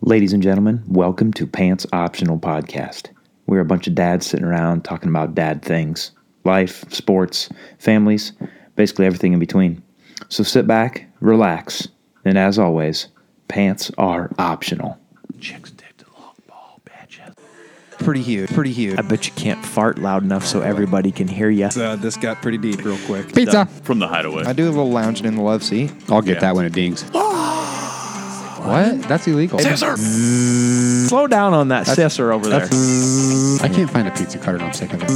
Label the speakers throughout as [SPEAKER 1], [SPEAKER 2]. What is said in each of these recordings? [SPEAKER 1] Ladies and gentlemen, welcome to Pants Optional Podcast. We're a bunch of dads sitting around talking about dad things life, sports, families, basically everything in between. So sit back, relax, and as always, pants are optional.
[SPEAKER 2] Chicks take the long ball, bitches. Pretty huge, pretty huge.
[SPEAKER 3] I bet you can't fart loud enough so everybody can hear you.
[SPEAKER 2] Uh, this got pretty deep real quick.
[SPEAKER 4] Pizza.
[SPEAKER 5] from the hideaway.
[SPEAKER 2] I do a little lounging in the love seat.
[SPEAKER 4] I'll get
[SPEAKER 5] Yeah.
[SPEAKER 4] that when it dings. what? That's illegal.
[SPEAKER 3] Slow down on that scissor over there.
[SPEAKER 4] I can't find a pizza cutter. and I'm sick of it.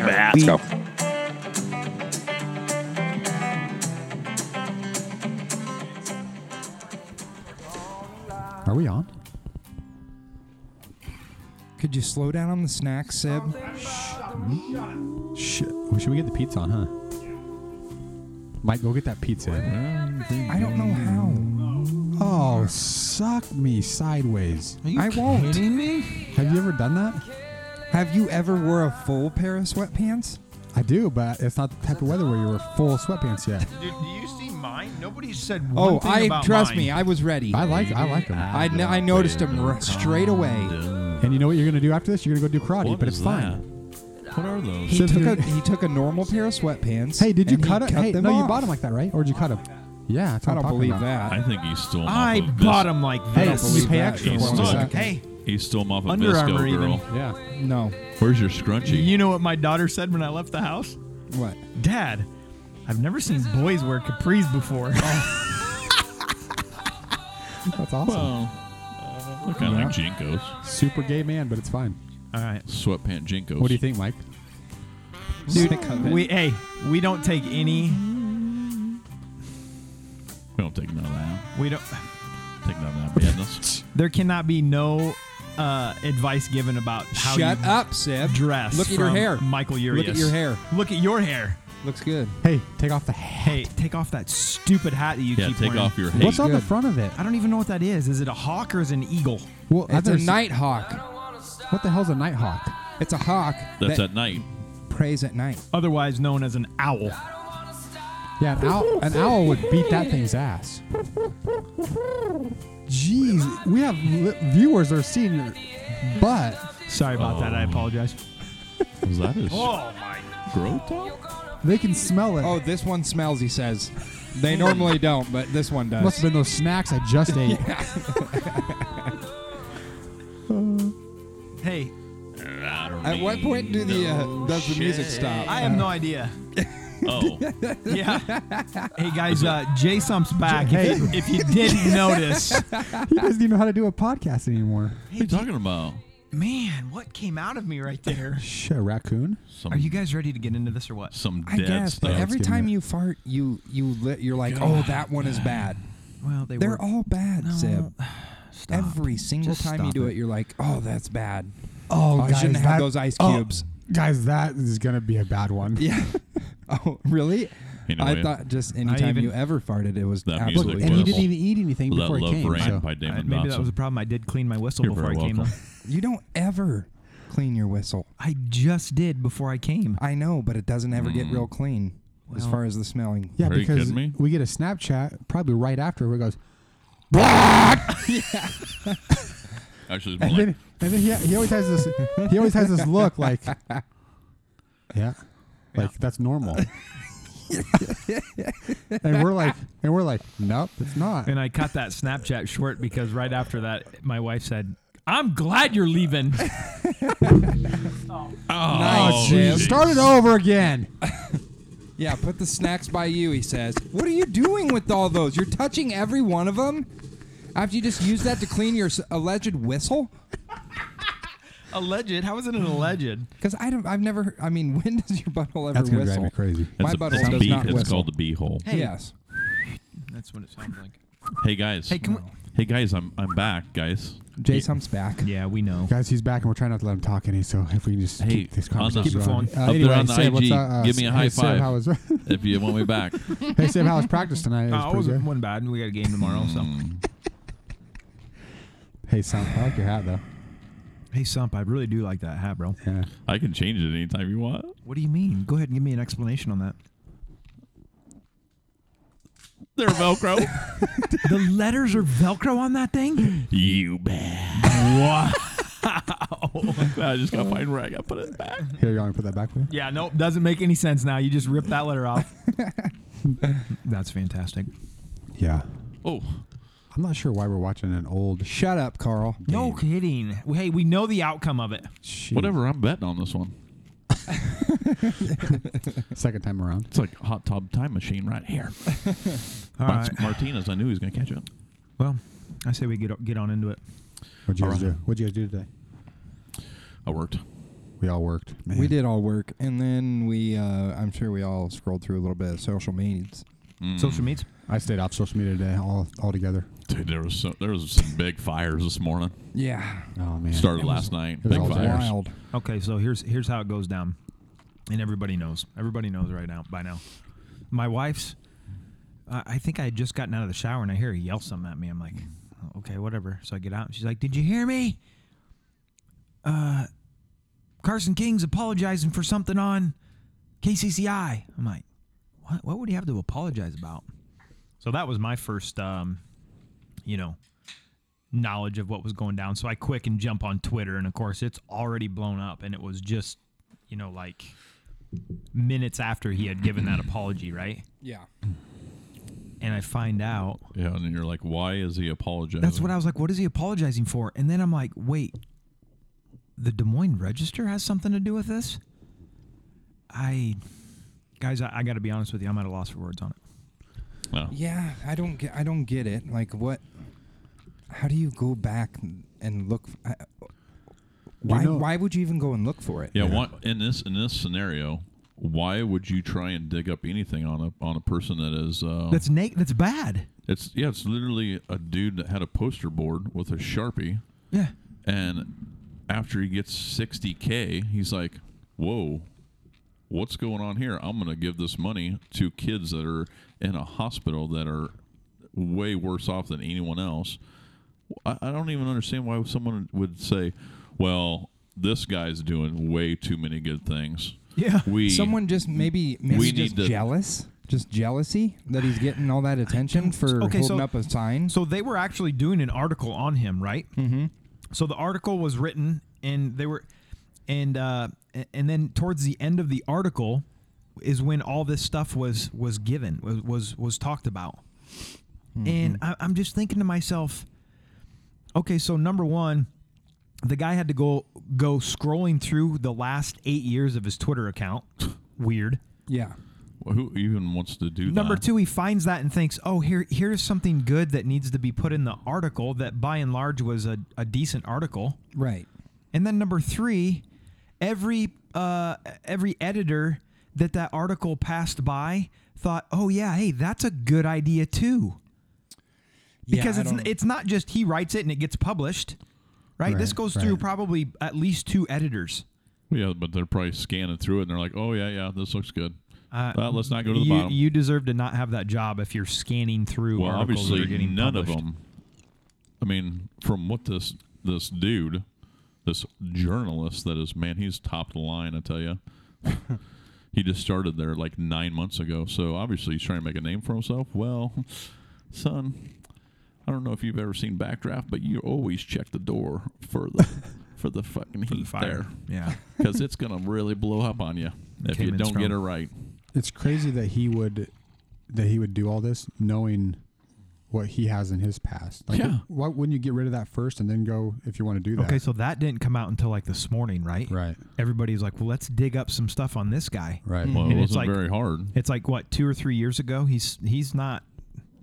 [SPEAKER 4] Let's
[SPEAKER 5] That's
[SPEAKER 4] go. Are we on?
[SPEAKER 6] Could you slow down on the snacks, Seb?
[SPEAKER 4] Shit. Well, should we get the pizza on, huh? Mike, go get that pizza.
[SPEAKER 6] I don't know how.
[SPEAKER 4] Oh, suck me sideways.
[SPEAKER 6] I won't.
[SPEAKER 4] Have you ever done that?
[SPEAKER 6] Have you ever wore a full pair of sweatpants?
[SPEAKER 4] I do, but it's not the type of weather where you wear full sweatpants yet.
[SPEAKER 7] Dude, do you see mine? Nobody said one
[SPEAKER 6] Oh,
[SPEAKER 7] thing
[SPEAKER 6] I
[SPEAKER 7] about
[SPEAKER 6] trust
[SPEAKER 7] mine.
[SPEAKER 6] me. I was ready.
[SPEAKER 4] I
[SPEAKER 6] I
[SPEAKER 4] like I like them.
[SPEAKER 6] kn- I noticed them r- straight away.
[SPEAKER 4] and you know what you're gonna do after this? You're gonna go do karate, but it's fine.
[SPEAKER 8] What are those?
[SPEAKER 6] He
[SPEAKER 4] Seb,
[SPEAKER 6] took
[SPEAKER 4] you're-
[SPEAKER 6] a he took a normal pair of sweatpants.
[SPEAKER 4] Hey, did you
[SPEAKER 6] and he
[SPEAKER 4] cut it? Hey,
[SPEAKER 6] them
[SPEAKER 4] no, you
[SPEAKER 6] off.
[SPEAKER 4] bought them like that, right? Or did you cut them? Yeah, that's
[SPEAKER 6] I
[SPEAKER 4] what I'm
[SPEAKER 6] don't
[SPEAKER 4] talking
[SPEAKER 6] believe
[SPEAKER 4] about.
[SPEAKER 6] that.
[SPEAKER 8] I think he stole them
[SPEAKER 7] I
[SPEAKER 8] off of
[SPEAKER 7] bought them like
[SPEAKER 4] Hey,
[SPEAKER 7] this.
[SPEAKER 4] you pay
[SPEAKER 6] that
[SPEAKER 4] extra
[SPEAKER 6] for
[SPEAKER 4] for
[SPEAKER 6] one
[SPEAKER 8] them.
[SPEAKER 6] second.
[SPEAKER 7] Hey,
[SPEAKER 8] He stole them off of
[SPEAKER 7] Under
[SPEAKER 8] Visco Girl.
[SPEAKER 7] Armour even.
[SPEAKER 4] Yeah.
[SPEAKER 6] No,
[SPEAKER 8] Where's your scrunchie?
[SPEAKER 7] you know what my daughter said when I left the house?
[SPEAKER 6] what?
[SPEAKER 7] Dad, I've never seen boys wear capris before.
[SPEAKER 4] That's awesome.
[SPEAKER 8] well, they're kind of like Jinkos.
[SPEAKER 4] Super gay man, but it's fine.
[SPEAKER 7] All right.
[SPEAKER 8] Sweatpant Jinkos.
[SPEAKER 4] What do you think, Mike?
[SPEAKER 7] Dude, we hey, we don't take any.
[SPEAKER 8] We don't take none of that.
[SPEAKER 7] We don't.
[SPEAKER 8] Take none of that badness.
[SPEAKER 7] There cannot be no uh, advice given about how
[SPEAKER 6] Shut
[SPEAKER 7] you
[SPEAKER 6] up, Seb.
[SPEAKER 7] dress.
[SPEAKER 6] Look at your
[SPEAKER 7] from
[SPEAKER 6] hair.
[SPEAKER 7] Michael Urias.
[SPEAKER 6] Look at your hair.
[SPEAKER 7] Look at your hair.
[SPEAKER 6] Looks good.
[SPEAKER 4] Hey, take off the hat.
[SPEAKER 7] Hey, take off that stupid hat that you
[SPEAKER 8] yeah,
[SPEAKER 7] keep
[SPEAKER 8] take
[SPEAKER 7] wearing.
[SPEAKER 8] off your hate.
[SPEAKER 4] What's on the
[SPEAKER 6] good.
[SPEAKER 4] front of it?
[SPEAKER 7] I don't even know what that is. Is it a hawk or is it an eagle?
[SPEAKER 4] Well, I've
[SPEAKER 6] It's a
[SPEAKER 4] never seen-
[SPEAKER 6] nighthawk.
[SPEAKER 4] What the hell's a nighthawk?
[SPEAKER 6] It's a hawk
[SPEAKER 8] That's
[SPEAKER 6] that
[SPEAKER 8] at night.
[SPEAKER 6] preys at night.
[SPEAKER 7] otherwise known as an owl.
[SPEAKER 4] Yeah, an owl. An owl would beat that thing's ass. Jeez, we have li- viewers that are seeing your butt.
[SPEAKER 7] Sorry about that.
[SPEAKER 8] Oh.
[SPEAKER 7] I apologize.
[SPEAKER 8] Was that his
[SPEAKER 7] Oh my!
[SPEAKER 8] growth top?
[SPEAKER 4] They can smell it.
[SPEAKER 6] Oh, this one smells. He says. They normally don't, but this one does.
[SPEAKER 4] Must have been those snacks I just ate.
[SPEAKER 7] Hey,
[SPEAKER 6] At what point do the uh, does the music stop?
[SPEAKER 7] I have no idea.
[SPEAKER 8] Oh,
[SPEAKER 7] Yeah. hey guys, uh, Jay Sump's back. If, you, if you didn't notice,
[SPEAKER 4] he doesn't even know how to do a podcast anymore.
[SPEAKER 8] what are you talking about?
[SPEAKER 7] man, what came out of me right there?
[SPEAKER 4] Shit, raccoon.
[SPEAKER 8] Some,
[SPEAKER 7] Are you guys ready to get into this or what?
[SPEAKER 8] some
[SPEAKER 6] I
[SPEAKER 8] dead
[SPEAKER 6] guess,
[SPEAKER 8] stuff?
[SPEAKER 6] but every
[SPEAKER 4] getting
[SPEAKER 6] time
[SPEAKER 4] it.
[SPEAKER 6] you fart, you you li- you're like, oh, that one is bad.
[SPEAKER 7] Well, they
[SPEAKER 6] They're
[SPEAKER 7] were-
[SPEAKER 6] all bad,
[SPEAKER 7] No,
[SPEAKER 6] Zeb.
[SPEAKER 7] Stop.
[SPEAKER 6] Every single
[SPEAKER 7] Just
[SPEAKER 6] time you
[SPEAKER 7] stop
[SPEAKER 6] do
[SPEAKER 7] it.
[SPEAKER 6] it, you're like, oh, that's bad.
[SPEAKER 4] Oh,
[SPEAKER 6] I
[SPEAKER 4] guys,
[SPEAKER 6] shouldn't have
[SPEAKER 4] that-
[SPEAKER 6] those ice
[SPEAKER 4] oh,
[SPEAKER 6] cubes.
[SPEAKER 4] guys, that is gonna be a bad one.
[SPEAKER 6] Yeah. oh, really?
[SPEAKER 8] You know,
[SPEAKER 6] I
[SPEAKER 8] yeah.
[SPEAKER 6] thought just anytime
[SPEAKER 7] even-
[SPEAKER 6] you ever farted, it was
[SPEAKER 8] That music
[SPEAKER 4] Look,
[SPEAKER 6] absolutely
[SPEAKER 4] and he
[SPEAKER 8] Horrible.
[SPEAKER 4] didn't even eat anything
[SPEAKER 8] Let
[SPEAKER 4] before he
[SPEAKER 8] Love
[SPEAKER 4] came.
[SPEAKER 8] Reign
[SPEAKER 4] so-
[SPEAKER 8] by Damon
[SPEAKER 7] maybe that
[SPEAKER 8] Dotson.
[SPEAKER 7] was the problem. I did clean my whistle
[SPEAKER 8] You're
[SPEAKER 7] before I
[SPEAKER 8] very
[SPEAKER 7] came.
[SPEAKER 8] welcome.
[SPEAKER 7] though.
[SPEAKER 6] You don't ever clean your whistle.
[SPEAKER 7] I just did before I came.
[SPEAKER 6] I know, but it doesn't ever
[SPEAKER 8] Hmm.
[SPEAKER 6] get real clean as
[SPEAKER 7] Well-
[SPEAKER 6] far as the smelling.
[SPEAKER 4] Yeah,
[SPEAKER 8] Are you
[SPEAKER 4] because
[SPEAKER 8] kidding me?
[SPEAKER 4] we get a Snapchat probably right after where it goes,
[SPEAKER 8] Actually, it's more
[SPEAKER 4] and
[SPEAKER 8] like,
[SPEAKER 4] then and then he, he always has this he always has this look like, yeah, like that's normal. and we're like, and we're like, nope, it's not.
[SPEAKER 7] And I cut that Snapchat short because right after that, my wife said, "I'm glad you're leaving."
[SPEAKER 8] oh,
[SPEAKER 6] Jim.
[SPEAKER 8] geez.
[SPEAKER 4] Start it over again.
[SPEAKER 6] Yeah, put the snacks by you, he says. What are you doing with all those? You're touching every one of them? After you just use that to clean your s- alleged whistle?
[SPEAKER 7] alleged? How is it an alleged?
[SPEAKER 6] Because I don't, I've never, I mean, when does your butthole ever
[SPEAKER 4] That's gonna
[SPEAKER 6] whistle?
[SPEAKER 4] drive me crazy.
[SPEAKER 6] My
[SPEAKER 8] It's, a,
[SPEAKER 6] butthole
[SPEAKER 8] it's, a
[SPEAKER 6] does
[SPEAKER 8] bee,
[SPEAKER 6] not
[SPEAKER 8] it's
[SPEAKER 6] whistle.
[SPEAKER 8] called the bee hole.
[SPEAKER 6] Yes.
[SPEAKER 7] That's what it sounds like.
[SPEAKER 8] Hey guys.
[SPEAKER 7] Hey, can we-
[SPEAKER 8] Hey guys, I'm I'm back, guys.
[SPEAKER 6] Jay Sump's back.
[SPEAKER 7] Yeah, we know.
[SPEAKER 4] Guys, he's back, and we're trying not to let him talk any. So if we can just
[SPEAKER 8] Hey,
[SPEAKER 4] keep this
[SPEAKER 8] on the-
[SPEAKER 4] conversation
[SPEAKER 7] Keep it
[SPEAKER 4] going. Uh,
[SPEAKER 7] flowing.
[SPEAKER 8] Up there on the
[SPEAKER 4] Seb, what's
[SPEAKER 8] IG,
[SPEAKER 4] up? Uh,
[SPEAKER 8] give me a
[SPEAKER 4] hey,
[SPEAKER 8] high
[SPEAKER 4] Seb,
[SPEAKER 8] five.
[SPEAKER 4] how was,
[SPEAKER 8] If you want me back,
[SPEAKER 4] hey, Seb, how was practice tonight? It was
[SPEAKER 7] Oh, it
[SPEAKER 4] pretty
[SPEAKER 7] wasn't
[SPEAKER 4] good.
[SPEAKER 7] one bad. We got a game tomorrow, so.
[SPEAKER 4] Hey, Sam, I like your hat though.
[SPEAKER 7] Hey, Sump, I really do like that hat, bro.
[SPEAKER 4] Yeah.
[SPEAKER 8] I can change it anytime you want.
[SPEAKER 7] What do you mean? Go ahead and give me an explanation on that.
[SPEAKER 8] They're Velcro.
[SPEAKER 7] The letters are Velcro on that thing?
[SPEAKER 8] you bet.
[SPEAKER 7] Wow.
[SPEAKER 8] I just gotta find where I gotta put it back.
[SPEAKER 4] Here, you want me to put that back for you?
[SPEAKER 7] Yeah, nope. Doesn't make any sense now. You just rip that letter off. That's fantastic.
[SPEAKER 4] Yeah.
[SPEAKER 8] Oh,
[SPEAKER 4] I'm not sure why we're watching an old. Sh-
[SPEAKER 6] Shut up, Carl.
[SPEAKER 7] No kidding. Hey, we know the outcome of it.
[SPEAKER 8] whatever. I'm betting on this one.
[SPEAKER 4] Second time around.
[SPEAKER 8] It's like a hot tub time machine right here.
[SPEAKER 7] All
[SPEAKER 8] Mart-
[SPEAKER 7] right.
[SPEAKER 8] Martinez, I knew he was gonna catch it.
[SPEAKER 7] Well, I say we get get on into it.
[SPEAKER 4] What'd you guys
[SPEAKER 8] All
[SPEAKER 4] do? What'd you guys do today?
[SPEAKER 8] I worked.
[SPEAKER 4] We all worked. Man.
[SPEAKER 6] We did all work, and then we, uh, I'm sure we all scrolled through a little bit of social medias.
[SPEAKER 7] Social meets.
[SPEAKER 4] I stayed off social media today, all all together.
[SPEAKER 8] Dude, there was so, there was some big fires this morning.
[SPEAKER 6] Yeah.
[SPEAKER 4] Oh man.
[SPEAKER 8] Started last night.
[SPEAKER 4] was
[SPEAKER 8] Big
[SPEAKER 4] all
[SPEAKER 8] fires.
[SPEAKER 6] Wild.
[SPEAKER 7] Okay, so here's here's how it goes down, and everybody knows. Everybody knows right now by now. My wife's. I I think I had just gotten out of the shower and I hear her yell something at me. I'm like, "Oh, okay, whatever. So I get out and she's like, "Did you hear me? Uh, Carson King's apologizing for something on KCCI." I'm like, "What? What would he have to apologize about?" So that was my first, um, you know, knowledge of what was going down. So I quick and jump on Twitter, and of course, it's already blown up, and it was just, you know, like minutes after he had given that apology, right?
[SPEAKER 6] Yeah.
[SPEAKER 7] And I find out
[SPEAKER 8] Yeah, and you're like, why is he apologizing?
[SPEAKER 7] that's what I was like, what is he apologizing for? And then I'm like, wait, the Des Moines Register has something to do with this? I, guys, I, I got to be honest with you, I'm at a loss for words on it.
[SPEAKER 8] No.
[SPEAKER 6] Yeah, I don't get. I don't get it. Like, what? How do you go back and look? I- Why?
[SPEAKER 4] know-
[SPEAKER 6] why would you even go and look for it?
[SPEAKER 8] Yeah, What, in this in this scenario, why would you try and dig up anything on a on a person that is? Uh,
[SPEAKER 7] That's Nate. That's bad.
[SPEAKER 8] it's yeah, it's literally a dude that had a poster board with a sharpie,
[SPEAKER 7] Yeah.
[SPEAKER 8] and after he gets 60k, he's like, "Whoa, what's going on here? I'm gonna give this money to kids that are in a hospital that are way worse off than anyone else." I, I don't even understand why someone would say, "Well, this guy's doing way too many good things."
[SPEAKER 7] Yeah.
[SPEAKER 8] we
[SPEAKER 6] Someone just maybe maybe
[SPEAKER 8] We
[SPEAKER 6] just
[SPEAKER 8] need to-
[SPEAKER 6] jealous, just jealousy that he's getting all that attention for
[SPEAKER 7] Okay,
[SPEAKER 6] holding
[SPEAKER 7] so-
[SPEAKER 6] up a sign.
[SPEAKER 7] So they were actually doing an article on him, right? Mm-hmm. So the article was written, and they were, and uh, a- and then towards the end of the article is when all this stuff was was given was was, was talked about. And I, I'm just thinking to myself, okay, so number one, the guy had to go go scrolling through the last eight years of his Twitter account. Weird.
[SPEAKER 6] yeah,
[SPEAKER 8] who even wants to do
[SPEAKER 7] Number
[SPEAKER 8] that?
[SPEAKER 7] two, he finds that and thinks, "Oh, here, here's something good that needs to be put in the article that, by and large, was a, a decent article."
[SPEAKER 6] right.
[SPEAKER 7] And then number three, every uh, every editor that that article passed by thought, "Oh yeah, hey, that's a good idea too," because
[SPEAKER 6] yeah, I
[SPEAKER 7] it's
[SPEAKER 6] don't-
[SPEAKER 7] it's not just he writes it and it gets published, right? this
[SPEAKER 4] Right,
[SPEAKER 7] goes through
[SPEAKER 4] right.
[SPEAKER 7] probably at least two editors.
[SPEAKER 8] Yeah, but they're probably scanning through it and they're like, "Oh yeah, yeah, this looks good." Uh, let's not go to the
[SPEAKER 7] you,
[SPEAKER 8] bottom.
[SPEAKER 7] you deserve to not have that job if you're scanning through.
[SPEAKER 8] well,
[SPEAKER 7] articles that are
[SPEAKER 8] obviously,
[SPEAKER 7] getting
[SPEAKER 8] none
[SPEAKER 7] published.
[SPEAKER 8] of them. I mean, from what this this dude, this journalist that is, man, he's top of the line. I tell you, he just started there like nine months ago. So obviously, he's trying to make a name for himself. Well, son, I don't know if you've ever seen Backdraft, but you always check the door for the for the fucking heat
[SPEAKER 7] fire.
[SPEAKER 8] there
[SPEAKER 7] Yeah.
[SPEAKER 8] because it's gonna really blow up on you if
[SPEAKER 7] Came
[SPEAKER 8] you
[SPEAKER 7] in
[SPEAKER 8] don't
[SPEAKER 7] strong.
[SPEAKER 8] get it right.
[SPEAKER 4] It's crazy that he would that he would do all this knowing what he has in his past. Like,
[SPEAKER 8] Yeah.
[SPEAKER 4] Why wouldn't you get rid of that first and then go if you want to do that?
[SPEAKER 7] Okay, so that didn't come out until like this morning, right?
[SPEAKER 4] Right.
[SPEAKER 7] Everybody's like, well, let's dig up some stuff on this guy.
[SPEAKER 4] Right.
[SPEAKER 8] Well, it
[SPEAKER 7] And it's
[SPEAKER 8] wasn't
[SPEAKER 7] like-
[SPEAKER 8] very hard.
[SPEAKER 7] It's like what two or three years ago. He's he's not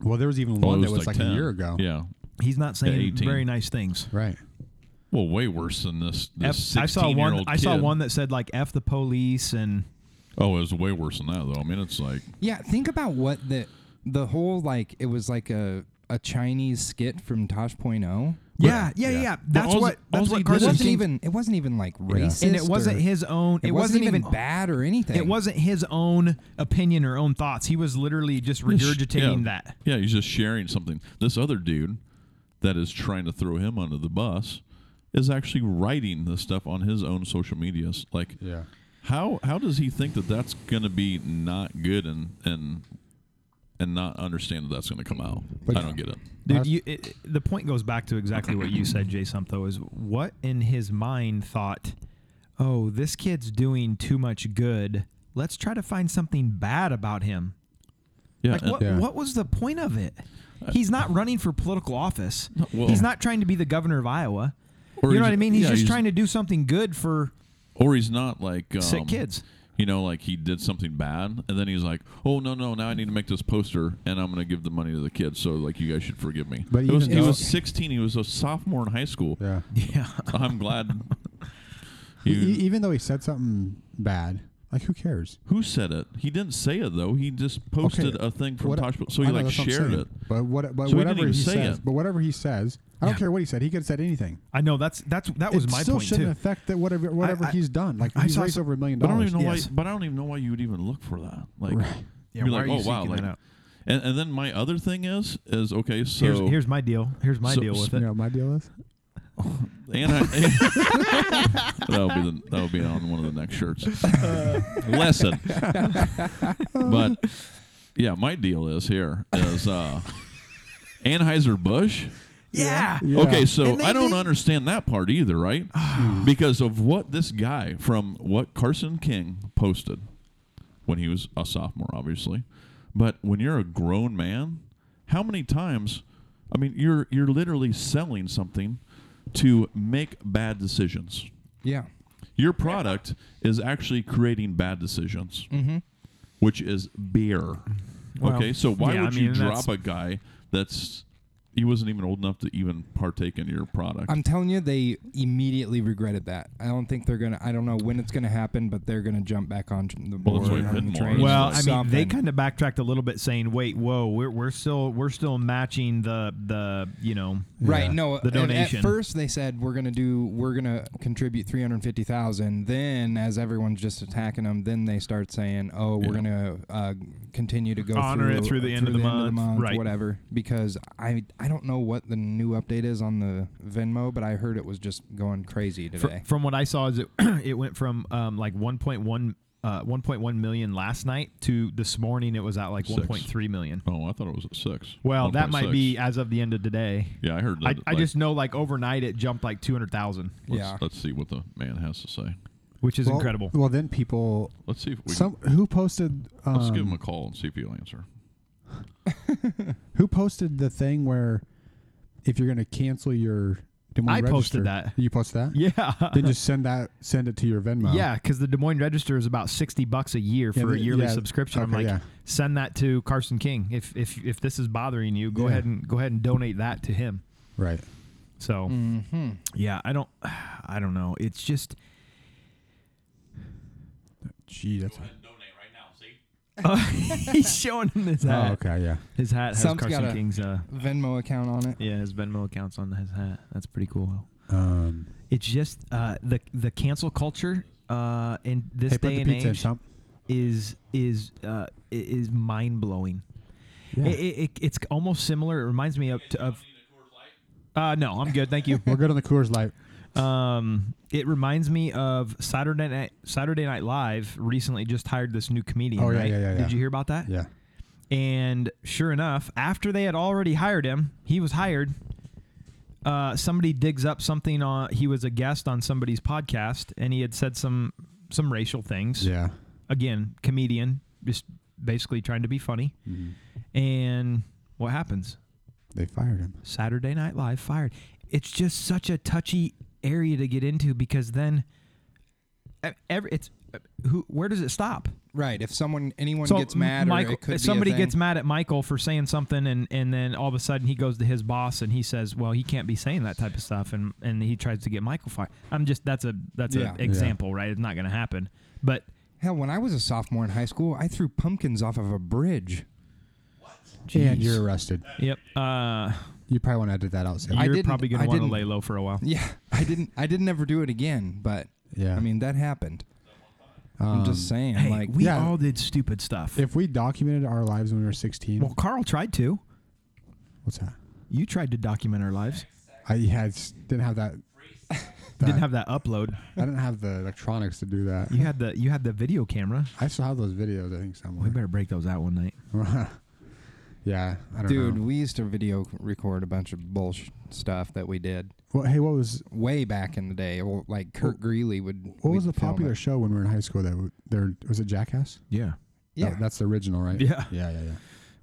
[SPEAKER 4] Well, there was even
[SPEAKER 8] Well,
[SPEAKER 4] one
[SPEAKER 8] it
[SPEAKER 4] that was like, a
[SPEAKER 8] 10.
[SPEAKER 4] year ago.
[SPEAKER 8] Yeah.
[SPEAKER 7] he's not saying
[SPEAKER 8] 18.
[SPEAKER 7] very nice things.
[SPEAKER 4] Right.
[SPEAKER 8] Well, way worse than this.
[SPEAKER 7] F,
[SPEAKER 8] this
[SPEAKER 7] I saw one.
[SPEAKER 8] 16-year-old
[SPEAKER 7] I saw
[SPEAKER 8] kid.
[SPEAKER 7] one that said like "f the police" and
[SPEAKER 8] Oh, it was way worse than that, though. I mean, it's like
[SPEAKER 6] Yeah, think about what the the whole like it was like a a Chinese skit from oh. Tosh.0.
[SPEAKER 7] yeah, yeah, yeah, That's
[SPEAKER 8] all's-
[SPEAKER 7] what that's
[SPEAKER 8] all's he
[SPEAKER 7] what
[SPEAKER 8] did
[SPEAKER 6] It
[SPEAKER 7] Carson
[SPEAKER 6] wasn't
[SPEAKER 7] King-
[SPEAKER 6] even it wasn't even like racist
[SPEAKER 7] and it wasn't
[SPEAKER 6] or-
[SPEAKER 7] his own. It,
[SPEAKER 6] It,
[SPEAKER 7] wasn't, even
[SPEAKER 6] bad or anything.
[SPEAKER 7] It wasn't his own opinion or own thoughts. He was literally just regurgitating
[SPEAKER 8] yeah.
[SPEAKER 7] that.
[SPEAKER 8] Yeah, he's just sharing something. This other dude that is trying to throw him under the bus is actually writing this stuff on his own social medias. Like,
[SPEAKER 4] Yeah.
[SPEAKER 8] how how does he think that that's going to be not good and and and not understand that that's going to come out. I don't get it.
[SPEAKER 7] Dude, you, it, it- the point goes back to exactly what you said, Jay Sumpto, is what in his mind thought, oh, this kid's doing too much good. Let's try to find something bad about him.
[SPEAKER 8] Yeah,
[SPEAKER 7] Like,
[SPEAKER 8] and-
[SPEAKER 7] what, what was the point of it? He's not running for political office.
[SPEAKER 8] well-
[SPEAKER 7] he's not trying to be the governor of Iowa.
[SPEAKER 8] Or
[SPEAKER 7] you know
[SPEAKER 8] he's-
[SPEAKER 7] what I mean? He's
[SPEAKER 8] yeah,
[SPEAKER 7] just
[SPEAKER 8] he's-
[SPEAKER 7] trying to do something good for.
[SPEAKER 8] or he's not like um,
[SPEAKER 7] Sick kids.
[SPEAKER 8] You know, like he did something bad, and then he's like, "Oh no, no! Now I need to make this poster, and I'm going to give the money to the kids. So like, you guys should forgive me."
[SPEAKER 4] But
[SPEAKER 8] it was,
[SPEAKER 4] even
[SPEAKER 8] he
[SPEAKER 4] though-
[SPEAKER 8] was 16. He was a sophomore in high school.
[SPEAKER 4] Yeah.
[SPEAKER 7] Yeah.
[SPEAKER 8] I'm glad.
[SPEAKER 4] E-
[SPEAKER 8] You-
[SPEAKER 4] e- even though he said something bad, like who cares?
[SPEAKER 8] Who said it? He didn't say it though. He just posted
[SPEAKER 4] Okay.
[SPEAKER 8] a thing from
[SPEAKER 4] What-
[SPEAKER 8] Tosh, so
[SPEAKER 4] I
[SPEAKER 8] he
[SPEAKER 4] know,
[SPEAKER 8] like
[SPEAKER 4] that's what I'm
[SPEAKER 8] shared
[SPEAKER 4] saying.
[SPEAKER 8] it.
[SPEAKER 4] But what? But
[SPEAKER 8] So he didn't
[SPEAKER 4] whatever
[SPEAKER 8] even
[SPEAKER 4] he,
[SPEAKER 8] say
[SPEAKER 4] says,
[SPEAKER 8] it.
[SPEAKER 4] but whatever he says, I don't care what he said. He could have said anything.
[SPEAKER 7] I know that's that's that was
[SPEAKER 4] it
[SPEAKER 7] my
[SPEAKER 4] still
[SPEAKER 7] point
[SPEAKER 4] shouldn't
[SPEAKER 7] too.
[SPEAKER 4] affect that whatever whatever
[SPEAKER 7] I-
[SPEAKER 4] he's done. Like
[SPEAKER 7] I
[SPEAKER 4] he's
[SPEAKER 7] saw
[SPEAKER 4] raised
[SPEAKER 7] some-
[SPEAKER 4] over a million
[SPEAKER 8] But I don't
[SPEAKER 4] dollars.
[SPEAKER 8] even know
[SPEAKER 7] Yes.
[SPEAKER 8] why. But I don't even know why you would even look for that. Like,
[SPEAKER 4] Right.
[SPEAKER 7] Yeah,
[SPEAKER 8] you're
[SPEAKER 7] why
[SPEAKER 8] like,
[SPEAKER 7] are you
[SPEAKER 8] oh wow.
[SPEAKER 7] seeking
[SPEAKER 8] Like,
[SPEAKER 7] that out?
[SPEAKER 8] and and then my other thing is is okay. So
[SPEAKER 7] here's here's my deal. Here's my
[SPEAKER 8] So-
[SPEAKER 7] deal with
[SPEAKER 4] You
[SPEAKER 7] it.
[SPEAKER 4] know what my deal is?
[SPEAKER 8] Anti- that'll be the, that'll be on one of the next shirts. Lesson, but yeah, my deal is here is uh, Anheuser Busch.
[SPEAKER 7] Yeah.
[SPEAKER 8] Okay, so
[SPEAKER 7] And they- Ah.
[SPEAKER 8] I don't
[SPEAKER 7] they-
[SPEAKER 8] understand that part either, right? because of what this guy from what Carson King posted when he was a sophomore, obviously. But when you're a grown man, how many times? I mean, you're you're literally selling something to make bad decisions.
[SPEAKER 6] Yeah.
[SPEAKER 8] Your product is actually creating bad decisions, which is beer.
[SPEAKER 7] Mm-hmm. Well,
[SPEAKER 8] okay, so why
[SPEAKER 7] yeah, I
[SPEAKER 8] would
[SPEAKER 7] mean,
[SPEAKER 8] you drop
[SPEAKER 7] that's-
[SPEAKER 8] a guy that's he wasn't even old enough to even partake in your product?
[SPEAKER 6] I'm telling you, they immediately regretted that. I don't think they're gonna. I don't know when it's gonna happen, but they're gonna jump back on tr- the
[SPEAKER 8] Well,
[SPEAKER 6] board.
[SPEAKER 8] that's why
[SPEAKER 6] on the
[SPEAKER 8] Vidmore
[SPEAKER 6] train
[SPEAKER 8] is
[SPEAKER 7] Well,
[SPEAKER 6] or
[SPEAKER 7] I mean, they
[SPEAKER 6] something.
[SPEAKER 7] kind of backtracked a little bit, saying, "Wait, whoa, we're, we're still we're still matching the the you know
[SPEAKER 6] Right. No.
[SPEAKER 7] The
[SPEAKER 6] at-
[SPEAKER 7] donation.
[SPEAKER 6] At first, they said we're gonna do. We're gonna contribute three hundred fifty thousand. Then, as everyone's just attacking them, then they start saying, "Oh, we're gonna uh, continue to go
[SPEAKER 7] Honor
[SPEAKER 6] through,
[SPEAKER 7] it through the end of the month, right.
[SPEAKER 6] Whatever. Because I I don't know what the new update is on the Venmo, but I heard it was just going crazy
[SPEAKER 7] fr-
[SPEAKER 6] today.
[SPEAKER 7] from what I saw is it it went from um, like 1.1 uh, 1.1 million last night to this morning it was at like
[SPEAKER 8] Six.
[SPEAKER 7] 1.3 million.
[SPEAKER 8] oh, I thought it was at six.
[SPEAKER 7] Well, that might
[SPEAKER 8] 1.6.
[SPEAKER 7] be as of the end of today.
[SPEAKER 8] Yeah, I heard that.
[SPEAKER 7] I, I
[SPEAKER 8] like,
[SPEAKER 7] just know like overnight it jumped like 200,000,
[SPEAKER 8] let's,
[SPEAKER 6] yeah.
[SPEAKER 8] Let's see what the man has to say.
[SPEAKER 7] which is
[SPEAKER 4] Well-
[SPEAKER 7] incredible.
[SPEAKER 4] Well, then people.
[SPEAKER 8] Let's see if we.
[SPEAKER 4] Some who posted. Um,
[SPEAKER 8] let's give him a call and see if he'll answer.
[SPEAKER 4] Who posted the thing where if you're going to cancel your Des Moines
[SPEAKER 7] I posted
[SPEAKER 4] Register-
[SPEAKER 7] that.
[SPEAKER 4] You posted that?
[SPEAKER 7] Yeah.
[SPEAKER 4] Then just send that send it to your Venmo.
[SPEAKER 7] Yeah, because the Des Moines Register is about sixty bucks a year
[SPEAKER 4] Yeah,
[SPEAKER 7] for a
[SPEAKER 4] the-
[SPEAKER 7] yearly
[SPEAKER 4] yeah,
[SPEAKER 7] subscription. I'm
[SPEAKER 4] okay,
[SPEAKER 7] like,
[SPEAKER 4] yeah.
[SPEAKER 7] send that to Carson King. If if if this is bothering you, go
[SPEAKER 4] Yeah.
[SPEAKER 7] ahead and go ahead and donate that to him.
[SPEAKER 4] Right.
[SPEAKER 7] So
[SPEAKER 4] Mm-hmm.
[SPEAKER 6] hmm
[SPEAKER 7] yeah, I don't I don't know. It's just
[SPEAKER 4] Gee, that's.
[SPEAKER 7] he's showing him his hat.
[SPEAKER 4] Oh, okay. Yeah.
[SPEAKER 7] His hat has
[SPEAKER 6] Some's
[SPEAKER 7] Carson
[SPEAKER 6] gotta-
[SPEAKER 7] King's uh
[SPEAKER 6] Venmo account on it.
[SPEAKER 7] yeah his Venmo accounts on his hat. That's pretty cool.
[SPEAKER 4] Um,
[SPEAKER 7] It's just uh, the the cancel culture uh, in this
[SPEAKER 4] hey, put
[SPEAKER 7] day
[SPEAKER 4] the
[SPEAKER 7] and
[SPEAKER 4] pizza in,
[SPEAKER 7] age
[SPEAKER 4] Chump.
[SPEAKER 7] is is uh, i- is mind blowing.
[SPEAKER 4] Yeah.
[SPEAKER 7] It, it, it, it's almost similar. It reminds me of. of uh, no, I'm good. Thank you.
[SPEAKER 4] We're good on the Coors Light.
[SPEAKER 7] Um, it reminds me of Saturday Night Saturday Night Live recently just hired this new comedian.
[SPEAKER 4] Oh, yeah,
[SPEAKER 7] right?
[SPEAKER 4] yeah, yeah, yeah.
[SPEAKER 7] Did you hear about that?
[SPEAKER 4] Yeah.
[SPEAKER 7] And sure enough, after they had already hired him, he was hired. Uh, somebody digs up something on. He was a guest on somebody's podcast, and he had said some some racial things
[SPEAKER 4] Yeah.
[SPEAKER 7] again, comedian, just basically trying to be funny.
[SPEAKER 4] Mm-hmm.
[SPEAKER 7] And what happens?
[SPEAKER 4] They fired him.
[SPEAKER 7] Saturday Night Live fired. It's just such a touchy area to get into because then e- every it's who where does it stop?
[SPEAKER 6] Right. If someone anyone
[SPEAKER 7] So
[SPEAKER 6] gets mad,
[SPEAKER 7] Michael,
[SPEAKER 6] or it could
[SPEAKER 7] if
[SPEAKER 6] be a
[SPEAKER 7] somebody
[SPEAKER 6] thing-
[SPEAKER 7] gets mad at Michael for saying something, and and then all of a sudden he goes to his boss and he says, "Well, he can't be saying that type of stuff," and and he tries to get Michael fired. I'm just that's a that's
[SPEAKER 6] Yeah.
[SPEAKER 7] an example, right? It's not going to happen, but.
[SPEAKER 6] Hell, when I was a sophomore in high school, I threw pumpkins off of a bridge.
[SPEAKER 4] And you're arrested.
[SPEAKER 7] Yep. Uh,
[SPEAKER 4] You probably want to edit that out. Sam.
[SPEAKER 6] I
[SPEAKER 7] you're
[SPEAKER 6] didn't-
[SPEAKER 7] probably going
[SPEAKER 6] I
[SPEAKER 7] to want to
[SPEAKER 6] didn't-
[SPEAKER 7] lay low for a while.
[SPEAKER 6] Yeah, I didn't. I didn't ever do it again. But
[SPEAKER 4] Yeah.
[SPEAKER 6] I mean that happened. I'm just saying,
[SPEAKER 7] Hey,
[SPEAKER 6] like
[SPEAKER 7] we
[SPEAKER 4] yeah.
[SPEAKER 7] all did stupid stuff.
[SPEAKER 4] if we documented our lives when we were 16,
[SPEAKER 7] well, Carl tried to.
[SPEAKER 4] what's that?
[SPEAKER 7] You tried to document our lives.
[SPEAKER 4] I had s- didn't have that.
[SPEAKER 7] Didn't
[SPEAKER 4] that-
[SPEAKER 7] have that upload.
[SPEAKER 4] I didn't have the electronics to do that.
[SPEAKER 7] You had the you had the video camera.
[SPEAKER 4] I still have those videos. I think
[SPEAKER 7] We
[SPEAKER 4] somewhere.
[SPEAKER 7] better break those out one night.
[SPEAKER 4] Yeah, I don't
[SPEAKER 6] Dude,
[SPEAKER 4] know.
[SPEAKER 6] we used to video record a bunch of bullshit stuff that we did
[SPEAKER 4] Well, hey, what was
[SPEAKER 6] way back in the day. Well, Like Kurt Greeley would.
[SPEAKER 4] what was
[SPEAKER 6] we'd
[SPEAKER 4] the
[SPEAKER 6] film
[SPEAKER 4] popular
[SPEAKER 6] it.
[SPEAKER 4] show when we were in high school? That w- there was it Jackass.
[SPEAKER 7] Yeah.
[SPEAKER 6] Yeah.
[SPEAKER 4] That- that's the original, right?
[SPEAKER 7] Yeah.
[SPEAKER 4] yeah, yeah,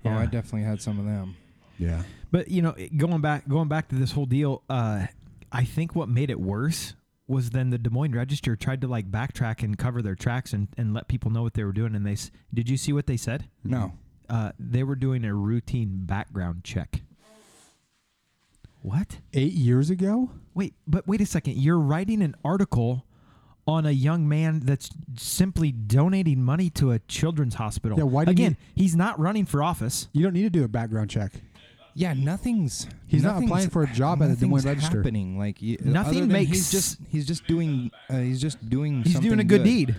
[SPEAKER 4] yeah.
[SPEAKER 6] Oh, I definitely had some of them.
[SPEAKER 4] yeah.
[SPEAKER 7] But you know, it- going back going back to this whole deal, uh, I think what made it worse was then the Des Moines Register tried to like backtrack and cover their tracks and, and let people know what they were doing. And they s- did you see what they said?
[SPEAKER 6] No.
[SPEAKER 4] Mm-hmm.
[SPEAKER 7] Uh, they were doing a routine background check. What?
[SPEAKER 4] Eight years ago.
[SPEAKER 7] Wait, but wait a second. You're writing an article on a young man that's simply donating money to a children's hospital.
[SPEAKER 4] Yeah, why didn't
[SPEAKER 7] Again, he's not running for office.
[SPEAKER 4] You don't need to do a background check.
[SPEAKER 6] Yeah, nothing's.
[SPEAKER 4] He's not
[SPEAKER 6] nothing's-
[SPEAKER 4] applying for a job at the Des Moines
[SPEAKER 6] nothing's
[SPEAKER 4] Register.
[SPEAKER 6] Happening like you,
[SPEAKER 7] Nothing
[SPEAKER 6] other than
[SPEAKER 7] makes-
[SPEAKER 6] He's just he's just doing uh, he's just doing.
[SPEAKER 7] He's
[SPEAKER 6] something
[SPEAKER 7] doing a good, deed.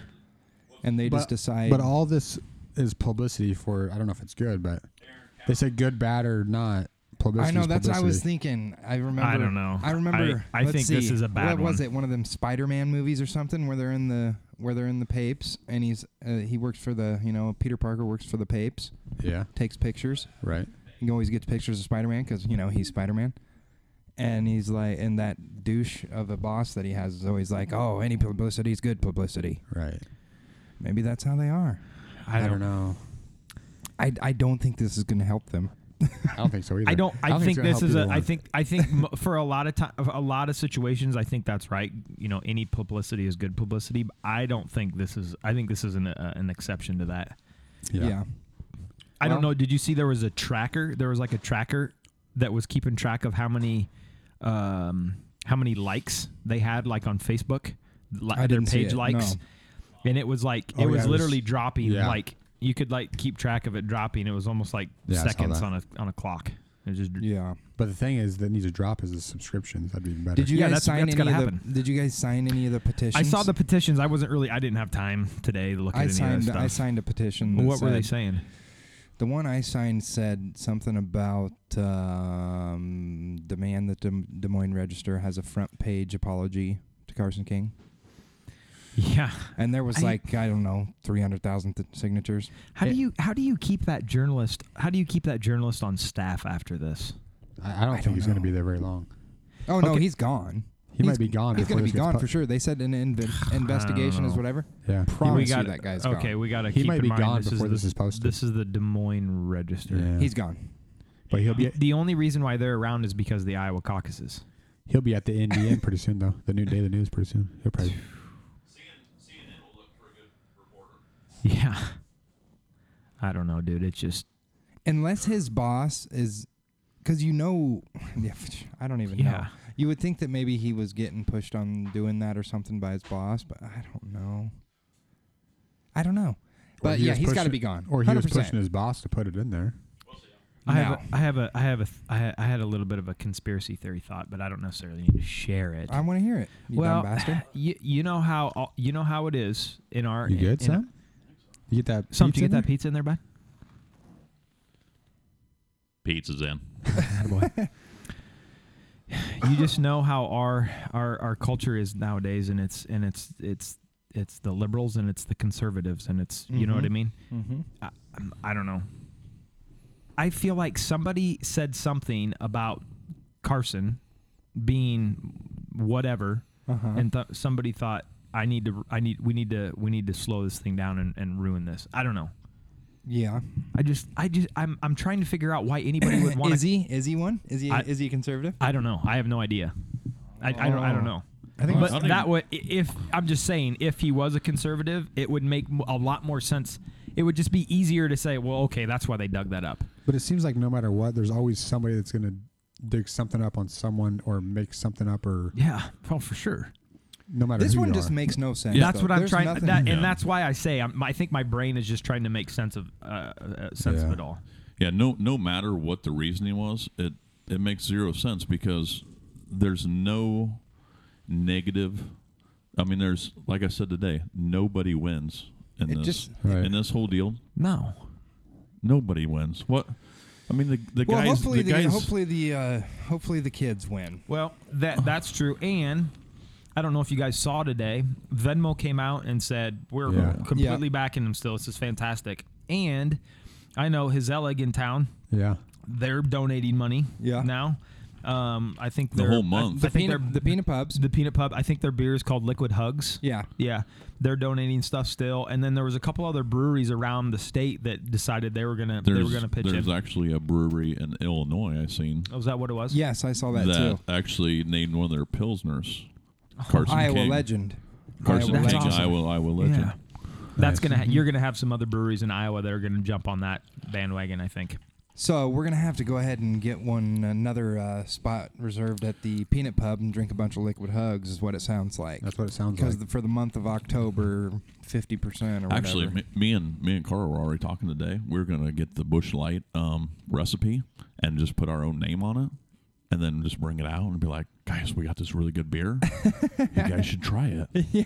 [SPEAKER 6] and they just decide.
[SPEAKER 4] But all this is publicity for. I don't know if it's good, but they said good, bad, or not. Publicity.
[SPEAKER 6] I know
[SPEAKER 4] is
[SPEAKER 6] that's what I was
[SPEAKER 4] publicity.
[SPEAKER 6] thinking. I remember.
[SPEAKER 7] don't know.
[SPEAKER 6] I remember.
[SPEAKER 7] I- I
[SPEAKER 6] let's
[SPEAKER 7] think
[SPEAKER 6] see,
[SPEAKER 7] this is a bad
[SPEAKER 6] What was
[SPEAKER 7] one.
[SPEAKER 6] it? One of them Spider-Man movies or something where they're in the where they're in the Papes and he's uh, he works for the you know Peter Parker works for the Papes,
[SPEAKER 4] Yeah.
[SPEAKER 6] takes pictures.
[SPEAKER 4] Right.
[SPEAKER 6] He always gets pictures of Spider-Man because you know he's Spider-Man. And he's like, and that douche of a boss that he has is always like, "Oh, any publicity is good publicity."
[SPEAKER 4] Right.
[SPEAKER 6] Maybe that's how they are.
[SPEAKER 4] I, don't, know.
[SPEAKER 6] I, I don't think this is going to help them.
[SPEAKER 4] I don't think so either.
[SPEAKER 7] I don't. I,
[SPEAKER 4] it's
[SPEAKER 7] think,
[SPEAKER 4] gonna
[SPEAKER 7] this
[SPEAKER 4] help
[SPEAKER 7] is a.
[SPEAKER 4] either
[SPEAKER 7] I
[SPEAKER 4] one.
[SPEAKER 7] think. I think m- for a lot of time, a lot of situations, I think that's right. You know, any publicity is good publicity. But I don't think this is. I think this is an uh, an exception to that.
[SPEAKER 4] Yeah.
[SPEAKER 7] I don't
[SPEAKER 6] Well-
[SPEAKER 7] know. Did you see there was a tracker? There was like a tracker that was keeping track of how many, um, how many likes they had like on Facebook, li-
[SPEAKER 6] I
[SPEAKER 7] their
[SPEAKER 6] didn't see
[SPEAKER 7] page
[SPEAKER 6] it,
[SPEAKER 7] likes,
[SPEAKER 6] no.
[SPEAKER 7] and it was like
[SPEAKER 4] Oh,
[SPEAKER 7] it
[SPEAKER 4] yeah,
[SPEAKER 7] was
[SPEAKER 4] it was-
[SPEAKER 7] literally dropping.
[SPEAKER 4] yeah.
[SPEAKER 7] Like you could like keep track of it dropping. It was almost like
[SPEAKER 4] Yeah, I saw
[SPEAKER 7] seconds
[SPEAKER 4] that.
[SPEAKER 7] on a on a clock. It was just
[SPEAKER 6] Yeah.
[SPEAKER 4] But the thing is, that needs to drop is the subscriptions. That'd be even better.
[SPEAKER 6] Did you
[SPEAKER 7] Yeah,
[SPEAKER 6] guys
[SPEAKER 7] that's-
[SPEAKER 6] sign
[SPEAKER 7] that's
[SPEAKER 6] any
[SPEAKER 7] gotta
[SPEAKER 6] of the?
[SPEAKER 7] happen.
[SPEAKER 6] Did you guys sign any of the petitions?
[SPEAKER 7] I saw the petitions. I wasn't really. I didn't have time today to look at
[SPEAKER 6] I
[SPEAKER 7] any of
[SPEAKER 6] signed.
[SPEAKER 7] that stuff.
[SPEAKER 6] I signed a petition. that
[SPEAKER 7] What were they
[SPEAKER 6] said-
[SPEAKER 7] saying?
[SPEAKER 6] The one I signed said something about um, demand that the Des Moines Register has a front page apology to Carson King,
[SPEAKER 7] Yeah.
[SPEAKER 6] and there was
[SPEAKER 7] I-
[SPEAKER 6] like I don't know three hundred thousand th- signatures.
[SPEAKER 7] How do you how do you keep that journalist? How do you keep that journalist on staff after this?
[SPEAKER 4] I, I don't think
[SPEAKER 6] don't
[SPEAKER 4] he's going to
[SPEAKER 6] know.
[SPEAKER 4] be there very long.
[SPEAKER 6] Oh no,
[SPEAKER 7] Okay.
[SPEAKER 6] he's gone.
[SPEAKER 4] He
[SPEAKER 6] He's-
[SPEAKER 4] might be gone.
[SPEAKER 6] He's
[SPEAKER 4] before
[SPEAKER 6] gonna be
[SPEAKER 4] this gets
[SPEAKER 6] gone
[SPEAKER 4] pub-
[SPEAKER 6] for sure. They said an inve- investigation is
[SPEAKER 7] know.
[SPEAKER 6] whatever.
[SPEAKER 4] Yeah.
[SPEAKER 6] Promise
[SPEAKER 7] we got
[SPEAKER 6] you that guy's gone.
[SPEAKER 7] okay. We got to
[SPEAKER 4] He
[SPEAKER 7] keep
[SPEAKER 4] might
[SPEAKER 7] in
[SPEAKER 4] be
[SPEAKER 7] mind
[SPEAKER 4] gone
[SPEAKER 7] this
[SPEAKER 4] before
[SPEAKER 7] is
[SPEAKER 4] this
[SPEAKER 7] the,
[SPEAKER 4] is posted.
[SPEAKER 7] This is the Des Moines Register.
[SPEAKER 4] Yeah.
[SPEAKER 6] He's gone.
[SPEAKER 4] But he'll be
[SPEAKER 7] The only reason why they're around is because of the Iowa caucuses.
[SPEAKER 4] he'll be at the NDN pretty soon though. The new Daily News pretty soon. He'll probably.
[SPEAKER 8] CNN will look for a good reporter.
[SPEAKER 7] Yeah. I don't know, dude. It's just
[SPEAKER 6] unless his boss is because you know yeah, i don't even know
[SPEAKER 7] Yeah.
[SPEAKER 6] you would think that maybe he was getting pushed on doing that or something by his boss but i don't know i don't know but
[SPEAKER 4] he
[SPEAKER 6] yeah
[SPEAKER 4] was
[SPEAKER 6] he's got to
[SPEAKER 4] pushing-
[SPEAKER 6] be gone
[SPEAKER 4] Or he was
[SPEAKER 6] 100%.
[SPEAKER 4] pushing his boss to put it in there.
[SPEAKER 7] I have,
[SPEAKER 6] No.
[SPEAKER 7] a, I have a, I have a, th- I ha- I had a little bit of a conspiracy theory thought, but I don't necessarily need to share it.
[SPEAKER 6] i want to hear it you
[SPEAKER 7] well,
[SPEAKER 6] dumb bastard
[SPEAKER 7] you, you know how all- you know how it is in our.
[SPEAKER 4] You good,
[SPEAKER 7] in,
[SPEAKER 4] Sam? You get that?
[SPEAKER 7] Sam, did
[SPEAKER 4] pizza
[SPEAKER 7] you
[SPEAKER 4] in
[SPEAKER 7] get that pizza in there, bud?
[SPEAKER 8] Pizza's in.
[SPEAKER 7] You just know how our our our culture is nowadays, and it's and it's it's it's the liberals and it's the conservatives, and it's you know what I mean.
[SPEAKER 6] mm-hmm.
[SPEAKER 7] I, I'm- I don't know. I feel like somebody said something about Carson being whatever,
[SPEAKER 6] Uh-huh.
[SPEAKER 7] and th- somebody thought I need to, I need, we need to, we need to slow this thing down and, and ruin this. I don't know.
[SPEAKER 6] yeah
[SPEAKER 7] I just, I just, I'm, I'm trying to figure out why anybody would want
[SPEAKER 6] is
[SPEAKER 7] to.
[SPEAKER 6] he is he one is he
[SPEAKER 7] I-
[SPEAKER 6] is he a conservative
[SPEAKER 7] I don't know. I have no idea. I, I don't, I
[SPEAKER 6] Oh.
[SPEAKER 7] don't know.
[SPEAKER 4] I think
[SPEAKER 7] But
[SPEAKER 8] I think-
[SPEAKER 7] that would, i- if I'm just saying, if he was a conservative, it would make m- a lot more sense. It would just be easier to say, well, okay, that's why they dug that up.
[SPEAKER 4] But it seems like no matter what, there's always somebody that's going to dig something up on someone or make something up or
[SPEAKER 7] Yeah, well, for sure.
[SPEAKER 4] no matter
[SPEAKER 6] this
[SPEAKER 4] who
[SPEAKER 6] one
[SPEAKER 4] you
[SPEAKER 6] just
[SPEAKER 4] are.
[SPEAKER 6] makes no sense
[SPEAKER 7] That's
[SPEAKER 6] though.
[SPEAKER 7] what I'm
[SPEAKER 6] There's
[SPEAKER 7] trying,
[SPEAKER 6] nothing-
[SPEAKER 7] that,
[SPEAKER 8] Yeah.
[SPEAKER 7] and that's why I say I'm, I think my brain is just trying to make sense of uh, uh, sense of
[SPEAKER 4] Yeah.
[SPEAKER 7] it all.
[SPEAKER 8] Yeah, no no matter what the reasoning was, it it makes zero sense because there's no negative I mean there's like I said today, nobody wins in
[SPEAKER 6] It
[SPEAKER 8] this
[SPEAKER 6] just-
[SPEAKER 4] Right.
[SPEAKER 8] in this whole deal.
[SPEAKER 7] No,
[SPEAKER 8] Nobody wins. What I mean the the
[SPEAKER 6] well
[SPEAKER 8] guys
[SPEAKER 6] hopefully
[SPEAKER 8] the
[SPEAKER 6] the,
[SPEAKER 8] guys
[SPEAKER 6] hopefully the uh hopefully the kids win
[SPEAKER 7] well that that's true, and I don't know if you guys saw today, Venmo came out and said we're
[SPEAKER 4] Yeah.
[SPEAKER 7] completely backing him still. This is fantastic, and I know His Zelig in town.
[SPEAKER 4] Yeah.
[SPEAKER 7] They're donating money.
[SPEAKER 6] Yeah.
[SPEAKER 7] Now, um, I think they're,
[SPEAKER 8] whole month.
[SPEAKER 7] I, I
[SPEAKER 6] The
[SPEAKER 7] think
[SPEAKER 6] peanut,
[SPEAKER 7] they're
[SPEAKER 6] the peanut pubs.
[SPEAKER 7] the peanut pub. I think their beer is called Liquid Hugs.
[SPEAKER 6] Yeah.
[SPEAKER 7] Yeah, they're donating stuff still, and then there was a couple other breweries around the state that decided they were gonna
[SPEAKER 8] There's,
[SPEAKER 7] they were gonna pitch
[SPEAKER 8] there's
[SPEAKER 7] in.
[SPEAKER 8] actually a brewery in Illinois I seen
[SPEAKER 7] oh, is that what it was?
[SPEAKER 6] Yes, I saw that,
[SPEAKER 8] that
[SPEAKER 6] too. Oh,
[SPEAKER 8] actually named one of their pilsners. Carson
[SPEAKER 6] Iowa
[SPEAKER 8] King.
[SPEAKER 6] legend.
[SPEAKER 8] Carson
[SPEAKER 6] Iowa
[SPEAKER 7] That's
[SPEAKER 8] King,
[SPEAKER 7] awesome.
[SPEAKER 8] Iowa, Iowa legend.
[SPEAKER 7] Yeah. That's gonna ha- you're gonna have some other breweries in Iowa that are gonna jump on that bandwagon. I think.
[SPEAKER 6] So we're gonna have to go ahead and get one another uh, spot reserved at the Peanut Pub and drink a bunch of liquid hugs. Is what it sounds like.
[SPEAKER 4] That's what it sounds
[SPEAKER 6] Because
[SPEAKER 4] like.
[SPEAKER 6] the, for the month of October, fifty percent or whatever.
[SPEAKER 8] Actually, me, me and me and Carl were already talking today. We are gonna get the Bush Light um, recipe and just put our own name on it, and then just bring it out and be like, "Guys, we got this really good beer. you guys should try it." Yeah.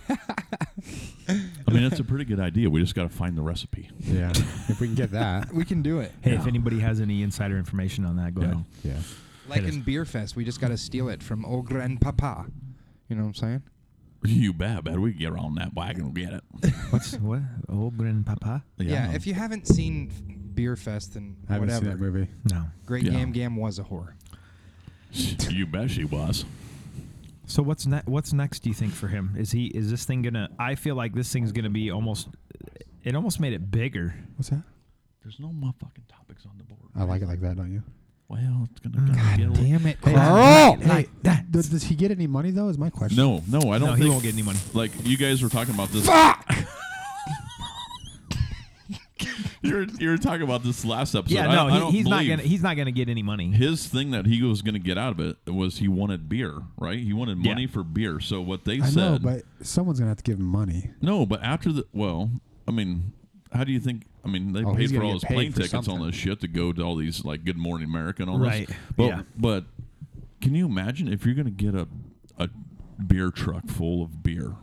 [SPEAKER 8] I mean, that's a pretty good idea. We just got to find the recipe.
[SPEAKER 4] yeah. If we can get that.
[SPEAKER 6] we can do it.
[SPEAKER 7] Hey, if anybody has any insider information on that, go
[SPEAKER 8] Yeah.
[SPEAKER 7] ahead.
[SPEAKER 4] Yeah.
[SPEAKER 6] Like
[SPEAKER 7] Hit us.
[SPEAKER 6] in Beer Fest, we just gotta steal it from old grandpapa. You know what I'm saying?
[SPEAKER 8] You bet, bet we can get on that wagon and get it.
[SPEAKER 7] What's what? Oh, grandpapa?
[SPEAKER 6] Yeah. if you haven't seen Beer Fest, then
[SPEAKER 4] I haven't
[SPEAKER 6] whatever.
[SPEAKER 4] seen that movie.
[SPEAKER 7] No.
[SPEAKER 6] Great
[SPEAKER 8] Yeah.
[SPEAKER 6] Gam Gam was a whore.
[SPEAKER 8] you bet she was.
[SPEAKER 7] So what's ne- what's next? Do you think for him? Is he is this thing gonna? I feel like this thing's gonna be almost. It almost made it bigger.
[SPEAKER 4] What's that?
[SPEAKER 8] There's no motherfucking topics on the board.
[SPEAKER 4] I like it like that, don't you?
[SPEAKER 8] Well, it's gonna, gonna get a little-
[SPEAKER 6] Damn it,
[SPEAKER 7] Oh,
[SPEAKER 4] Carl! does, does he get any money though? Is my question.
[SPEAKER 8] No, no, I don't
[SPEAKER 7] No,
[SPEAKER 8] think
[SPEAKER 7] he won't get any money.
[SPEAKER 8] Like you guys were talking about this. you were you were talking about this last episode.
[SPEAKER 7] yeah,
[SPEAKER 8] I-
[SPEAKER 7] no,
[SPEAKER 8] I, don't
[SPEAKER 7] he, he's not
[SPEAKER 8] believe-
[SPEAKER 7] gonna he's not gonna get any money.
[SPEAKER 8] His thing that he was going to get out of it was he wanted beer, right? He wanted
[SPEAKER 7] Yeah.
[SPEAKER 8] money for beer. So what they
[SPEAKER 4] I
[SPEAKER 8] said,
[SPEAKER 4] know, but someone's gonna have to give him money.
[SPEAKER 8] no, but after the well, I mean, how do you think? I mean, they
[SPEAKER 4] Oh,
[SPEAKER 8] paid
[SPEAKER 4] he's
[SPEAKER 8] for
[SPEAKER 4] gonna
[SPEAKER 8] all his
[SPEAKER 4] get paid
[SPEAKER 8] plane
[SPEAKER 4] for
[SPEAKER 8] tickets on
[SPEAKER 4] something.
[SPEAKER 8] this shit to go to all these like Good Morning America and all
[SPEAKER 7] Right,
[SPEAKER 8] this. But
[SPEAKER 7] yeah.
[SPEAKER 8] but can you imagine if you're going to get a a beer truck full of beer?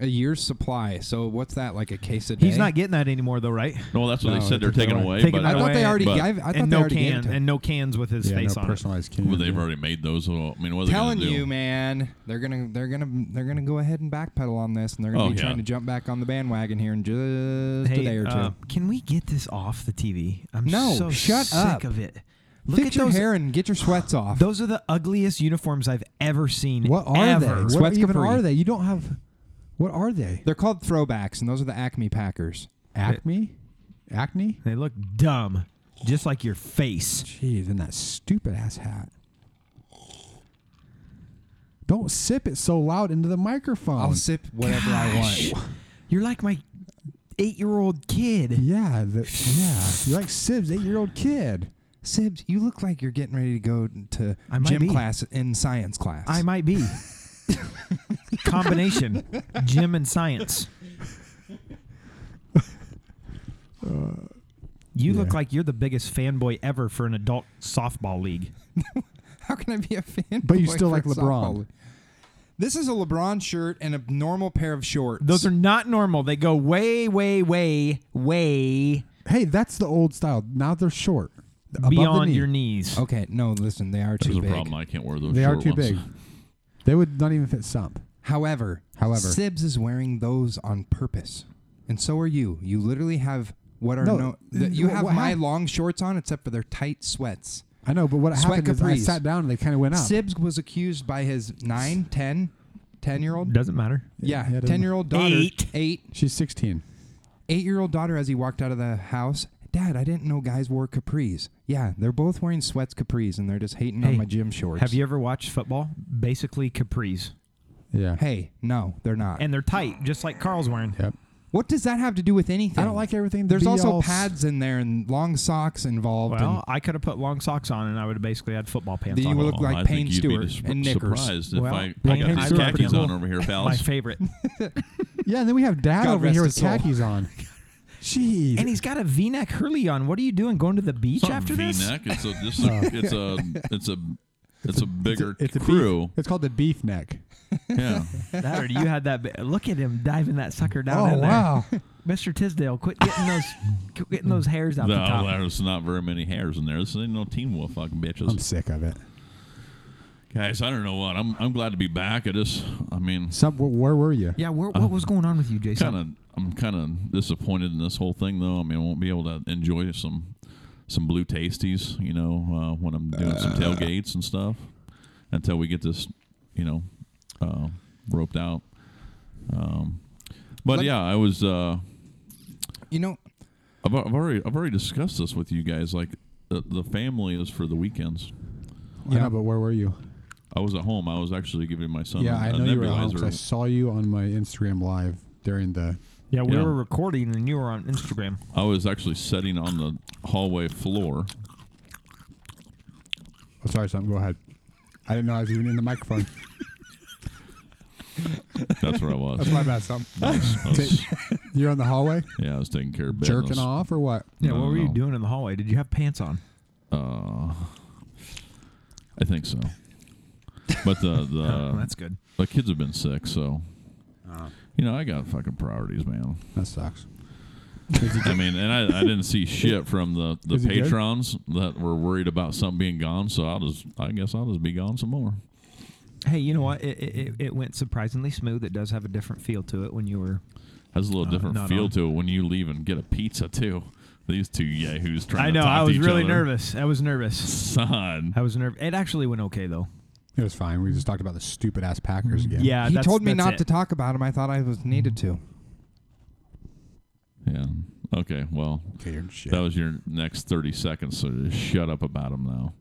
[SPEAKER 6] A year's supply. So what's that like a case a day?
[SPEAKER 7] He's not getting that anymore though, right?
[SPEAKER 8] No, that's what
[SPEAKER 4] No,
[SPEAKER 8] they said
[SPEAKER 4] they
[SPEAKER 8] they're
[SPEAKER 4] took it
[SPEAKER 8] taking
[SPEAKER 4] away.
[SPEAKER 8] away.
[SPEAKER 7] Taking
[SPEAKER 8] but
[SPEAKER 7] that
[SPEAKER 6] I thought
[SPEAKER 7] away.
[SPEAKER 6] they already.
[SPEAKER 8] But-
[SPEAKER 6] I, I thought
[SPEAKER 7] and
[SPEAKER 6] they
[SPEAKER 7] no
[SPEAKER 6] already gave it
[SPEAKER 7] can
[SPEAKER 6] to him.
[SPEAKER 7] and no cans with his
[SPEAKER 4] Yeah,
[SPEAKER 7] face
[SPEAKER 4] no
[SPEAKER 7] on. it.
[SPEAKER 4] personalized can.
[SPEAKER 8] Well, they've
[SPEAKER 4] yeah.
[SPEAKER 8] already made those. So, I mean, what are they
[SPEAKER 6] telling
[SPEAKER 8] gonna do?
[SPEAKER 6] you, man, they're gonna they're gonna they're gonna go ahead and backpedal on this, and they're gonna
[SPEAKER 8] Oh,
[SPEAKER 6] be
[SPEAKER 8] yeah.
[SPEAKER 6] trying to jump back on the bandwagon here in just
[SPEAKER 7] Hey,
[SPEAKER 6] a day or two.
[SPEAKER 7] uh, can we get this off the TV? I'm
[SPEAKER 6] No,
[SPEAKER 7] so
[SPEAKER 6] shut
[SPEAKER 7] sick
[SPEAKER 6] up.
[SPEAKER 7] of it. Look
[SPEAKER 6] Fix
[SPEAKER 7] at
[SPEAKER 6] your
[SPEAKER 7] those.
[SPEAKER 6] hair and get your sweats off.
[SPEAKER 7] Those are the ugliest uniforms I've ever seen.
[SPEAKER 4] What are
[SPEAKER 7] ever.
[SPEAKER 4] they? What
[SPEAKER 6] Sweats
[SPEAKER 4] even
[SPEAKER 6] Capri.
[SPEAKER 4] are they? You don't have. What are they?
[SPEAKER 6] They're called throwbacks, and those are the Acme Packers.
[SPEAKER 4] Acme. Acne.
[SPEAKER 7] They look dumb, just like your face.
[SPEAKER 4] Jeez, and that stupid ass hat. Don't sip it so loud into the microphone.
[SPEAKER 6] I'll sip whatever I want.
[SPEAKER 7] You're like my eight-year-old kid.
[SPEAKER 4] Yeah, the, yeah. You're like Sib's eight-year-old kid.
[SPEAKER 6] Sibs, you look like you're getting ready to go to
[SPEAKER 7] I might
[SPEAKER 6] gym
[SPEAKER 7] be.
[SPEAKER 6] class in science class.
[SPEAKER 7] I might be. Combination, gym and science. You look
[SPEAKER 4] yeah.
[SPEAKER 7] like you're the biggest fanboy ever for an adult softball league.
[SPEAKER 6] How can I be a fan?
[SPEAKER 4] But you
[SPEAKER 6] boy
[SPEAKER 4] still
[SPEAKER 6] for
[SPEAKER 4] like LeBron.
[SPEAKER 6] softball? This is a LeBron shirt and a normal pair of shorts.
[SPEAKER 7] Those are not normal. They go way, way, way, way
[SPEAKER 4] Hey, that's the old style. Now they're short. Above the
[SPEAKER 7] beyond
[SPEAKER 4] knee.
[SPEAKER 7] your knees.
[SPEAKER 6] okay. No, listen, they are
[SPEAKER 8] There's
[SPEAKER 6] too
[SPEAKER 8] a
[SPEAKER 6] big.
[SPEAKER 8] problem. I can't wear those.
[SPEAKER 4] They are
[SPEAKER 8] short
[SPEAKER 4] too
[SPEAKER 8] ones.
[SPEAKER 4] big. They would not even fit sump.
[SPEAKER 6] However,
[SPEAKER 4] However.
[SPEAKER 6] Sibs is wearing those on purpose, and so are you. You literally have what are
[SPEAKER 4] No,
[SPEAKER 6] no, th- you
[SPEAKER 4] wh-
[SPEAKER 6] have
[SPEAKER 4] what
[SPEAKER 6] my
[SPEAKER 4] hap-
[SPEAKER 6] long shorts on, except for their tight sweats.
[SPEAKER 4] I know, but what
[SPEAKER 6] Sweat
[SPEAKER 4] happened is I
[SPEAKER 6] capris.
[SPEAKER 4] sat down and they kind of went up.
[SPEAKER 6] Sibs was accused by his nine, 10, 10 year old,
[SPEAKER 7] Doesn't matter.
[SPEAKER 6] yeah,
[SPEAKER 4] Yeah, it doesn't-
[SPEAKER 6] ten year old daughter,
[SPEAKER 7] Eight.
[SPEAKER 6] eight,
[SPEAKER 4] She's 16.
[SPEAKER 6] eight year old daughter as he walked out of the house. Dad, I didn't know guys wore capris. Yeah, they're both wearing sweats capris, and they're just hating
[SPEAKER 7] Hey,
[SPEAKER 6] on my gym shorts.
[SPEAKER 7] Have you ever watched football? Basically capris,
[SPEAKER 4] Yeah.
[SPEAKER 6] Hey, no, they're not.
[SPEAKER 7] and they're tight, just like Carl's wearing.
[SPEAKER 4] Yep.
[SPEAKER 6] what does that have to do with anything?
[SPEAKER 4] I don't like everything. to
[SPEAKER 6] There's
[SPEAKER 4] be
[SPEAKER 6] also
[SPEAKER 4] all s-
[SPEAKER 6] pads in there and long socks involved. and-
[SPEAKER 7] Well, I could have put long socks on, and I would have basically had football pants
[SPEAKER 6] Then you
[SPEAKER 7] on.
[SPEAKER 6] would look
[SPEAKER 8] Well, I
[SPEAKER 6] like
[SPEAKER 8] think
[SPEAKER 6] Payne
[SPEAKER 8] you'd
[SPEAKER 6] Stewart
[SPEAKER 8] be dis-
[SPEAKER 6] and knickers.
[SPEAKER 8] surprised if
[SPEAKER 7] Well,
[SPEAKER 8] I, I
[SPEAKER 7] Payne
[SPEAKER 8] got these
[SPEAKER 7] Stewart are pretty
[SPEAKER 8] khakis on
[SPEAKER 7] cool.
[SPEAKER 8] over here,
[SPEAKER 7] my
[SPEAKER 8] pals.
[SPEAKER 7] favorite.
[SPEAKER 4] Yeah, and then we have dad
[SPEAKER 6] God
[SPEAKER 4] over
[SPEAKER 6] rest
[SPEAKER 4] here
[SPEAKER 6] his
[SPEAKER 4] with
[SPEAKER 6] soul.
[SPEAKER 4] khakis on. Jeez.
[SPEAKER 7] and he's got a V-neck hurley on. What are you doing? Going to the beach
[SPEAKER 8] It's not
[SPEAKER 7] after
[SPEAKER 8] V-neck. It's
[SPEAKER 7] this?
[SPEAKER 8] a, just a, it's a, it's a, it's a bigger
[SPEAKER 4] beef-
[SPEAKER 8] crew.
[SPEAKER 4] it's called the beef neck.
[SPEAKER 8] yeah.
[SPEAKER 7] That or you had that? ba- Look at him diving that sucker down
[SPEAKER 4] Oh
[SPEAKER 7] in there.
[SPEAKER 4] wow.
[SPEAKER 7] Mr. Tisdale, quit getting those, quit getting those hairs out the
[SPEAKER 8] No,
[SPEAKER 7] top.
[SPEAKER 8] there's not very many hairs in there. This ain't no Teen Wolf fucking
[SPEAKER 4] I'm
[SPEAKER 8] bitches.
[SPEAKER 4] sick of it.
[SPEAKER 8] Guys, I don't know what. I'm, I'm glad to be back. I just, I mean,
[SPEAKER 4] Some, wh- where were you?
[SPEAKER 7] Yeah, where, what was going on with you, Jason?
[SPEAKER 8] kind of I'm kind of disappointed in this whole thing though. I mean, I won't be able to enjoy some some blue tasties, you know, uh, when I'm doing some tailgates and stuff, until we get this, you know, uh, roped out. Um, but
[SPEAKER 6] Let-
[SPEAKER 8] yeah, I was. Uh,
[SPEAKER 6] You know,
[SPEAKER 8] I've, I've already I've already discussed this with you guys. Like the, the family is for the weekends.
[SPEAKER 4] Yeah, but where were you?
[SPEAKER 8] I was at home. I was actually giving my son.
[SPEAKER 4] yeah,
[SPEAKER 8] a,
[SPEAKER 4] I
[SPEAKER 8] a
[SPEAKER 4] know you were at home 'cause I
[SPEAKER 8] nebulizer.
[SPEAKER 4] saw you on my Instagram live during the.
[SPEAKER 7] Yeah, we
[SPEAKER 8] Yeah.
[SPEAKER 7] were recording and you were on Instagram.
[SPEAKER 8] I was actually sitting on the hallway floor.
[SPEAKER 4] Oh, sorry, Sam. Go ahead. I didn't know I was even in the microphone.
[SPEAKER 8] That's where I was.
[SPEAKER 4] That's my bad, Sam.
[SPEAKER 8] I was- I was-
[SPEAKER 4] You're on the hallway,
[SPEAKER 8] yeah, I was taking care of business.
[SPEAKER 4] jerking off or what?
[SPEAKER 7] Yeah,
[SPEAKER 8] No,
[SPEAKER 7] what
[SPEAKER 8] no,
[SPEAKER 7] were you
[SPEAKER 8] no.
[SPEAKER 7] doing in the hallway? Did you have pants on?
[SPEAKER 8] Uh, I think so. But the the
[SPEAKER 7] Oh, that's Uh-huh. good.
[SPEAKER 8] the kids have been sick, so you know I got fucking priorities, man.
[SPEAKER 4] That sucks.
[SPEAKER 8] I mean, and I, I didn't see shit from the, the
[SPEAKER 4] Is he good?
[SPEAKER 8] patrons that were worried about something being gone. So I'll just, I guess I'll just be gone some more.
[SPEAKER 7] Hey, you know what? It, it, it- it went surprisingly smooth. It does have a different feel to it when you were.
[SPEAKER 8] Has a little different
[SPEAKER 7] Uh, not
[SPEAKER 8] feel
[SPEAKER 7] on.
[SPEAKER 8] to it when you leave and get a pizza too. These two yahoos trying.
[SPEAKER 7] I
[SPEAKER 8] to
[SPEAKER 7] know.
[SPEAKER 8] talk
[SPEAKER 7] I
[SPEAKER 8] to
[SPEAKER 7] was
[SPEAKER 8] each
[SPEAKER 7] really
[SPEAKER 8] other.
[SPEAKER 7] nervous. I was nervous.
[SPEAKER 8] Son,
[SPEAKER 7] I was nervous. It actually went okay though.
[SPEAKER 4] It was fine. We just talked about the stupid ass Packers again.
[SPEAKER 7] Yeah,
[SPEAKER 6] he
[SPEAKER 7] Uh, that's-
[SPEAKER 6] told me
[SPEAKER 7] that's
[SPEAKER 6] not
[SPEAKER 7] it.
[SPEAKER 6] to talk about him. I thought I was needed to.
[SPEAKER 8] yeah. Okay, well,
[SPEAKER 4] Okay, you're shit.
[SPEAKER 8] that was your next thirty seconds. So just shut up about them now.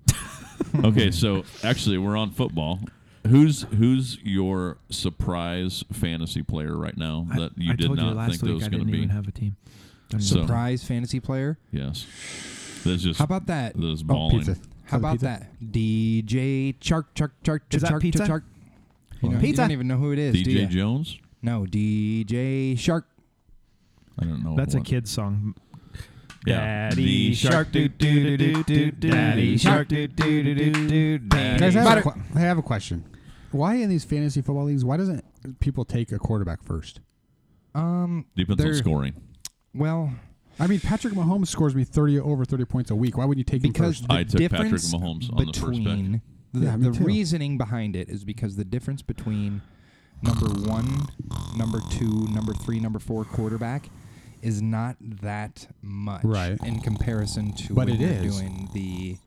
[SPEAKER 8] okay, so actually, we're on football. Who's who's your surprise fantasy player right now that you
[SPEAKER 7] I
[SPEAKER 8] did
[SPEAKER 7] told
[SPEAKER 8] not
[SPEAKER 7] you last
[SPEAKER 8] think
[SPEAKER 7] week
[SPEAKER 8] that was
[SPEAKER 7] I
[SPEAKER 8] going
[SPEAKER 7] didn't
[SPEAKER 8] to be?
[SPEAKER 7] even have a team.
[SPEAKER 8] So-
[SPEAKER 6] Prize fantasy player.
[SPEAKER 8] yes, that's just
[SPEAKER 6] How about that?
[SPEAKER 8] those
[SPEAKER 4] oh,
[SPEAKER 8] balling.
[SPEAKER 4] pizza.
[SPEAKER 6] How about that? DJ Chark Chark Chark
[SPEAKER 7] Is that
[SPEAKER 6] Chark
[SPEAKER 7] pizza?
[SPEAKER 6] Chark. You, know, you
[SPEAKER 7] Pizza.
[SPEAKER 6] don't even know who it is, do
[SPEAKER 8] DJ
[SPEAKER 6] you?
[SPEAKER 8] Jones?
[SPEAKER 6] no, DJ Shark.
[SPEAKER 8] I don't know.
[SPEAKER 7] That's a
[SPEAKER 8] what-
[SPEAKER 7] kid's song.
[SPEAKER 8] Yeah.
[SPEAKER 7] Daddy
[SPEAKER 8] The
[SPEAKER 7] shark, do do do do do. Daddy shark, do do do do do.
[SPEAKER 4] Guys,
[SPEAKER 7] Daddy
[SPEAKER 4] I have, a
[SPEAKER 7] shark.
[SPEAKER 4] que- I have a question. Why in these fantasy football leagues? Why doesn't people take a quarterback first?
[SPEAKER 6] Um,
[SPEAKER 8] Depends on
[SPEAKER 6] They're-
[SPEAKER 8] scoring.
[SPEAKER 6] well,
[SPEAKER 4] I mean, Patrick Mahomes scores me thirty over thirty points a week. Why wouldn't you take
[SPEAKER 6] because
[SPEAKER 4] him
[SPEAKER 6] the
[SPEAKER 8] I took Patrick
[SPEAKER 6] difference
[SPEAKER 8] Mahomes on the first pick.
[SPEAKER 6] between the,
[SPEAKER 4] Yeah, me
[SPEAKER 6] the
[SPEAKER 4] too.
[SPEAKER 6] reasoning behind it is because the difference between number one, number two, number three, number four quarterback is not that much
[SPEAKER 4] Right.
[SPEAKER 6] in comparison to
[SPEAKER 4] But
[SPEAKER 6] when
[SPEAKER 4] it
[SPEAKER 6] you're
[SPEAKER 4] is.
[SPEAKER 6] doing the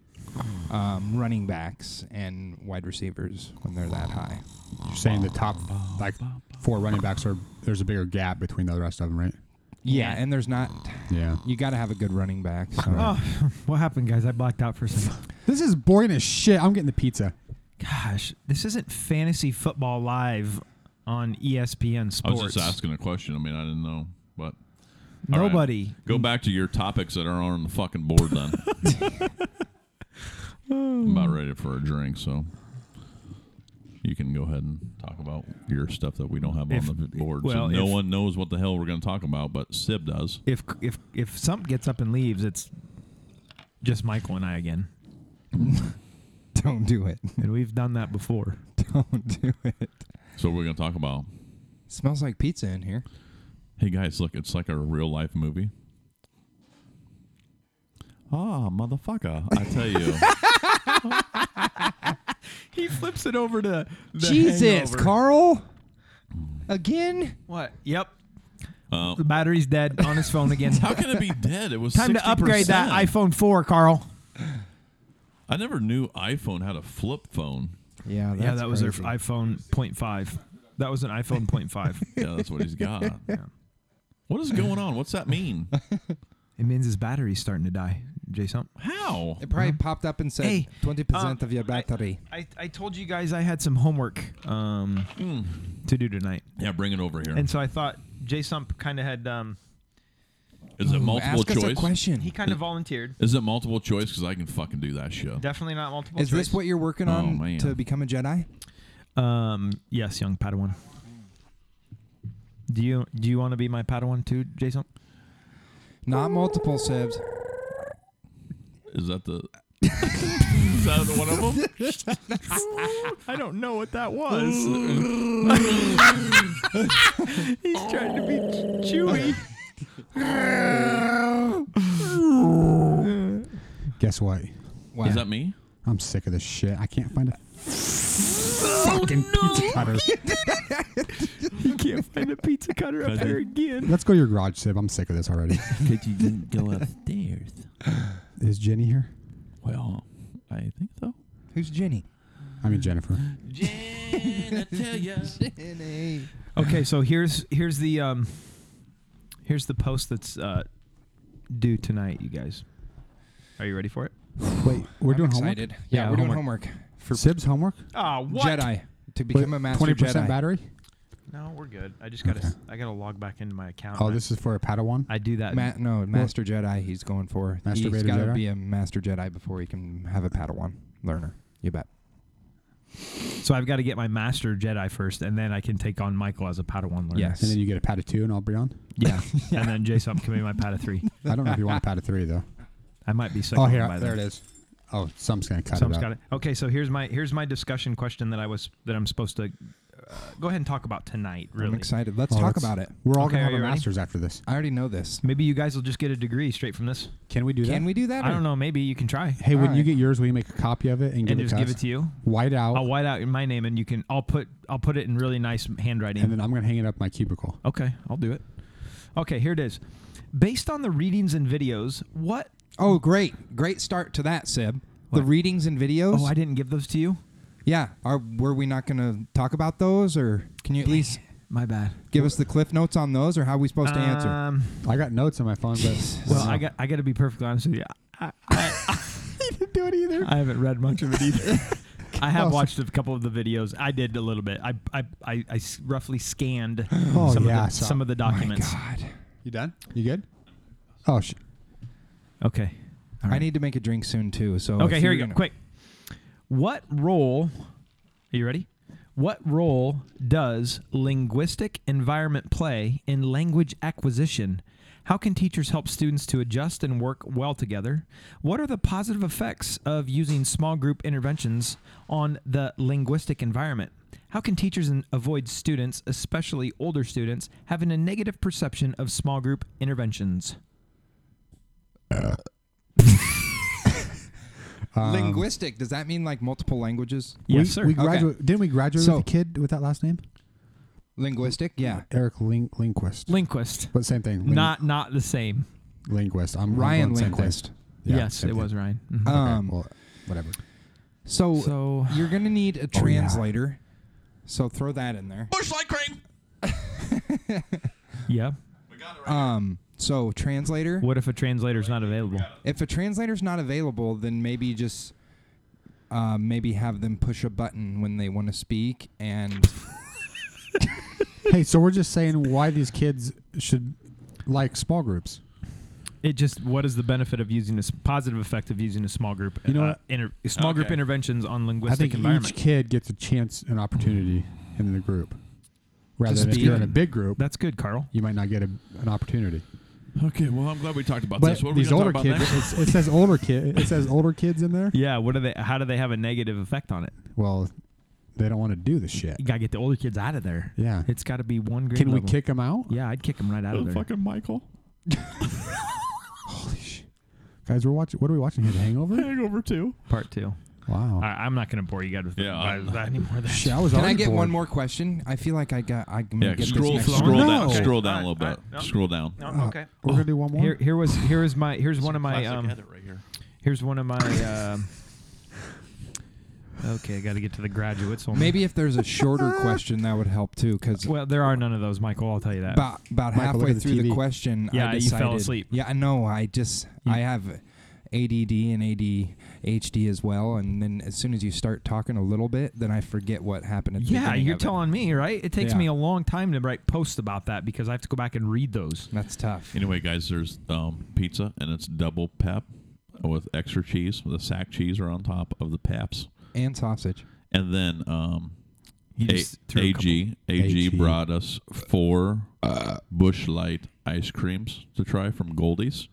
[SPEAKER 6] um, running backs and wide receivers when they're that high.
[SPEAKER 4] first? You're saying the top like four running backs are there's a bigger gap between the rest of them, right?
[SPEAKER 6] Yeah, and there's not.
[SPEAKER 4] Yeah.
[SPEAKER 6] You got to have a good running back. So.
[SPEAKER 7] Oh, what happened, guys? I blacked out for a second.
[SPEAKER 4] This is boring as shit. I'm getting the pizza.
[SPEAKER 7] Gosh, this isn't fantasy football live on E ESPN
[SPEAKER 8] I
[SPEAKER 7] Sports.
[SPEAKER 8] was just asking a question. I mean, I didn't know, but all right.
[SPEAKER 7] Nobody.
[SPEAKER 8] Go back to your topics that are on the fucking board then. I'm about ready for a drink, so you can go ahead and talk about your stuff that we don't have
[SPEAKER 7] If-
[SPEAKER 8] on the board. so
[SPEAKER 7] well,
[SPEAKER 8] no
[SPEAKER 7] if-
[SPEAKER 8] one knows what the hell we're going to talk about, but Sib does.
[SPEAKER 7] If if if something gets up and leaves, it's just Michael and I again,
[SPEAKER 6] Don't do it.
[SPEAKER 7] and we've done that before.
[SPEAKER 6] Don't do it.
[SPEAKER 8] So we're going to talk about.
[SPEAKER 6] Smells like pizza in here.
[SPEAKER 8] Hey guys, look, it's like a real life movie. Ah, motherfucker! I tell you.
[SPEAKER 7] He flips it over to the
[SPEAKER 6] Jesus,
[SPEAKER 7] hangover.
[SPEAKER 6] Carl. Again?
[SPEAKER 7] What? Yep.
[SPEAKER 8] Uh,
[SPEAKER 7] The battery's dead on his phone again.
[SPEAKER 8] How can it be dead? It was
[SPEAKER 7] Time to upgrade that
[SPEAKER 8] 60%.
[SPEAKER 7] iPhone 4, Carl.
[SPEAKER 8] I never knew iPhone had a flip phone.
[SPEAKER 6] Yeah, that's
[SPEAKER 7] yeah, that was
[SPEAKER 6] crazy.
[SPEAKER 7] their iPhone 0.5. That was an iPhone 0.5.
[SPEAKER 8] Yeah, that's what he's got.
[SPEAKER 7] Yeah.
[SPEAKER 8] What is going on? What's that mean?
[SPEAKER 7] It means his battery's starting to die, Jason.
[SPEAKER 8] How?
[SPEAKER 6] It probably popped up and said
[SPEAKER 7] Hey,
[SPEAKER 6] 20%
[SPEAKER 7] um,
[SPEAKER 6] of your battery.
[SPEAKER 7] I, I told you guys I had some homework um, to do tonight.
[SPEAKER 8] Yeah, bring it over here.
[SPEAKER 7] And so I thought Jay Sump kind of had, um,
[SPEAKER 8] Is it
[SPEAKER 6] Ooh,
[SPEAKER 8] multiple
[SPEAKER 6] ask us a
[SPEAKER 8] choice?
[SPEAKER 6] question.
[SPEAKER 7] he kind of volunteered.
[SPEAKER 8] Is it multiple choice? Because I can fucking do that shit.
[SPEAKER 7] Definitely not multiple
[SPEAKER 6] Is this
[SPEAKER 7] choice.
[SPEAKER 6] what you're working
[SPEAKER 8] Oh,
[SPEAKER 6] on
[SPEAKER 8] man.
[SPEAKER 6] to become a Jedi?
[SPEAKER 7] Um, yes, young Padawan. Do you do you want to be my Padawan too, Jason?
[SPEAKER 6] Not multiple sibs.
[SPEAKER 8] Is that the? is that one of them?
[SPEAKER 7] I don't know what that was. He's trying to be chewy.
[SPEAKER 4] Guess what?
[SPEAKER 6] Wow.
[SPEAKER 8] Is that me?
[SPEAKER 4] I'm sick of this shit. I can't find a
[SPEAKER 7] Oh,
[SPEAKER 4] fucking pizza cutter.
[SPEAKER 7] You can't find a pizza cutter up there again.
[SPEAKER 4] Let's go to your garage, Sib. I'm sick of this already.
[SPEAKER 8] Because you didn't go upstairs.
[SPEAKER 4] is Jenny here?
[SPEAKER 8] Well, I think so.
[SPEAKER 6] Who's Jenny?
[SPEAKER 4] I mean Jennifer.
[SPEAKER 6] Jenny.
[SPEAKER 7] Okay, so here's here's the um here's the post that's uh due tonight, you guys. Are you ready for it?
[SPEAKER 4] Wait, we're
[SPEAKER 6] I'm
[SPEAKER 4] doing
[SPEAKER 6] excited. Yeah,
[SPEAKER 7] Yeah,
[SPEAKER 6] we're doing homework.
[SPEAKER 7] homework.
[SPEAKER 4] homework. Sib's homework.
[SPEAKER 7] Ah, what?
[SPEAKER 6] Jedi to become a master
[SPEAKER 4] Twenty percent
[SPEAKER 6] Jedi.
[SPEAKER 4] battery.
[SPEAKER 7] No, we're good. I just gotta I gotta log back into my account.
[SPEAKER 4] Oh,
[SPEAKER 7] I-
[SPEAKER 4] this is for a Padawan.
[SPEAKER 7] I do that.
[SPEAKER 6] Ma- no, Master Jedi. He's going for.
[SPEAKER 4] Master
[SPEAKER 6] he's
[SPEAKER 4] Vader
[SPEAKER 6] got to
[SPEAKER 4] Jedi?
[SPEAKER 6] be a Master Jedi before he can have a Padawan learner. You bet.
[SPEAKER 7] So I've got to get my master Jedi first, and then I can take on Michael as a Padawan learner.
[SPEAKER 6] Yes.
[SPEAKER 4] and then you get a Pada two, and I'll be on.
[SPEAKER 7] Yeah. And then Jason can be my Pada three.
[SPEAKER 4] I don't know if you want a Pada three though.
[SPEAKER 7] I might be second
[SPEAKER 4] Oh, here,
[SPEAKER 7] by
[SPEAKER 4] there
[SPEAKER 7] then.
[SPEAKER 4] it is. Oh, some's gonna cut
[SPEAKER 7] Someone's
[SPEAKER 4] it out.
[SPEAKER 7] got it. Okay, so here's my here's my discussion question that I was that I'm supposed to uh, go ahead and talk about tonight.
[SPEAKER 6] I'm
[SPEAKER 7] Really,
[SPEAKER 6] excited. Let's
[SPEAKER 4] Oh,
[SPEAKER 6] talk
[SPEAKER 4] that's-
[SPEAKER 6] about it.
[SPEAKER 4] We're all
[SPEAKER 7] Okay,
[SPEAKER 4] gonna
[SPEAKER 7] are
[SPEAKER 4] have a
[SPEAKER 7] you ready?
[SPEAKER 4] masters after this.
[SPEAKER 6] I already know this.
[SPEAKER 7] maybe you guys will just get a degree straight from this.
[SPEAKER 4] Can we do that?
[SPEAKER 6] Can we do that?
[SPEAKER 7] I
[SPEAKER 6] or-
[SPEAKER 7] don't know. Maybe you can try
[SPEAKER 4] Hey, when you
[SPEAKER 6] Alright.
[SPEAKER 4] get yours, will you make a copy of it and, give
[SPEAKER 7] and
[SPEAKER 4] it
[SPEAKER 7] just
[SPEAKER 4] to
[SPEAKER 7] give
[SPEAKER 4] us?
[SPEAKER 7] it to you.
[SPEAKER 4] White out,
[SPEAKER 7] I'll white out my name, and you can. I'll put I'll put it in really nice handwriting.
[SPEAKER 4] and then I'm gonna hang it up in my cubicle.
[SPEAKER 7] okay, I'll do it. Okay, here it is. Based on the readings and videos, what?
[SPEAKER 6] Oh, great, great start to that, Sib. The
[SPEAKER 7] What?
[SPEAKER 6] readings and videos.
[SPEAKER 7] Oh, I didn't give those to you.
[SPEAKER 6] yeah. Are were we not going to talk about those, or can you at least
[SPEAKER 7] My bad.
[SPEAKER 6] give us the cliff notes on those, or how are we supposed to answer?
[SPEAKER 7] Um,
[SPEAKER 4] I got notes on my phone, but
[SPEAKER 7] well, I got I got to be perfectly honest with you. I, I,
[SPEAKER 4] didn't do it either.
[SPEAKER 7] I haven't read much of it either. I have
[SPEAKER 4] Awesome.
[SPEAKER 7] watched a couple of the videos. I did a little bit. I I, I, I s- roughly scanned
[SPEAKER 4] Oh,
[SPEAKER 7] some
[SPEAKER 4] yeah, I
[SPEAKER 7] of the,
[SPEAKER 4] saw-
[SPEAKER 7] some of the documents.
[SPEAKER 6] God,
[SPEAKER 4] You done? You good? Oh, sh-
[SPEAKER 7] Okay. All
[SPEAKER 6] I need to make a drink soon too. So
[SPEAKER 7] Okay,
[SPEAKER 6] if you're
[SPEAKER 7] here we go.
[SPEAKER 6] gonna-
[SPEAKER 7] Quick. What role Are you ready? What role does linguistic environment play in language acquisition? How can teachers help students to adjust and work well together? What are the positive effects of using small group interventions on the linguistic environment? How can teachers an- avoid students, especially older students, having a negative perception of small group interventions?
[SPEAKER 6] Um, Linguistic. Does that mean like multiple languages?
[SPEAKER 7] Yes,
[SPEAKER 4] we,
[SPEAKER 7] sir.
[SPEAKER 4] We graduate. Didn't we graduate
[SPEAKER 6] So-
[SPEAKER 4] with a kid with that last name?
[SPEAKER 6] Linguistic. Yeah.
[SPEAKER 4] Eric Lin- Linquist.
[SPEAKER 7] Linguist.
[SPEAKER 4] but same thing. Lin-
[SPEAKER 7] Not not the same.
[SPEAKER 4] Linguist. I'm I'm
[SPEAKER 6] Ryan
[SPEAKER 4] going same thing.
[SPEAKER 6] Linquist.
[SPEAKER 4] Yeah,
[SPEAKER 7] yes,
[SPEAKER 4] same
[SPEAKER 7] it
[SPEAKER 4] thing. Uh,
[SPEAKER 7] was Ryan. Mhm.
[SPEAKER 4] Okay,
[SPEAKER 6] Um,
[SPEAKER 4] well, whatever.
[SPEAKER 6] So,
[SPEAKER 7] So-
[SPEAKER 6] you're gonna need a
[SPEAKER 4] yeah.
[SPEAKER 6] translator. So throw that in there.
[SPEAKER 8] Bush light cream.
[SPEAKER 7] yeah.
[SPEAKER 8] We got it right.
[SPEAKER 6] Um. So translator.
[SPEAKER 7] What if a translator's not available?
[SPEAKER 6] If a translator's not available, then maybe just uh, maybe have them push a button when they want to speak, and
[SPEAKER 4] hey, so we're just saying why these kids should like small groups.
[SPEAKER 7] It just what is the benefit of using this positive effect of using a small group?
[SPEAKER 4] You know
[SPEAKER 7] uh,
[SPEAKER 4] what?
[SPEAKER 7] inter- small group
[SPEAKER 8] Okay.
[SPEAKER 7] interventions on
[SPEAKER 4] I
[SPEAKER 7] linguistic
[SPEAKER 4] think each
[SPEAKER 7] environment.
[SPEAKER 4] kid gets a chance, an opportunity in the group, rather than if
[SPEAKER 6] speak.
[SPEAKER 4] you're in a big group,
[SPEAKER 7] That's good, Carl.
[SPEAKER 4] you might not get a, an opportunity.
[SPEAKER 8] Okay, well, I'm glad we talked about
[SPEAKER 4] But
[SPEAKER 8] this. What are we
[SPEAKER 4] these
[SPEAKER 8] gonna
[SPEAKER 4] older
[SPEAKER 8] talk
[SPEAKER 4] kids,
[SPEAKER 8] about next?
[SPEAKER 4] it's, it says older kid. It says older kids in there.
[SPEAKER 7] Yeah. What are they? How do they have a negative effect on it?
[SPEAKER 4] Well, they don't want to do the shit.
[SPEAKER 7] You gotta get the older kids out of there.
[SPEAKER 4] Yeah.
[SPEAKER 7] It's got to be one grade.
[SPEAKER 4] Can we
[SPEAKER 7] level.
[SPEAKER 4] kick them out,
[SPEAKER 7] Yeah, I'd kick them right out of
[SPEAKER 8] Uh,
[SPEAKER 7] there.
[SPEAKER 8] fucking Michael.
[SPEAKER 4] guys? We're watching. What are we watching here? The Hangover.
[SPEAKER 8] Hangover too.
[SPEAKER 7] Part two.
[SPEAKER 4] Wow.
[SPEAKER 7] I, I'm not gonna bore you guys with
[SPEAKER 8] Yeah,
[SPEAKER 7] by
[SPEAKER 8] I'm-
[SPEAKER 7] that anymore. Then.
[SPEAKER 4] Shit, I was
[SPEAKER 6] can I
[SPEAKER 4] already
[SPEAKER 6] get
[SPEAKER 4] bored.
[SPEAKER 6] one more question? I feel like I got I can
[SPEAKER 8] Yeah,
[SPEAKER 6] get
[SPEAKER 8] scroll,
[SPEAKER 6] this next
[SPEAKER 8] scroll
[SPEAKER 6] one.
[SPEAKER 8] down,
[SPEAKER 4] No.
[SPEAKER 8] scroll down a little
[SPEAKER 7] All right,
[SPEAKER 8] bit.
[SPEAKER 7] all right, no.
[SPEAKER 8] Scroll down.
[SPEAKER 4] Uh,
[SPEAKER 7] okay.
[SPEAKER 4] We're gonna do one more.
[SPEAKER 7] Here, here was here is my here's one of my um,
[SPEAKER 8] right here.
[SPEAKER 7] here's one of my. Um, okay, I got to get to the graduates. Only.
[SPEAKER 6] Maybe if there's a shorter question, that would help too, because.
[SPEAKER 7] Well, there are none of those, Michael. I'll tell you that.
[SPEAKER 6] about about
[SPEAKER 4] Michael, look
[SPEAKER 6] halfway
[SPEAKER 4] at the
[SPEAKER 6] through the
[SPEAKER 4] TV.
[SPEAKER 6] question,
[SPEAKER 7] Yeah,
[SPEAKER 6] I
[SPEAKER 7] you fell
[SPEAKER 6] decided,
[SPEAKER 7] asleep.
[SPEAKER 6] Yeah, I know. I just I have ADD and ADHD as well, and then as soon as you start talking a little bit, then I forget what happened. At the
[SPEAKER 7] yeah,
[SPEAKER 6] beginning
[SPEAKER 7] you're
[SPEAKER 6] of it.
[SPEAKER 7] telling me, right? It takes
[SPEAKER 6] Yeah.
[SPEAKER 7] me a long time to write posts about that because I have to go back and read those.
[SPEAKER 6] That's tough.
[SPEAKER 8] Anyway, guys, there's um, pizza and it's double pep with extra cheese. The sack cheese are on top of the peps,
[SPEAKER 6] And sausage.
[SPEAKER 8] and then um,
[SPEAKER 7] You
[SPEAKER 8] a-
[SPEAKER 7] just threw a couple-
[SPEAKER 8] AG AG
[SPEAKER 4] AG.
[SPEAKER 8] brought us four Bush Light ice creams to try from Goldie's.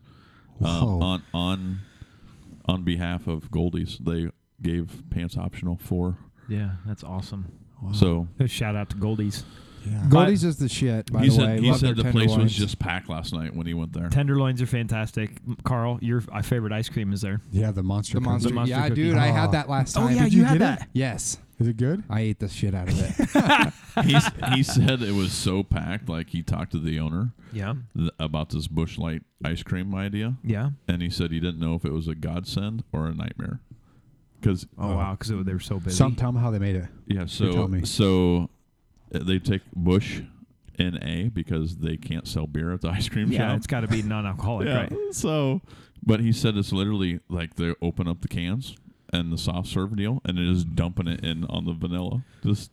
[SPEAKER 4] Whoa.
[SPEAKER 8] Um, on on on behalf of Goldie's, they gave pants optional four.
[SPEAKER 7] Yeah, that's awesome.
[SPEAKER 8] So
[SPEAKER 7] Shout out to Goldie's.
[SPEAKER 4] Yeah.
[SPEAKER 6] Goldies is the shit. By
[SPEAKER 8] he
[SPEAKER 6] the
[SPEAKER 8] said
[SPEAKER 6] way,
[SPEAKER 8] he
[SPEAKER 6] love
[SPEAKER 8] said
[SPEAKER 6] their
[SPEAKER 8] the place was
[SPEAKER 6] tenderloins.
[SPEAKER 8] just packed last night when he went there.
[SPEAKER 7] Tenderloins are fantastic. M- Carl, your f- uh, favorite ice cream is there.
[SPEAKER 4] Yeah, the monster.
[SPEAKER 6] the monster.
[SPEAKER 7] monster
[SPEAKER 6] yeah,
[SPEAKER 7] cookie.
[SPEAKER 6] dude, I
[SPEAKER 4] Ah.
[SPEAKER 6] had that last time.
[SPEAKER 4] yeah, Did you you had get that.
[SPEAKER 6] Yes.
[SPEAKER 4] Is it good?
[SPEAKER 6] I ate the shit out of it.
[SPEAKER 8] he, s- he said it was so packed. Like he talked to the owner
[SPEAKER 7] Yeah.
[SPEAKER 8] th- about this Bush Light ice cream idea,
[SPEAKER 7] Yeah.
[SPEAKER 8] and he said he didn't know if it was a godsend or a nightmare. Because
[SPEAKER 7] Oh, wow, because they were so busy.
[SPEAKER 4] Some tell me how they made it.
[SPEAKER 8] yeah,
[SPEAKER 4] tell
[SPEAKER 8] so
[SPEAKER 4] me.
[SPEAKER 8] so uh, they take Bush and A because they can't sell beer at the ice cream
[SPEAKER 7] yeah,
[SPEAKER 8] shop.
[SPEAKER 7] it's got to be non-alcoholic,
[SPEAKER 8] Yeah.
[SPEAKER 7] right?
[SPEAKER 8] So, but he said it's literally like they open up the cans and the soft serve deal, and it is dumping it in on the vanilla. Just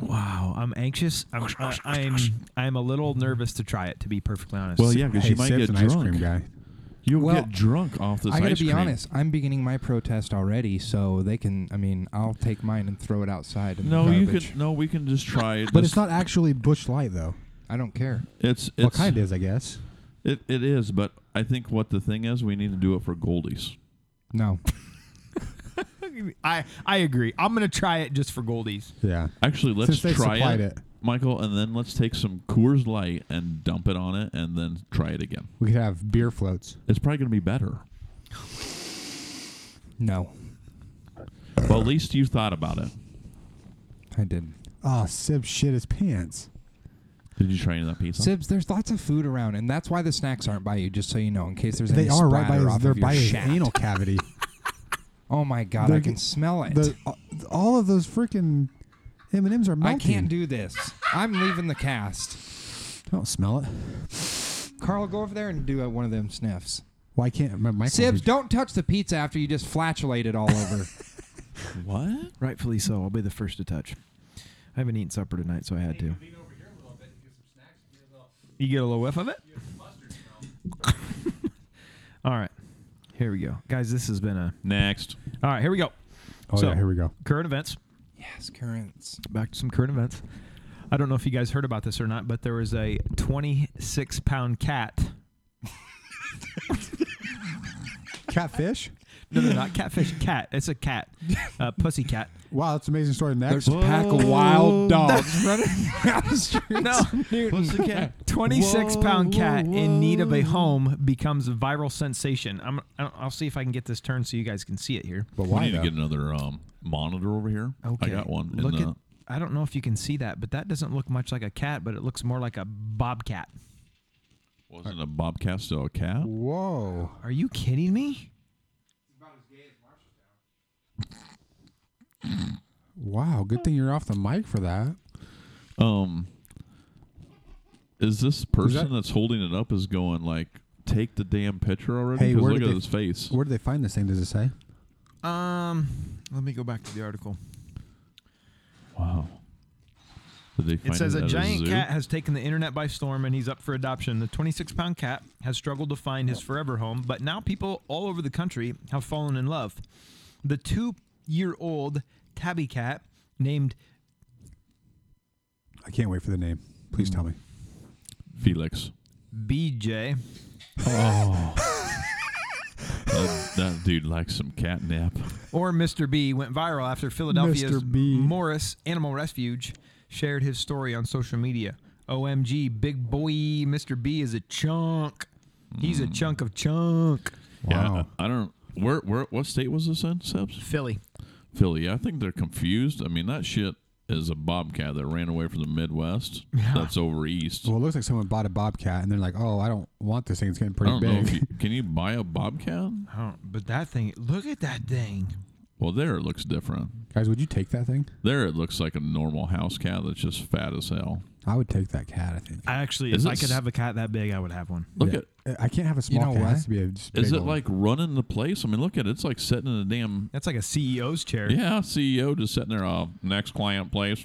[SPEAKER 7] Wow, I'm anxious. I'm uh, I'm, I'm a little nervous to try it. To be perfectly honest.
[SPEAKER 8] well, yeah, because
[SPEAKER 4] Hey,
[SPEAKER 8] you might
[SPEAKER 4] Sip's
[SPEAKER 8] get
[SPEAKER 4] an
[SPEAKER 8] drunk.
[SPEAKER 4] ice cream guy.
[SPEAKER 8] You'll
[SPEAKER 6] Well,
[SPEAKER 8] get drunk off this.
[SPEAKER 6] I gotta
[SPEAKER 8] ice
[SPEAKER 6] be
[SPEAKER 8] cream.
[SPEAKER 6] honest. I'm beginning my protest already, so they can. I mean, I'll take mine and throw it outside. In
[SPEAKER 8] No,
[SPEAKER 6] the
[SPEAKER 8] you
[SPEAKER 6] garbage.
[SPEAKER 8] could. No, we can just try it.
[SPEAKER 4] But
[SPEAKER 8] Just-
[SPEAKER 4] it's not actually Bush Light though.
[SPEAKER 6] I don't care.
[SPEAKER 8] It's it's
[SPEAKER 4] Well, kind is, I guess.
[SPEAKER 8] It it is, but I think what the thing is, we need to do it for Goldie's.
[SPEAKER 6] No,
[SPEAKER 7] I I agree. I'm gonna try it just for Goldie's.
[SPEAKER 4] Yeah.
[SPEAKER 8] Actually, let's
[SPEAKER 4] Since they
[SPEAKER 8] try
[SPEAKER 4] supplied
[SPEAKER 8] it,
[SPEAKER 4] it.
[SPEAKER 8] Michael, and then let's take some Coors Light and dump it on it, and then try it again.
[SPEAKER 4] We could have beer floats.
[SPEAKER 8] It's probably going to be better.
[SPEAKER 6] no,
[SPEAKER 8] Well, at least you thought about it.
[SPEAKER 6] I didn't.
[SPEAKER 4] Oh, Sib shit his pants.
[SPEAKER 8] Did you try any of that pizza?
[SPEAKER 6] Sibs, there's lots of food around, and that's why the snacks aren't by you. Just so you know, in case there's
[SPEAKER 4] They
[SPEAKER 6] any
[SPEAKER 4] are right by
[SPEAKER 6] splatter
[SPEAKER 4] his,
[SPEAKER 6] off
[SPEAKER 4] they're
[SPEAKER 6] of your
[SPEAKER 4] by his
[SPEAKER 6] shaft.
[SPEAKER 4] anal cavity.
[SPEAKER 6] Oh my god, I
[SPEAKER 4] They're-
[SPEAKER 6] can smell it.
[SPEAKER 4] the, uh, all of those freaking M and M's are
[SPEAKER 6] I
[SPEAKER 4] melting.
[SPEAKER 6] can't do this. I'm leaving the cast.
[SPEAKER 4] I don't smell it.
[SPEAKER 6] Carl, go over there and do uh, one of them sniffs.
[SPEAKER 4] Why can't my Michael?
[SPEAKER 6] Sibs, don't touch the pizza after you just flatulate it all over.
[SPEAKER 8] What?
[SPEAKER 7] Rightfully so. I'll be the first to touch. I haven't eaten supper tonight, so I had to. You get a little whiff of it. All right, here we go, guys. This has been a.
[SPEAKER 8] Next.
[SPEAKER 7] All right, here we go.
[SPEAKER 4] Oh
[SPEAKER 7] so-
[SPEAKER 4] yeah, here we go.
[SPEAKER 7] Current events.
[SPEAKER 6] yes, currants.
[SPEAKER 7] back to some current events. I don't know if you guys heard about this or not, but there was a 26 pound cat.
[SPEAKER 4] Catfish.
[SPEAKER 7] No, no, not catfish. Cat. It's a cat. A pussy cat.
[SPEAKER 4] Wow, that's an amazing story.
[SPEAKER 6] There's
[SPEAKER 4] Next,
[SPEAKER 6] a pack of wild dogs running down the street.
[SPEAKER 7] No.
[SPEAKER 8] cat?
[SPEAKER 7] 26 pound cat in need of a home becomes a viral sensation. I'm, I don't- I'll see if I can get this turned so you guys can see it here.
[SPEAKER 4] but
[SPEAKER 8] We
[SPEAKER 4] why?
[SPEAKER 8] need to
[SPEAKER 4] though?
[SPEAKER 8] get another um, monitor over here.
[SPEAKER 7] Okay.
[SPEAKER 8] I got one. in
[SPEAKER 7] Look
[SPEAKER 8] the-
[SPEAKER 7] at. I don't know if you can see that, but that doesn't look much like a cat, but it looks more like a bobcat.
[SPEAKER 8] wasn't a bobcat still a cat?
[SPEAKER 4] Whoa!
[SPEAKER 7] Are you kidding me?
[SPEAKER 4] Wow, good thing you're off the mic for that.
[SPEAKER 8] Um, is this person
[SPEAKER 4] that-
[SPEAKER 8] that's holding it up is going like, take the damn picture already?
[SPEAKER 4] Hey,
[SPEAKER 8] 'Cause
[SPEAKER 4] where
[SPEAKER 8] look
[SPEAKER 4] did
[SPEAKER 8] at
[SPEAKER 4] they-
[SPEAKER 8] his face.
[SPEAKER 4] Where did they find this thing? Does it say?
[SPEAKER 7] Um, let me go back to the article.
[SPEAKER 8] Wow. Did they find
[SPEAKER 7] It says
[SPEAKER 8] it
[SPEAKER 7] a
[SPEAKER 8] at
[SPEAKER 7] giant
[SPEAKER 8] zoo?
[SPEAKER 7] cat has taken the internet by storm and he's up for adoption. The 26 pound cat has struggled to find his forever home, but now people all over the country have fallen in love. The two year old tabby cat named
[SPEAKER 4] I can't wait for the name. Please tell me.
[SPEAKER 8] Felix.
[SPEAKER 7] BJ.
[SPEAKER 8] That, Uh, that dude likes some catnap.
[SPEAKER 7] or Mr. B went viral after Philadelphia's
[SPEAKER 4] Mr. B.
[SPEAKER 7] Morris Animal Refuge shared his story on social media. OMG, big boy, Mr. B is a chunk. He's a chunk of chunk.
[SPEAKER 8] Yeah,
[SPEAKER 4] Wow.
[SPEAKER 8] I, I don't. Where, where, what state was this in, Sebs?
[SPEAKER 7] Philly.
[SPEAKER 8] Philly. I think they're confused. I mean, that shit is a bobcat that ran away from the Midwest. That's over east.
[SPEAKER 4] Well, it looks like someone bought a bobcat, and they're like, "Oh, I don't want this thing. It's getting
[SPEAKER 8] I
[SPEAKER 4] pretty
[SPEAKER 8] don't know. If
[SPEAKER 4] big."
[SPEAKER 8] you, can you buy a bobcat?
[SPEAKER 7] I don't- but that thing, look at that thing.
[SPEAKER 8] Well, there it looks different.
[SPEAKER 4] Guys, would you take that thing?
[SPEAKER 8] There it looks like a normal house cat that's just fat as hell.
[SPEAKER 4] I would take that cat. I think.
[SPEAKER 7] I actually,
[SPEAKER 8] Is
[SPEAKER 7] if I
[SPEAKER 8] it
[SPEAKER 7] could
[SPEAKER 8] s-
[SPEAKER 7] have a cat that big, I would have one.
[SPEAKER 8] Look at.
[SPEAKER 4] I- I can't have a small
[SPEAKER 6] know
[SPEAKER 4] cat. It
[SPEAKER 6] why?
[SPEAKER 4] has to be a just
[SPEAKER 8] Is
[SPEAKER 4] big
[SPEAKER 8] it
[SPEAKER 4] old-
[SPEAKER 8] like running the place? I mean, look at it. It's like sitting in a damn.
[SPEAKER 7] That's like a CEO's chair.
[SPEAKER 8] Yeah, CEO just sitting there. Uh, next client, place.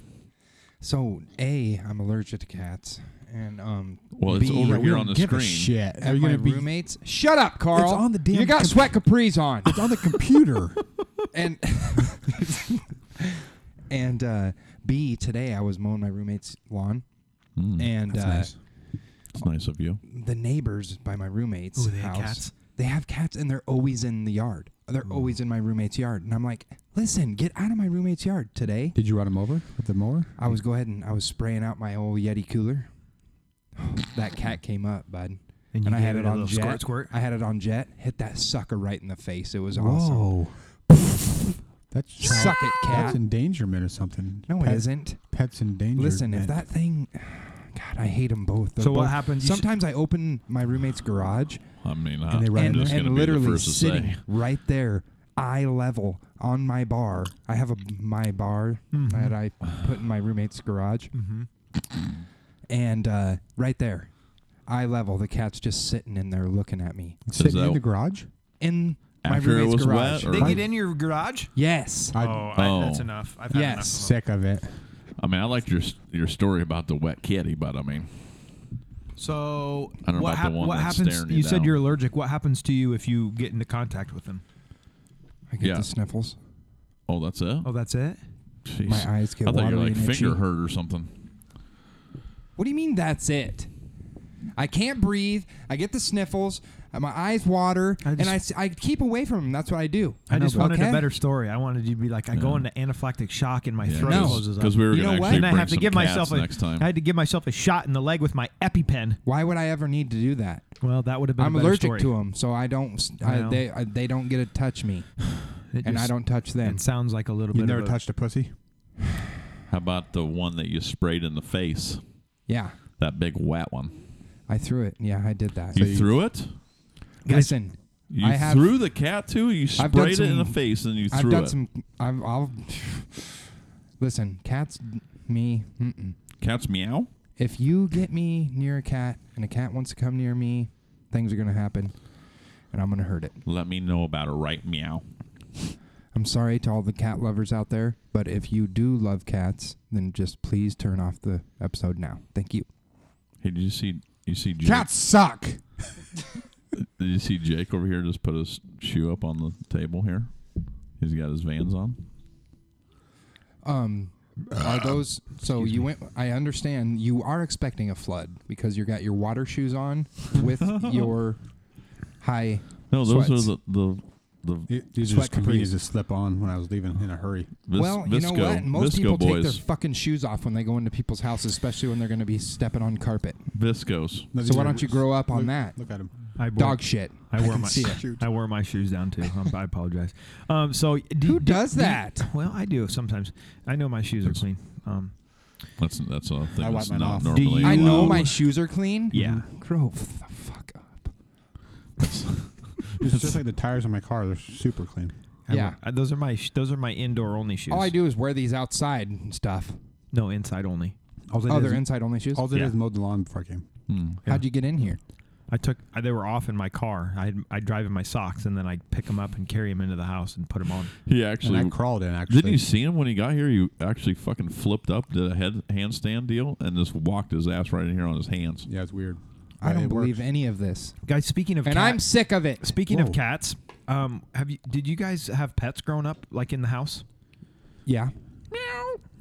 [SPEAKER 6] So, A, I'm allergic to cats. And, um,
[SPEAKER 8] Well, it's
[SPEAKER 6] B,
[SPEAKER 8] over
[SPEAKER 4] Yeah, we
[SPEAKER 8] here
[SPEAKER 4] don't
[SPEAKER 8] on the
[SPEAKER 4] give
[SPEAKER 8] screen.
[SPEAKER 4] a shit. Are
[SPEAKER 6] Are
[SPEAKER 4] you
[SPEAKER 6] my
[SPEAKER 4] gonna be?
[SPEAKER 6] roommates? Shut up, Carl.
[SPEAKER 4] It's on the damn
[SPEAKER 6] You got
[SPEAKER 4] com-
[SPEAKER 6] sweat capris on.
[SPEAKER 4] It's on the computer.
[SPEAKER 6] and and uh, B, today I was mowing my roommate's lawn.
[SPEAKER 8] Mm,
[SPEAKER 6] and uh,
[SPEAKER 8] It's nice of you.
[SPEAKER 6] the neighbors by my roommate's
[SPEAKER 7] Ooh, they had
[SPEAKER 6] house.
[SPEAKER 7] cats?
[SPEAKER 6] They have cats, and they're always in the yard. They're always in my roommate's yard, and I'm like, "Listen, get out of my roommate's yard today."
[SPEAKER 4] Did you run him over with the mower?
[SPEAKER 6] I was go ahead and I was spraying out my old Yeti cooler. that cat came up, bud,
[SPEAKER 7] And you
[SPEAKER 6] I had
[SPEAKER 7] gave
[SPEAKER 6] it
[SPEAKER 7] it a
[SPEAKER 6] on
[SPEAKER 7] little
[SPEAKER 6] jet.
[SPEAKER 7] squirt, squirt?
[SPEAKER 6] I had it on jet. Hit that sucker right in the face. It was awesome.
[SPEAKER 4] That's child-
[SPEAKER 6] Suck it, cat.
[SPEAKER 4] Pets endangerment or something.
[SPEAKER 6] No, it
[SPEAKER 4] Pet-
[SPEAKER 6] isn't.
[SPEAKER 4] Pets endangered.
[SPEAKER 6] Listen,
[SPEAKER 4] man.
[SPEAKER 6] if that thing, God, I hate them both. They're
[SPEAKER 7] So what
[SPEAKER 6] both-
[SPEAKER 7] happens- you should-
[SPEAKER 6] Sometimes I open my roommate's garage
[SPEAKER 8] I mean, I,
[SPEAKER 4] And they run
[SPEAKER 8] I'm
[SPEAKER 6] and,
[SPEAKER 8] just going
[SPEAKER 6] and
[SPEAKER 8] to be the
[SPEAKER 6] literally
[SPEAKER 8] first to
[SPEAKER 6] sitting
[SPEAKER 8] say.
[SPEAKER 6] right there, eye level on my bar. I have a my bar
[SPEAKER 8] Mm-hmm.
[SPEAKER 6] that I put in my roommate's garage, and uh, right there, eye level, the cat's just sitting in there looking at me
[SPEAKER 4] sitting
[SPEAKER 8] that-
[SPEAKER 4] in the garage.
[SPEAKER 6] in my
[SPEAKER 8] After it
[SPEAKER 6] roommate's
[SPEAKER 8] was wet,
[SPEAKER 6] garage.
[SPEAKER 8] or-
[SPEAKER 7] They
[SPEAKER 8] Right.
[SPEAKER 7] get in your garage?
[SPEAKER 6] Yes,
[SPEAKER 4] I,
[SPEAKER 7] Oh, I, that's
[SPEAKER 8] Oh.
[SPEAKER 7] enough. I've had
[SPEAKER 6] Yes.
[SPEAKER 7] enough.
[SPEAKER 4] sick of it.
[SPEAKER 8] I mean, I liked your your story about the wet kitty, but I mean,
[SPEAKER 7] of them. So
[SPEAKER 8] I don't know
[SPEAKER 7] what,
[SPEAKER 8] about the
[SPEAKER 7] hap-
[SPEAKER 8] one
[SPEAKER 7] what
[SPEAKER 8] that's
[SPEAKER 7] happens?
[SPEAKER 8] staring you
[SPEAKER 7] You said
[SPEAKER 8] down.
[SPEAKER 7] you're allergic. What happens to you if you get into contact with them?
[SPEAKER 6] I get
[SPEAKER 8] Yeah.
[SPEAKER 6] the sniffles.
[SPEAKER 8] oh, that's it.
[SPEAKER 7] Oh, that's it.
[SPEAKER 8] Jeez.
[SPEAKER 6] My eyes get
[SPEAKER 8] I thought you were
[SPEAKER 6] watery
[SPEAKER 8] like
[SPEAKER 6] and
[SPEAKER 8] finger
[SPEAKER 6] itchy.
[SPEAKER 8] hurt or something.
[SPEAKER 6] What do you mean that's it? I can't breathe. I get the sniffles. uh, My eyes water,
[SPEAKER 7] I
[SPEAKER 6] and I,
[SPEAKER 7] just-
[SPEAKER 6] s- I keep away from them. That's what I do.
[SPEAKER 7] I, just wanted
[SPEAKER 6] Okay?
[SPEAKER 7] a better story. I wanted you to be like, I go into anaphylactic shock and my throat
[SPEAKER 6] No.
[SPEAKER 7] closes up.
[SPEAKER 8] because we were
[SPEAKER 6] You know
[SPEAKER 8] going to
[SPEAKER 6] what?
[SPEAKER 8] actually
[SPEAKER 7] and I
[SPEAKER 8] bring
[SPEAKER 7] have to
[SPEAKER 8] some
[SPEAKER 7] give
[SPEAKER 8] cats
[SPEAKER 7] myself a,
[SPEAKER 8] next time.
[SPEAKER 7] I had to give myself a shot in the leg with my EpiPen.
[SPEAKER 6] Why would I ever need to do that?
[SPEAKER 7] Well, that would have been.
[SPEAKER 6] I'm
[SPEAKER 7] a better
[SPEAKER 6] allergic
[SPEAKER 7] story.
[SPEAKER 6] to them, so I don't. s- I-
[SPEAKER 7] know.
[SPEAKER 6] they I, they don't get to touch me,
[SPEAKER 7] It
[SPEAKER 6] and I
[SPEAKER 7] just-
[SPEAKER 6] don't touch them.
[SPEAKER 7] It sounds like a little
[SPEAKER 4] You
[SPEAKER 7] bit.
[SPEAKER 4] never
[SPEAKER 7] of a-
[SPEAKER 4] touched a pussy.
[SPEAKER 8] How about the one that you sprayed in the face?
[SPEAKER 6] Yeah,
[SPEAKER 8] That big wet one.
[SPEAKER 6] I threw it. Yeah, I did that.
[SPEAKER 8] You threw it.
[SPEAKER 6] Listen,
[SPEAKER 8] You
[SPEAKER 6] I have-
[SPEAKER 8] threw the cat too. You
[SPEAKER 6] I've done
[SPEAKER 8] sprayed it in the
[SPEAKER 6] some-
[SPEAKER 8] face and you
[SPEAKER 6] I've
[SPEAKER 8] threw
[SPEAKER 6] done
[SPEAKER 8] it.
[SPEAKER 6] some. I've, I'll listen. Cats, me. Mm-mm.
[SPEAKER 8] Cats meow.
[SPEAKER 6] If you get me near a cat, and a cat wants to come near me, things are gonna happen, and I'm gonna hurt it.
[SPEAKER 8] Let me know about a right meow.
[SPEAKER 6] I'm sorry to all the cat lovers out there, but if you do love cats, then just please turn off the episode now. Thank you.
[SPEAKER 8] Hey, did you see? You see Jake?
[SPEAKER 4] Cats suck.
[SPEAKER 8] Did you see Jake over here just put his shoe up on the table here? He's got his Vans on.
[SPEAKER 6] Um,
[SPEAKER 8] Uh,
[SPEAKER 6] are those so you went? I understand you are expecting a flood because you got your water shoes on with your high.
[SPEAKER 8] No, those
[SPEAKER 6] Sweats.
[SPEAKER 8] are the the the
[SPEAKER 4] It- These are
[SPEAKER 6] Sweat
[SPEAKER 4] just computers
[SPEAKER 6] capris.
[SPEAKER 4] to slip on when I was leaving in a hurry.
[SPEAKER 8] vis-
[SPEAKER 6] well, you know
[SPEAKER 8] visco,
[SPEAKER 6] what? Most
[SPEAKER 8] visco
[SPEAKER 6] people take
[SPEAKER 8] boys.
[SPEAKER 6] their fucking shoes off when they go into people's houses, especially when they're going to be stepping on carpet.
[SPEAKER 8] Viscos.
[SPEAKER 4] No,
[SPEAKER 6] So
[SPEAKER 4] these
[SPEAKER 6] why
[SPEAKER 4] are-
[SPEAKER 6] don't you grow up on
[SPEAKER 4] look-
[SPEAKER 6] that?
[SPEAKER 4] Look at him.
[SPEAKER 7] I wore,
[SPEAKER 6] Dog shit.
[SPEAKER 7] I wore
[SPEAKER 6] can
[SPEAKER 7] my
[SPEAKER 6] see it.
[SPEAKER 4] Shoot.
[SPEAKER 7] I wore my shoes down too. Um, I apologize. Um, so do,
[SPEAKER 6] Who
[SPEAKER 7] do-
[SPEAKER 6] does
[SPEAKER 7] do-
[SPEAKER 6] that?
[SPEAKER 7] well, I do sometimes. I know my shoes are clean. Um,
[SPEAKER 8] That's that's a thing
[SPEAKER 4] I wipe
[SPEAKER 8] that's
[SPEAKER 4] mine
[SPEAKER 8] not
[SPEAKER 4] off. Do
[SPEAKER 8] normally.
[SPEAKER 6] I know
[SPEAKER 8] allowed.
[SPEAKER 6] my shoes are clean.
[SPEAKER 7] Yeah.
[SPEAKER 6] Grow f- the fuck up.
[SPEAKER 4] It's just like the tires on my car. They're super clean.
[SPEAKER 7] I
[SPEAKER 6] Yeah.
[SPEAKER 7] wore- uh, those are my sh- those are my indoor only shoes.
[SPEAKER 6] All I do is wear these outside and stuff.
[SPEAKER 7] no inside only.
[SPEAKER 4] All they
[SPEAKER 6] Oh,
[SPEAKER 4] did
[SPEAKER 6] they're
[SPEAKER 4] is-
[SPEAKER 6] inside only shoes.
[SPEAKER 4] All they did
[SPEAKER 7] Yeah.
[SPEAKER 4] is mowed the lawn before I came.
[SPEAKER 8] Hmm.
[SPEAKER 6] How'd you get in here?
[SPEAKER 7] I took I, they were off in my car. I I drive in my socks and then I pick them up and carry them into the house and put them on.
[SPEAKER 8] He
[SPEAKER 4] And
[SPEAKER 8] actually
[SPEAKER 4] I crawled in. Actually,
[SPEAKER 8] Didn't you see him when he got here? You actually fucking flipped up, did a head handstand deal, and just walked his ass right in here on his hands.
[SPEAKER 4] Yeah, it's weird.
[SPEAKER 6] I
[SPEAKER 4] But
[SPEAKER 6] don't
[SPEAKER 4] it works.
[SPEAKER 6] believe any of this.
[SPEAKER 7] Guys, speaking of
[SPEAKER 6] And
[SPEAKER 7] cat-
[SPEAKER 6] I'm sick of it.
[SPEAKER 7] speaking
[SPEAKER 4] Whoa.
[SPEAKER 7] of cats, um, have you did you guys have pets growing up like in the house?
[SPEAKER 6] Yeah.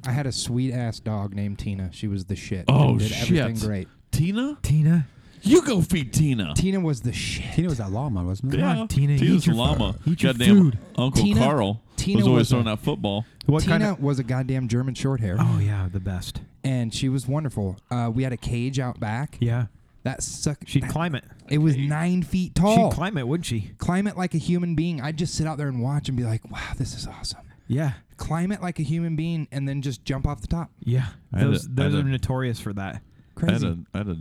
[SPEAKER 6] I had a sweet ass dog named Tina. She was the shit.
[SPEAKER 8] Oh,
[SPEAKER 6] did everything
[SPEAKER 8] shit.
[SPEAKER 6] great.
[SPEAKER 8] Tina,
[SPEAKER 7] Tina,
[SPEAKER 8] you go feed Tina.
[SPEAKER 6] Tina was the shit.
[SPEAKER 4] Tina was that llama, wasn't it?
[SPEAKER 8] yeah,
[SPEAKER 7] on, Tina, eat
[SPEAKER 8] Tina's
[SPEAKER 7] your
[SPEAKER 8] a llama.
[SPEAKER 7] fu- eat your
[SPEAKER 8] Goddamn,
[SPEAKER 7] food.
[SPEAKER 8] Uncle
[SPEAKER 6] Tina-
[SPEAKER 8] Carl
[SPEAKER 6] Tina
[SPEAKER 8] was always
[SPEAKER 6] was a-
[SPEAKER 8] throwing out football.
[SPEAKER 7] what
[SPEAKER 6] Tina
[SPEAKER 7] kind of?
[SPEAKER 6] was a goddamn German short hair,
[SPEAKER 7] Oh yeah, the best.
[SPEAKER 6] and she was wonderful. Uh, we had a cage out back.
[SPEAKER 7] Yeah,
[SPEAKER 6] That suck.
[SPEAKER 7] she'd
[SPEAKER 6] that-
[SPEAKER 7] climb it.
[SPEAKER 6] It was nine feet
[SPEAKER 7] She'd
[SPEAKER 6] tall.
[SPEAKER 7] climb it, wouldn't she?
[SPEAKER 6] climb it like a human being. I'd just sit out there and watch and be like, "Wow, this is awesome."
[SPEAKER 7] Yeah,
[SPEAKER 6] Climb it like a human being, and then just jump off the top.
[SPEAKER 7] yeah.
[SPEAKER 8] I had
[SPEAKER 7] Those
[SPEAKER 8] a- I
[SPEAKER 7] those
[SPEAKER 8] had
[SPEAKER 7] are
[SPEAKER 8] a-
[SPEAKER 7] notorious for
[SPEAKER 8] I
[SPEAKER 7] that.
[SPEAKER 8] had
[SPEAKER 6] Crazy.
[SPEAKER 8] a, I had a,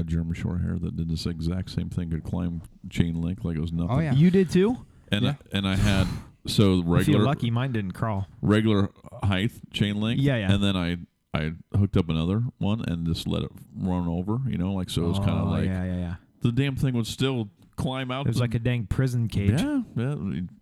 [SPEAKER 8] a German short hair that did this exact same thing. Could climb chain link like it was nothing.
[SPEAKER 6] Oh, yeah.
[SPEAKER 7] You did too.
[SPEAKER 8] and
[SPEAKER 6] Yeah.
[SPEAKER 8] I, and I had so the
[SPEAKER 7] If you're
[SPEAKER 8] regular
[SPEAKER 7] lucky, mine didn't crawl.
[SPEAKER 8] regular height chain link.
[SPEAKER 7] Yeah, yeah.
[SPEAKER 8] And then I I hooked up another one and just let it run over. You know, like so it was kind of
[SPEAKER 7] Oh,
[SPEAKER 8] like
[SPEAKER 7] yeah, yeah, yeah.
[SPEAKER 8] the damn thing would still climb out.
[SPEAKER 7] It was
[SPEAKER 8] the-
[SPEAKER 7] like a dang prison cage.
[SPEAKER 8] yeah, yeah.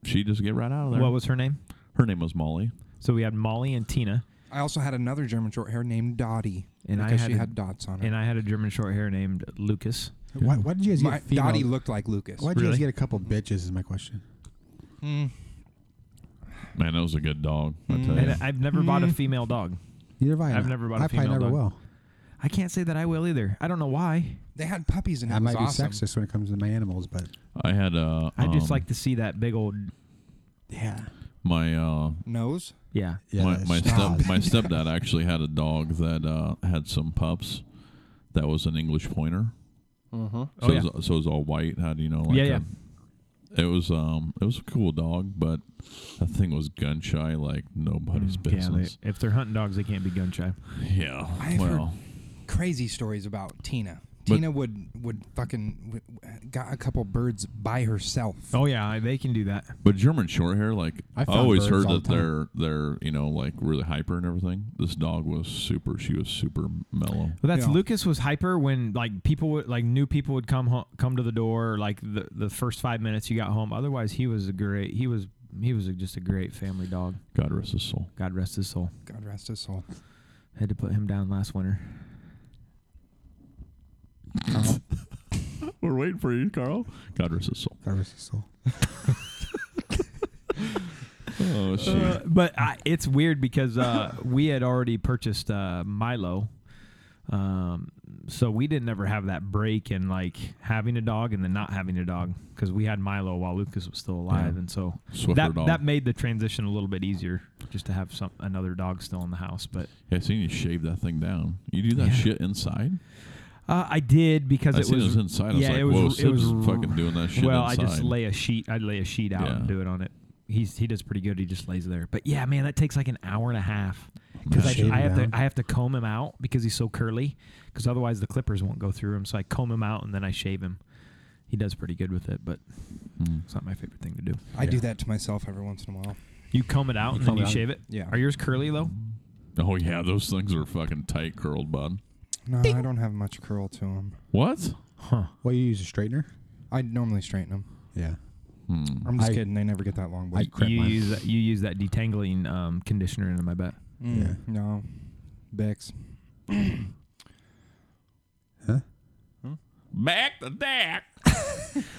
[SPEAKER 8] She just get right out of there.
[SPEAKER 7] What was her name?
[SPEAKER 8] her name was Molly.
[SPEAKER 7] So we had Molly and Tina,
[SPEAKER 6] I also had another German short hair named Dottie,
[SPEAKER 7] And I
[SPEAKER 6] because
[SPEAKER 7] had
[SPEAKER 6] she
[SPEAKER 7] a-
[SPEAKER 6] had dots on her.
[SPEAKER 7] and I had a German short hair named Lucas.
[SPEAKER 4] Why, why did you guys
[SPEAKER 6] My,
[SPEAKER 4] get female?
[SPEAKER 6] Dottie looked like Lucas.
[SPEAKER 4] why did you
[SPEAKER 7] Really?
[SPEAKER 4] guys get a couple bitches? Is my question.
[SPEAKER 8] Man, that was a good dog. I tell you.
[SPEAKER 7] Mm. And I've never bought a female dog.
[SPEAKER 4] Neither have I.
[SPEAKER 7] I've never bought a
[SPEAKER 4] I probably
[SPEAKER 7] female
[SPEAKER 4] never
[SPEAKER 7] dog.
[SPEAKER 4] will.
[SPEAKER 7] I can't say that I will either. I don't know why.
[SPEAKER 6] They had puppies, and
[SPEAKER 4] I
[SPEAKER 6] it was
[SPEAKER 4] might be
[SPEAKER 6] awesome.
[SPEAKER 4] sexist when it comes to my animals, but
[SPEAKER 8] I had uh,
[SPEAKER 7] I just
[SPEAKER 8] um,
[SPEAKER 7] like to see that big old
[SPEAKER 4] yeah,
[SPEAKER 8] my uh,
[SPEAKER 6] Nose.
[SPEAKER 7] yeah.
[SPEAKER 4] yeah.
[SPEAKER 8] my my,
[SPEAKER 4] stop.
[SPEAKER 8] step, my stepdad actually had a dog that uh, had some pups. That was an English pointer. So,
[SPEAKER 7] Oh, yeah.
[SPEAKER 8] it was, so it was all white. Had you know, like
[SPEAKER 7] Yeah, yeah.
[SPEAKER 8] a It was um, it was a cool dog, but that thing was gun shy like nobody's
[SPEAKER 7] Mm, Yeah, they,
[SPEAKER 8] business.
[SPEAKER 7] if they're hunting dogs, they can't be gun shy.
[SPEAKER 8] Yeah,
[SPEAKER 6] I've heard-
[SPEAKER 8] well,
[SPEAKER 6] Crazy stories about Tina.
[SPEAKER 8] But-
[SPEAKER 6] Tina would would fucking w- got a couple birds by herself.
[SPEAKER 7] Oh yeah, they can do that.
[SPEAKER 8] but German Shorthair, like I,
[SPEAKER 4] I found
[SPEAKER 8] always
[SPEAKER 4] birds
[SPEAKER 8] heard
[SPEAKER 4] all
[SPEAKER 8] that
[SPEAKER 4] the time.
[SPEAKER 8] they're they're you know like really hyper and everything. This dog was super. She was super mellow.
[SPEAKER 7] Well, that's
[SPEAKER 6] Yeah.
[SPEAKER 7] Lucas was hyper when like people would like new people would come home, come to the door like the the first five minutes you got home. Otherwise, he was a great he was he was a, just a great family dog.
[SPEAKER 8] God rest his soul.
[SPEAKER 7] God rest his soul.
[SPEAKER 6] God rest his soul.
[SPEAKER 7] Had to put him down last winter.
[SPEAKER 8] We're waiting for you, Carl. God rest his soul.
[SPEAKER 4] God rest his soul.
[SPEAKER 8] Oh, shoot.
[SPEAKER 7] Uh, but I, it's weird because uh, we had already purchased uh, Milo, um, so we didn't ever have that break in like having a dog and then not having a dog because we had Milo while Lucas was still alive, and so
[SPEAKER 8] Swiffer
[SPEAKER 7] that
[SPEAKER 8] dog.
[SPEAKER 7] that made the transition a little bit easier just to have some another dog still in the house. But
[SPEAKER 8] Yeah, I seen you shave that thing down. You do that
[SPEAKER 7] Yeah.
[SPEAKER 8] shit inside?
[SPEAKER 7] uh, I did because
[SPEAKER 8] I
[SPEAKER 7] it
[SPEAKER 8] seen
[SPEAKER 7] was
[SPEAKER 8] it was inside. I was
[SPEAKER 7] yeah,
[SPEAKER 8] like,
[SPEAKER 7] it was
[SPEAKER 8] whoa,
[SPEAKER 7] it
[SPEAKER 8] Sid's
[SPEAKER 7] was
[SPEAKER 8] fucking doing that shit
[SPEAKER 7] well,
[SPEAKER 8] inside.
[SPEAKER 7] I just lay a sheet. I lay a sheet out and
[SPEAKER 8] Yeah.
[SPEAKER 7] do it on it. He's he does pretty good. He just lays there. But yeah, man, that takes like an hour and a half because I,
[SPEAKER 4] Shave him
[SPEAKER 7] I have
[SPEAKER 4] down?
[SPEAKER 7] to I have to comb him out because he's so curly. Because otherwise the clippers won't go through him. So I comb him out and then I shave him. He does pretty good with it, but
[SPEAKER 8] Mm.
[SPEAKER 7] it's not my favorite thing to do.
[SPEAKER 6] I do that to myself every once in a while.
[SPEAKER 7] You comb it out and then you shave it.
[SPEAKER 6] Yeah.
[SPEAKER 7] Are yours curly though?
[SPEAKER 8] Oh, yeah, those things are fucking tight curled, bud.
[SPEAKER 6] No, I don't have much curl to them.
[SPEAKER 8] What?
[SPEAKER 7] Huh.
[SPEAKER 4] Well, you use a straightener.
[SPEAKER 6] I normally straighten them.
[SPEAKER 4] Yeah.
[SPEAKER 8] Hmm.
[SPEAKER 6] I'm just
[SPEAKER 4] I-
[SPEAKER 6] kidding. They never get that long.
[SPEAKER 4] I
[SPEAKER 6] Wait.
[SPEAKER 4] crap
[SPEAKER 7] you
[SPEAKER 4] mine.
[SPEAKER 7] use that, you use that detangling um, conditioner in them, I bet.
[SPEAKER 4] yeah.
[SPEAKER 6] Mm. No, Bix.
[SPEAKER 8] Back to back.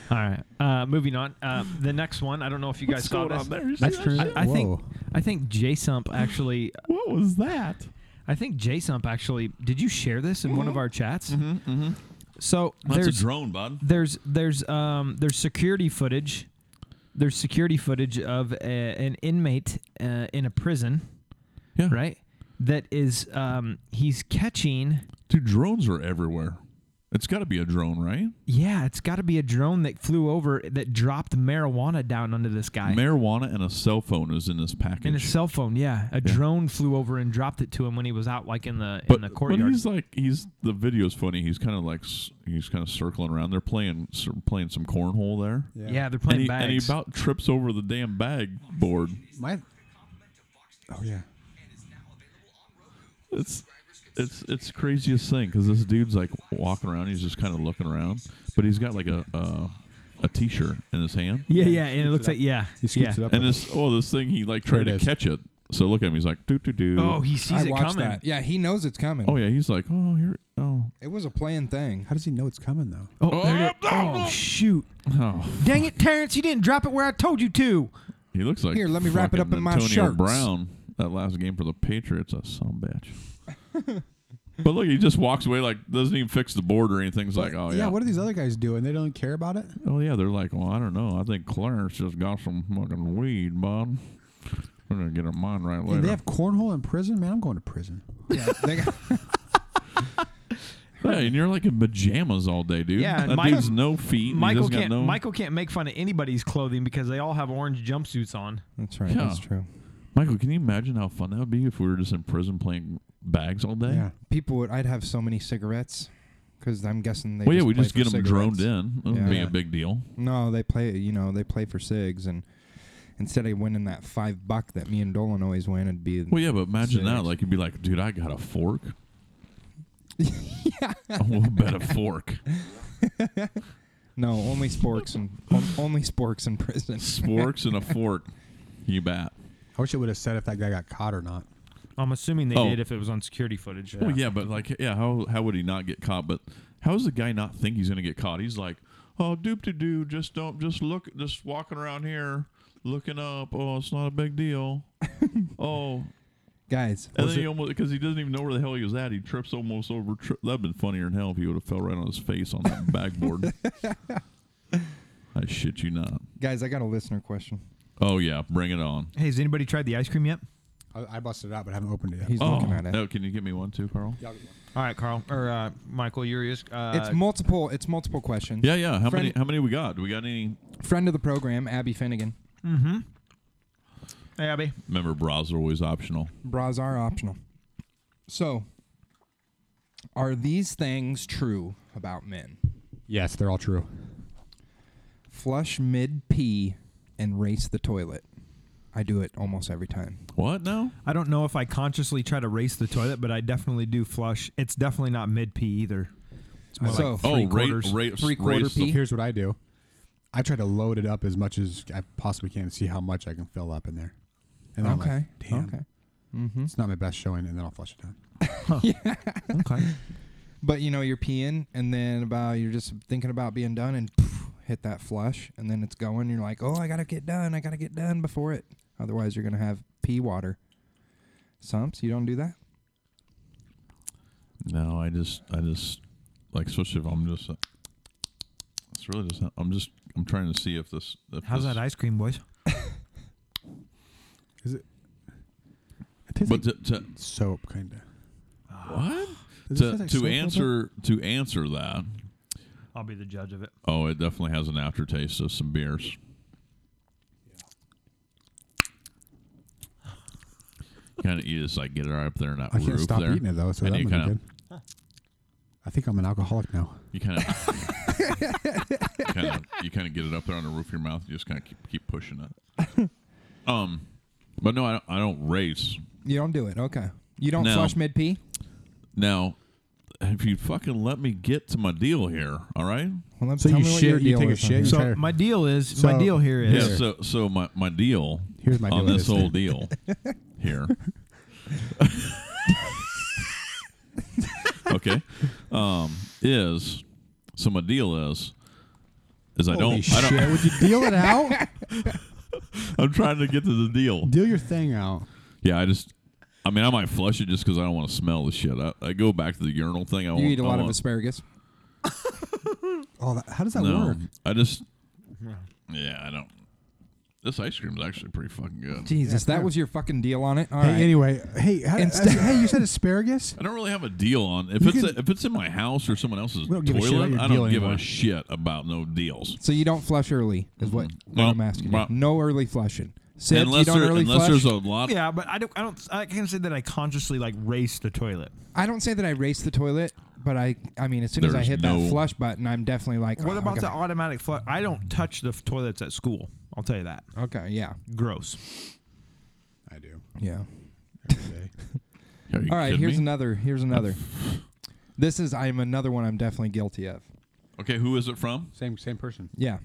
[SPEAKER 7] All right. Uh, moving on. Uh, the next one. I don't know if you guys saw this.
[SPEAKER 8] That's
[SPEAKER 7] I- I, think
[SPEAKER 4] Whoa.
[SPEAKER 7] I think Jsump actually.
[SPEAKER 8] What was that?
[SPEAKER 7] I think Jsump actually. Did you share this in one of our chats? Mm-hmm, So
[SPEAKER 8] That's a
[SPEAKER 7] there's
[SPEAKER 8] drone, bud.
[SPEAKER 7] there's there's um there's security footage. There's security footage of a, an inmate uh, in a prison,
[SPEAKER 8] Yeah.
[SPEAKER 7] right? That is um he's catching.
[SPEAKER 8] Dude, drones are everywhere. It's got to be a drone, right?
[SPEAKER 7] Yeah, it's got to be a drone that flew over that dropped marijuana down onto this guy.
[SPEAKER 8] Marijuana and a cell phone is in this package.
[SPEAKER 7] in his cell phone, yeah, a drone flew over and dropped it to him when he was out, like in the in the courtyard.
[SPEAKER 8] he's like he's the video's funny. He's kind of like s- he's kind of circling around. They're playing s- playing some cornhole there.
[SPEAKER 7] Yeah, they're playing
[SPEAKER 8] and he,
[SPEAKER 7] bags.
[SPEAKER 8] and he about trips over the damn bag board.
[SPEAKER 4] My. Oh yeah.
[SPEAKER 8] It's it's it's the craziest thing because this dude's like walking around. He's just kind of looking around, but he's got like a uh, a t-shirt in his hand.
[SPEAKER 7] yeah, yeah, and it looks like yeah,
[SPEAKER 4] He scoops
[SPEAKER 7] yeah.
[SPEAKER 4] it up.
[SPEAKER 8] And this oh this thing he like tried
[SPEAKER 4] There
[SPEAKER 8] to
[SPEAKER 4] it is.
[SPEAKER 8] catch it. So look at him. He's like doo doo doo.
[SPEAKER 7] Oh, he sees
[SPEAKER 6] I
[SPEAKER 7] it
[SPEAKER 6] watched
[SPEAKER 7] coming.
[SPEAKER 6] that. Yeah, he knows it's coming.
[SPEAKER 8] oh yeah. He's like oh here oh
[SPEAKER 6] It was a planned thing.
[SPEAKER 4] How does he know it's coming though?
[SPEAKER 7] Oh, there it- oh, shoot!
[SPEAKER 8] oh.
[SPEAKER 7] Dang it, Terrence, you didn't drop it where I told you to.
[SPEAKER 8] He looks like
[SPEAKER 6] Here, let me wrap it up
[SPEAKER 8] fucking
[SPEAKER 6] in my
[SPEAKER 8] Antonio
[SPEAKER 6] shirts.
[SPEAKER 8] Brown. That last game for the Patriots, a some bitch. but look, he just walks away like doesn't even fix the board or anything. He's like, oh yeah,
[SPEAKER 4] What are these other guys doing? They don't care about it.
[SPEAKER 8] Oh yeah, they're like, well, I don't know. I think Clarence just got some fucking weed, bud. We're gonna get her mind right
[SPEAKER 4] Hey,
[SPEAKER 8] later.
[SPEAKER 4] they have cornhole in prison. Man, I'm going to prison.
[SPEAKER 6] Yeah, they got,
[SPEAKER 8] hey, and you're like in pajamas all day, dude.
[SPEAKER 7] Yeah, and
[SPEAKER 8] that
[SPEAKER 7] Mike-
[SPEAKER 8] dude's no feet.
[SPEAKER 7] Michael
[SPEAKER 8] he doesn't
[SPEAKER 7] can't.
[SPEAKER 8] Got no,
[SPEAKER 7] Michael can't make fun of anybody's clothing because they all have orange jumpsuits on.
[SPEAKER 6] that's right.
[SPEAKER 8] Yeah.
[SPEAKER 6] That's true.
[SPEAKER 8] Michael, can you imagine how fun that would be if we were just in prison playing bags all day?
[SPEAKER 4] Yeah.
[SPEAKER 6] People would. I'd have so many cigarettes because I'm guessing they.
[SPEAKER 8] Well, yeah,
[SPEAKER 6] just
[SPEAKER 8] we
[SPEAKER 6] play
[SPEAKER 8] just
[SPEAKER 6] for
[SPEAKER 8] get them
[SPEAKER 6] cigarettes.
[SPEAKER 8] droned in. It would be
[SPEAKER 6] Yeah.
[SPEAKER 8] a big deal.
[SPEAKER 6] No, they play. You know, they play for cigs, and instead of winning that five buck that me and Dolan always win, it'd be.
[SPEAKER 8] Well, yeah, but imagine that.
[SPEAKER 6] Cigs.
[SPEAKER 8] Like, you'd be like, dude, I got a fork. yeah. we'll bet a fork.
[SPEAKER 6] No, only sporks and on, only sporks in prison.
[SPEAKER 8] Sporks and a fork. You bet.
[SPEAKER 4] I wish it would have said if that guy got caught or not.
[SPEAKER 7] I'm assuming they
[SPEAKER 8] Oh.
[SPEAKER 7] did if it was on security footage.
[SPEAKER 8] Well, yeah, but like, yeah, how how would he not get caught? But how does the guy not think he's gonna get caught? He's like, oh, doop to doo, just don't, just look, just walking around here, looking up. Oh, it's not a big deal. oh,
[SPEAKER 6] Guys,
[SPEAKER 8] and then he almost because he doesn't even know where the hell he was at. He trips almost over. Tri- That'd been funnier than hell if he would have fell right on his face on that backboard. I shit you not.
[SPEAKER 6] guys, I got a listener question.
[SPEAKER 8] Oh yeah, bring it on.
[SPEAKER 7] Hey, has anybody tried the ice cream yet?
[SPEAKER 4] I, I busted it out, but I haven't opened it yet.
[SPEAKER 6] He's looking at it.
[SPEAKER 8] Oh, no! uh, Can you give me one too, Carl?
[SPEAKER 4] Yeah, I'll get one.
[SPEAKER 7] All right, Carl or uh, Michael, you're yours. Uh,
[SPEAKER 6] it's multiple. It's multiple questions.
[SPEAKER 8] Yeah, yeah. How
[SPEAKER 6] Friend-
[SPEAKER 8] many? How many we got? Do we got any?
[SPEAKER 6] Friend of the program, Abby Finnegan.
[SPEAKER 7] hey, Abby.
[SPEAKER 8] Remember, bras are always optional.
[SPEAKER 6] Bras are optional. So, are these things true about men?
[SPEAKER 4] Yes, they're all true.
[SPEAKER 6] Flush mid pee and race the toilet. I do it almost every time.
[SPEAKER 8] What? No.
[SPEAKER 7] I don't know if I consciously try to race the toilet, but I definitely do flush. It's definitely not mid pee either. It's more
[SPEAKER 6] So-
[SPEAKER 7] like
[SPEAKER 8] Oh,
[SPEAKER 7] three
[SPEAKER 8] ra-
[SPEAKER 7] quarters.
[SPEAKER 8] ra-
[SPEAKER 6] Three-quarter
[SPEAKER 8] race the-
[SPEAKER 6] pee?
[SPEAKER 4] Here's what I do. I try to load it up as much as I possibly can and see how much I can fill up in there. And then I'm like,
[SPEAKER 6] Okay.
[SPEAKER 4] damn,
[SPEAKER 6] Okay.
[SPEAKER 4] it's not my best showing, and then I'll flush it down.
[SPEAKER 7] okay.
[SPEAKER 6] But you know you're peeing, and then about you're just thinking about being done, and poof, hit that flush, and then it's going. You're like, oh, I gotta get done. I gotta get done before it. Otherwise, you're gonna have pee water. Sumps, you don't do that.
[SPEAKER 8] No, I just, I just, like, especially if I'm just, it's really just, not- I'm just, I'm trying to see if this, if
[SPEAKER 7] How's
[SPEAKER 8] this,
[SPEAKER 7] that ice cream, boys?
[SPEAKER 4] Is it? It tastes
[SPEAKER 8] But
[SPEAKER 4] like
[SPEAKER 8] to, to
[SPEAKER 4] soap, kind of.
[SPEAKER 7] Uh,
[SPEAKER 8] what?
[SPEAKER 4] Does it
[SPEAKER 8] To,
[SPEAKER 4] taste like soap
[SPEAKER 8] to
[SPEAKER 4] a little
[SPEAKER 8] answer, to answer that,
[SPEAKER 7] I'll be the judge of it.
[SPEAKER 8] oh, it definitely has an aftertaste of some beers. Kind of, you just like get it right up there and that
[SPEAKER 4] I can't
[SPEAKER 8] roof
[SPEAKER 4] stop
[SPEAKER 8] there.
[SPEAKER 4] eating it though, so
[SPEAKER 8] and
[SPEAKER 4] that
[SPEAKER 8] you
[SPEAKER 4] might be
[SPEAKER 8] kind
[SPEAKER 4] good. I think I'm an alcoholic now.
[SPEAKER 8] of, you kind of, kind of, you kind of get it up there on the roof of your mouth. You just kind of keep, keep pushing it. Um, but no, I don't, I don't race.
[SPEAKER 6] You don't do it. Okay. You don't
[SPEAKER 8] No.
[SPEAKER 6] flush mid pee.
[SPEAKER 8] Now, if you fucking let me get to my deal here, all right?
[SPEAKER 6] Well, let
[SPEAKER 4] So
[SPEAKER 6] tell
[SPEAKER 4] you
[SPEAKER 6] me what
[SPEAKER 4] shit,
[SPEAKER 6] your
[SPEAKER 4] you
[SPEAKER 6] deal
[SPEAKER 4] take a
[SPEAKER 6] is on
[SPEAKER 4] shit,
[SPEAKER 6] this.
[SPEAKER 4] you
[SPEAKER 7] So
[SPEAKER 4] Sure.
[SPEAKER 7] my deal is my
[SPEAKER 4] So-
[SPEAKER 7] deal here is
[SPEAKER 8] Yeah. So, so my my deal.
[SPEAKER 4] Here's my
[SPEAKER 8] on
[SPEAKER 4] deal
[SPEAKER 8] this
[SPEAKER 4] is-
[SPEAKER 8] whole deal here. okay, um, is so my deal is is I don't I
[SPEAKER 4] shit!
[SPEAKER 8] don't
[SPEAKER 4] Would you deal it out?
[SPEAKER 8] I'm trying to get to the deal.
[SPEAKER 4] deal your thing out.
[SPEAKER 8] Yeah, I just I mean I might flush it just because I don't want to smell the shit. I, I go back to the urinal thing. I
[SPEAKER 6] You
[SPEAKER 8] won't-
[SPEAKER 6] eat a
[SPEAKER 8] I
[SPEAKER 6] lot of
[SPEAKER 8] won't-
[SPEAKER 6] asparagus.
[SPEAKER 4] Oh, that, how does that
[SPEAKER 8] No,
[SPEAKER 4] work?
[SPEAKER 8] I just yeah I don't. This ice cream is actually pretty fucking good.
[SPEAKER 6] Jesus, that was your fucking deal on it. All right.
[SPEAKER 4] Hey, anyway, hey, how,
[SPEAKER 6] Instead-
[SPEAKER 4] hey, you said asparagus.
[SPEAKER 8] I don't really have a deal on if
[SPEAKER 4] You
[SPEAKER 8] it's
[SPEAKER 4] can-
[SPEAKER 8] if it's in my house or someone else's
[SPEAKER 4] We don't give a shit about
[SPEAKER 8] toilet.
[SPEAKER 4] your
[SPEAKER 8] I
[SPEAKER 4] deal
[SPEAKER 8] don't give
[SPEAKER 4] anymore.
[SPEAKER 8] a shit about no deals.
[SPEAKER 6] so you don't flush early is what, what
[SPEAKER 8] Mm-hmm. Well,
[SPEAKER 6] I'm asking.
[SPEAKER 8] well-
[SPEAKER 6] you. No early flushing. Sid,
[SPEAKER 8] unless
[SPEAKER 6] you don't
[SPEAKER 8] there-
[SPEAKER 6] early
[SPEAKER 8] unless
[SPEAKER 6] flush.
[SPEAKER 8] there's a lot.
[SPEAKER 7] yeah, but I don't I don't I can't say that I consciously like race the toilet.
[SPEAKER 6] I don't say that I race the toilet, but I I mean as soon as I
[SPEAKER 8] There's
[SPEAKER 6] hit
[SPEAKER 8] no-
[SPEAKER 6] that flush button, I'm definitely like.
[SPEAKER 7] What
[SPEAKER 6] oh,
[SPEAKER 7] about the
[SPEAKER 6] okay.
[SPEAKER 7] automatic flush? I don't touch the f- toilets at school. I'll tell you that.
[SPEAKER 6] Okay, yeah,
[SPEAKER 7] Gross.
[SPEAKER 4] I do.
[SPEAKER 6] yeah.
[SPEAKER 8] Are you
[SPEAKER 6] All right,
[SPEAKER 8] kidding
[SPEAKER 6] here's
[SPEAKER 8] me?
[SPEAKER 6] another. Here's another. this is I'm another one I'm definitely guilty of.
[SPEAKER 8] Okay, who is it from?
[SPEAKER 4] Same same person.
[SPEAKER 6] Yeah.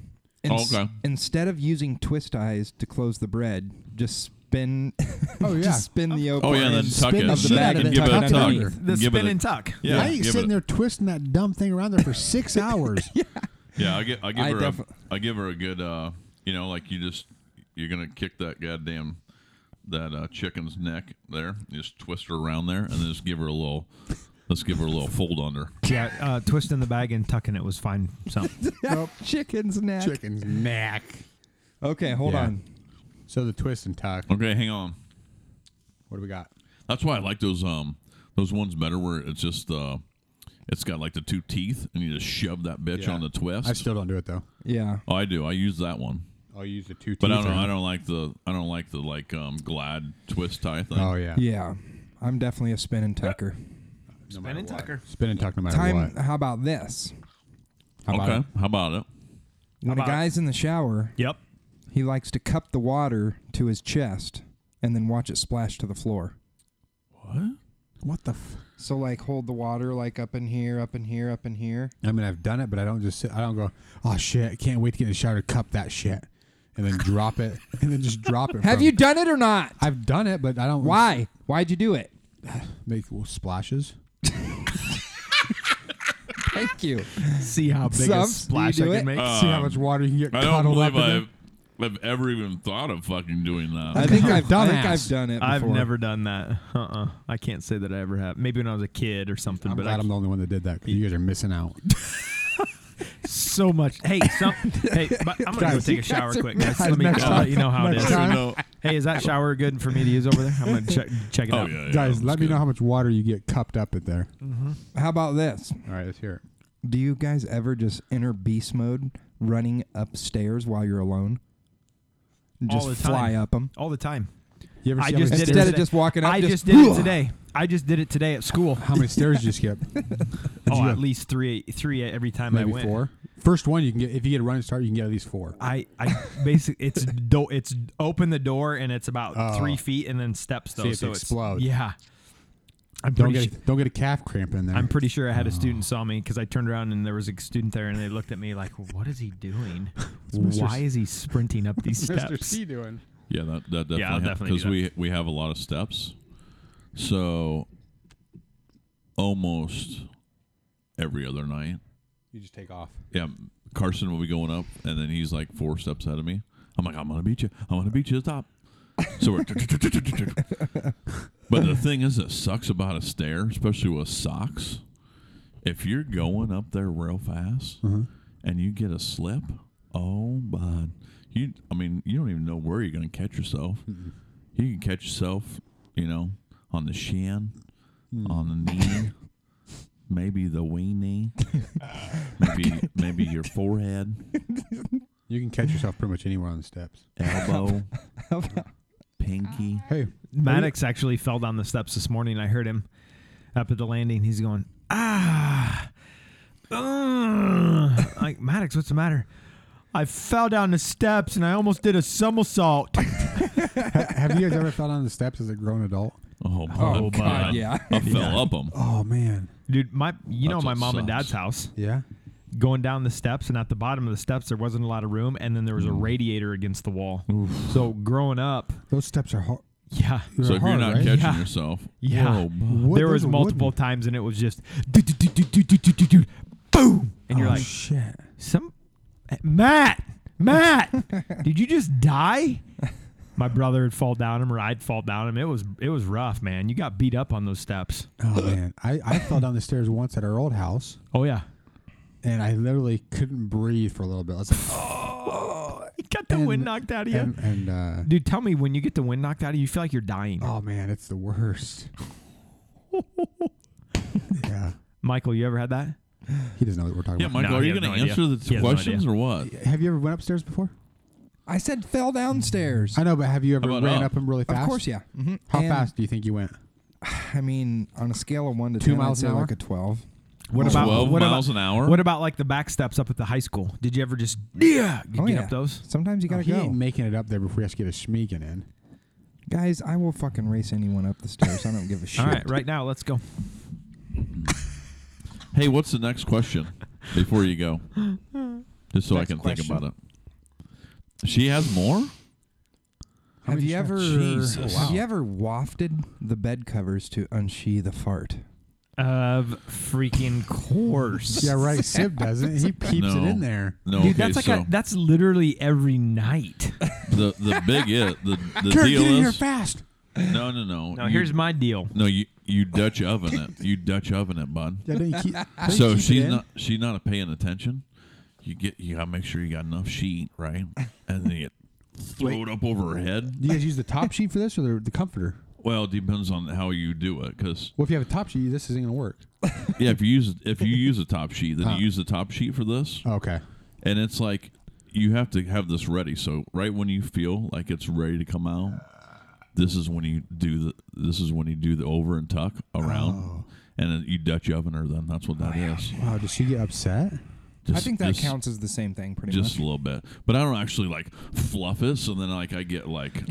[SPEAKER 8] Oh, okay.
[SPEAKER 6] Instead of using twist ties to close the bread, just spin.
[SPEAKER 4] Oh, yeah.
[SPEAKER 6] just spin the open.
[SPEAKER 8] Oh yeah, then tuck
[SPEAKER 4] spin
[SPEAKER 8] it.
[SPEAKER 4] of the
[SPEAKER 8] You
[SPEAKER 4] bag
[SPEAKER 8] can
[SPEAKER 4] and
[SPEAKER 8] give it
[SPEAKER 4] tuck
[SPEAKER 8] a
[SPEAKER 4] it
[SPEAKER 8] tug.
[SPEAKER 4] underneath.
[SPEAKER 8] Give
[SPEAKER 7] The
[SPEAKER 8] it
[SPEAKER 7] spin
[SPEAKER 8] a-
[SPEAKER 7] and tuck.
[SPEAKER 8] Yeah,
[SPEAKER 4] I ain't
[SPEAKER 8] give
[SPEAKER 4] sitting
[SPEAKER 8] it-
[SPEAKER 4] there twisting that dumb thing around there for six hours.
[SPEAKER 8] Yeah, I give, I give
[SPEAKER 6] I
[SPEAKER 8] her
[SPEAKER 6] defi-
[SPEAKER 8] a, I give her a good, uh, you know, like you just, you're gonna kick that goddamn, that uh, chicken's neck there. You just twist her around there, and then just give her a little, let's give her a little fold under.
[SPEAKER 7] Yeah, uh, twisting the bag and tucking it was fine. So
[SPEAKER 6] Chicken's neck.
[SPEAKER 4] Chicken's neck.
[SPEAKER 6] Okay, hold
[SPEAKER 4] Yeah.
[SPEAKER 6] on.
[SPEAKER 4] So the twist and tuck.
[SPEAKER 8] Okay, hang on.
[SPEAKER 4] What do we got?
[SPEAKER 8] That's why I like those um those ones better where it's just uh it's got like the two teeth and you just shove that bitch
[SPEAKER 4] Yeah.
[SPEAKER 8] on the twist.
[SPEAKER 4] I still don't do it though.
[SPEAKER 6] Yeah.
[SPEAKER 8] oh, I do. I use that one.
[SPEAKER 4] I'll use the two.
[SPEAKER 8] But I
[SPEAKER 4] teeth
[SPEAKER 8] don't
[SPEAKER 4] on
[SPEAKER 8] I
[SPEAKER 4] it.
[SPEAKER 8] don't like the I don't like the like um glad twist tie thing.
[SPEAKER 4] Oh yeah.
[SPEAKER 6] Yeah. I'm definitely a spin and tucker.
[SPEAKER 4] No
[SPEAKER 7] Ben
[SPEAKER 4] matter
[SPEAKER 7] and
[SPEAKER 4] what.
[SPEAKER 7] Tucker.
[SPEAKER 4] Spin and tuck no matter
[SPEAKER 6] Time.
[SPEAKER 4] what.
[SPEAKER 6] How about this?
[SPEAKER 4] How about
[SPEAKER 8] okay.
[SPEAKER 4] it?
[SPEAKER 8] How about it?
[SPEAKER 6] When a
[SPEAKER 7] about-
[SPEAKER 6] guy's in the shower,
[SPEAKER 7] Yep.
[SPEAKER 6] he likes to cup the water to his chest and then watch it splash to the floor.
[SPEAKER 4] What the? F-
[SPEAKER 6] So like hold the water like up in here, up in here, up in here.
[SPEAKER 4] I mean, I've done it, but I don't just sit. I don't go. Oh shit! Can't wait to get in the shower to cup that shit, and then drop it, and then just drop it.
[SPEAKER 6] Have
[SPEAKER 4] from-
[SPEAKER 6] you done it or not?
[SPEAKER 4] I've done it, but I don't.
[SPEAKER 6] Why? Why'd you do it?
[SPEAKER 4] make little splashes?
[SPEAKER 6] Thank you.
[SPEAKER 7] See how big a
[SPEAKER 6] Sumps, do
[SPEAKER 7] splash
[SPEAKER 6] you
[SPEAKER 7] I
[SPEAKER 6] do
[SPEAKER 7] can
[SPEAKER 6] it?
[SPEAKER 7] make.
[SPEAKER 4] See how much water you can get
[SPEAKER 8] Um, I don't
[SPEAKER 4] cuddled up
[SPEAKER 8] believe
[SPEAKER 4] in there?
[SPEAKER 8] I've, I've ever even thought of fucking doing that.
[SPEAKER 6] I think
[SPEAKER 4] You're a
[SPEAKER 6] I've, I think
[SPEAKER 4] dumbass.
[SPEAKER 6] I've done it. Before.
[SPEAKER 7] I've never done that. Uh uh I can't say that I ever have. Maybe when I was a kid or something,
[SPEAKER 4] I'm
[SPEAKER 7] but
[SPEAKER 4] glad
[SPEAKER 7] I,
[SPEAKER 4] I'm the only one that did that. 'cause You guys are missing out.
[SPEAKER 7] so much. Hey, some, hey, but I'm gonna go take a shower quick, guys.
[SPEAKER 4] guys,
[SPEAKER 7] Let me
[SPEAKER 4] next
[SPEAKER 7] I'll let
[SPEAKER 4] time-
[SPEAKER 7] you know how it
[SPEAKER 4] next
[SPEAKER 7] is.
[SPEAKER 8] So,
[SPEAKER 4] time.
[SPEAKER 8] you know-
[SPEAKER 7] Hey, is that shower good for me to use over there? I'm gonna check check it
[SPEAKER 8] oh
[SPEAKER 7] out.
[SPEAKER 8] yeah, yeah,
[SPEAKER 4] Guys,
[SPEAKER 8] that's
[SPEAKER 4] let me
[SPEAKER 8] good.
[SPEAKER 4] know how much water you get cupped up at there.
[SPEAKER 6] How about this?
[SPEAKER 4] All right, let's hear it.
[SPEAKER 6] Do you guys ever just enter beast mode running upstairs while you're alone? And
[SPEAKER 7] All
[SPEAKER 6] Just
[SPEAKER 7] the time.
[SPEAKER 6] fly up them.
[SPEAKER 7] All the time.
[SPEAKER 4] You ever
[SPEAKER 7] I
[SPEAKER 4] see
[SPEAKER 7] just
[SPEAKER 4] how many
[SPEAKER 7] did
[SPEAKER 6] Instead
[SPEAKER 7] it
[SPEAKER 6] of
[SPEAKER 7] today.
[SPEAKER 6] just walking up,
[SPEAKER 7] I
[SPEAKER 6] just-
[SPEAKER 7] just did it today. I just did it today at school.
[SPEAKER 4] How many stairs did you skip?
[SPEAKER 7] Oh, at least three, three every time I
[SPEAKER 4] Maybe
[SPEAKER 7] went.
[SPEAKER 4] four. First one you can get if you get a running start, you can get at least four.
[SPEAKER 7] I, I basically it's do, it's open the door and it's about
[SPEAKER 4] Oh.
[SPEAKER 7] three feet and then steps though
[SPEAKER 4] See if
[SPEAKER 7] so
[SPEAKER 4] it
[SPEAKER 7] it's
[SPEAKER 4] explode.
[SPEAKER 7] yeah I'm
[SPEAKER 4] Don't
[SPEAKER 7] pretty
[SPEAKER 4] get Oh.
[SPEAKER 7] su-
[SPEAKER 4] a, don't get a calf cramp in there.
[SPEAKER 7] I'm pretty sure I had a student saw me because I turned around and there was a student there and they looked at me like what is he doing why is he sprinting up these
[SPEAKER 4] Mr.
[SPEAKER 7] steps
[SPEAKER 4] C doing.
[SPEAKER 8] Yeah, that that definitely
[SPEAKER 7] Yeah, I'll definitely do
[SPEAKER 8] because we we have a lot of steps, so almost every other night.
[SPEAKER 4] You just take off.
[SPEAKER 8] Yeah, Carson will be going up, and then he's like four steps ahead of me. I'm like, I'm gonna beat you. I'm gonna beat you to the top. So we're. but the thing is, that sucks about a stair, especially with socks. If you're going up there real fast and you get a slip, oh my! You, I mean, you don't even know where you're gonna catch yourself. You can catch yourself, you know, on the shin, on the knee, maybe the weenie maybe maybe your forehead,
[SPEAKER 4] You can catch yourself pretty much anywhere on the steps.
[SPEAKER 8] elbow, pinky.
[SPEAKER 4] Hey,
[SPEAKER 7] Maddox actually fell down the steps this morning I heard him up at the landing he's going ah ugh." like Maddox what's the matter I fell down the steps and I almost did a somersault.
[SPEAKER 4] have you guys ever fell down the steps as a grown adult?
[SPEAKER 8] Oh my
[SPEAKER 7] God,
[SPEAKER 8] god!
[SPEAKER 6] yeah.
[SPEAKER 8] I fell up them.
[SPEAKER 4] Oh man,
[SPEAKER 7] Dude, my you know
[SPEAKER 8] That's
[SPEAKER 7] my
[SPEAKER 8] what
[SPEAKER 7] mom and
[SPEAKER 8] sucks.
[SPEAKER 7] dad's house.
[SPEAKER 4] yeah.
[SPEAKER 7] Going down the steps and at the bottom of the steps there wasn't a lot of room and then there was a radiator against the wall. So growing up,
[SPEAKER 4] Those steps are hard.
[SPEAKER 7] yeah.
[SPEAKER 8] So if you're
[SPEAKER 4] hard,
[SPEAKER 8] not
[SPEAKER 4] right?
[SPEAKER 8] catching
[SPEAKER 7] Yeah.
[SPEAKER 8] yourself,
[SPEAKER 7] Yeah.
[SPEAKER 8] whoa, bu-
[SPEAKER 4] Wood-
[SPEAKER 7] there
[SPEAKER 4] those
[SPEAKER 7] was
[SPEAKER 4] are
[SPEAKER 7] multiple
[SPEAKER 4] wooden.
[SPEAKER 7] times and it was just do, do, do, do, do, do, do, do, do, boom and you're
[SPEAKER 4] Oh,
[SPEAKER 7] like
[SPEAKER 4] shit.
[SPEAKER 7] some Matt, Matt, did you just die? My brother would fall down him or I'd fall down him. It was it was rough, man. You got beat up on those steps.
[SPEAKER 4] Oh man, I, I fell down the stairs once at our old house,
[SPEAKER 7] Oh yeah.
[SPEAKER 4] and I literally couldn't breathe for a little bit. I was like,
[SPEAKER 7] You got the
[SPEAKER 4] And-
[SPEAKER 7] wind knocked out of you.
[SPEAKER 4] and, and uh,
[SPEAKER 7] Dude, tell me when you get the wind knocked out of you, you feel like you're dying.
[SPEAKER 4] oh man, it's the worst. yeah,
[SPEAKER 7] Michael, you ever had that?
[SPEAKER 4] he doesn't know what we're talking
[SPEAKER 8] yeah,
[SPEAKER 4] about.
[SPEAKER 8] Michael,
[SPEAKER 7] No,
[SPEAKER 8] are
[SPEAKER 7] he
[SPEAKER 8] you
[SPEAKER 7] has
[SPEAKER 8] gonna
[SPEAKER 7] no idea.
[SPEAKER 8] answer the
[SPEAKER 7] He has no
[SPEAKER 8] questions or what?
[SPEAKER 4] Have you ever went upstairs before?
[SPEAKER 6] I said fell downstairs.
[SPEAKER 4] I know, but have you ever
[SPEAKER 8] How about uh,
[SPEAKER 4] ran
[SPEAKER 8] up?
[SPEAKER 4] up them really fast?
[SPEAKER 6] Of course, yeah. Mm-hmm.
[SPEAKER 4] How fast do you think you went?
[SPEAKER 6] I mean, on a scale of one to
[SPEAKER 4] Two
[SPEAKER 6] ten, I'd
[SPEAKER 4] miles
[SPEAKER 6] say
[SPEAKER 4] an hour?
[SPEAKER 6] like a twelve.
[SPEAKER 7] What about
[SPEAKER 8] Twelve
[SPEAKER 7] what
[SPEAKER 8] miles
[SPEAKER 7] about,
[SPEAKER 8] an hour.
[SPEAKER 7] What about like the back steps up at the high school? Did you ever just yeah you
[SPEAKER 6] Oh,
[SPEAKER 7] get
[SPEAKER 6] yeah.
[SPEAKER 7] up those?
[SPEAKER 6] Sometimes you gotta
[SPEAKER 4] Oh, he ain't
[SPEAKER 6] go,
[SPEAKER 4] making it up there before he has to get a schmeeking in.
[SPEAKER 6] guys. I will fucking race anyone up the stairs. I don't give a shit.
[SPEAKER 7] All right, right now let's go.
[SPEAKER 8] hey, what's the next question before you go? Just so I can think about it. She has more.
[SPEAKER 4] How
[SPEAKER 6] Have
[SPEAKER 4] many
[SPEAKER 6] you
[SPEAKER 4] steps?
[SPEAKER 6] ever
[SPEAKER 8] Jesus.
[SPEAKER 6] have you ever wafted the bed covers to unsheathe the fart?
[SPEAKER 7] Of freaking course.
[SPEAKER 4] Yeah, right. Sib doesn't. He peeps
[SPEAKER 8] No.
[SPEAKER 4] it in there.
[SPEAKER 8] No,
[SPEAKER 7] Dude,
[SPEAKER 8] okay,
[SPEAKER 7] that's like
[SPEAKER 8] so
[SPEAKER 7] a, that's literally every night.
[SPEAKER 8] the the big it the the
[SPEAKER 4] Kurt,
[SPEAKER 8] deal
[SPEAKER 4] get in here
[SPEAKER 8] is
[SPEAKER 4] fast.
[SPEAKER 8] no no no.
[SPEAKER 7] Now
[SPEAKER 8] you-
[SPEAKER 7] here's my deal.
[SPEAKER 8] no you you Dutch oven it you Dutch oven it, bud.
[SPEAKER 4] Yeah, don't you keep- don't you
[SPEAKER 8] so
[SPEAKER 4] keep it
[SPEAKER 8] she's
[SPEAKER 4] in?
[SPEAKER 8] not she's not paying attention. You get you gotta make sure you got enough sheet right, and then you throw it up over her head.
[SPEAKER 4] Do you guys use the top sheet for this or the, the comforter?
[SPEAKER 8] Well, it depends on how you do it, because
[SPEAKER 4] Well, if you have a top sheet, this isn't gonna work.
[SPEAKER 8] yeah, if you use if you use a top sheet, then you use the top sheet for this,
[SPEAKER 4] Oh, Okay.
[SPEAKER 8] and it's like you have to have this ready. So right when you feel like it's ready to come out, this is when you do the this is when you do the over and tuck around,
[SPEAKER 6] Oh.
[SPEAKER 8] and then you Dutch oven her. Then that's what that is.
[SPEAKER 4] Wow, does she get upset?
[SPEAKER 8] Just-
[SPEAKER 6] I think that
[SPEAKER 8] just-
[SPEAKER 6] counts as the same thing, pretty
[SPEAKER 8] just a
[SPEAKER 6] much.
[SPEAKER 8] little bit. But I don't actually like fluff it, so then like I get like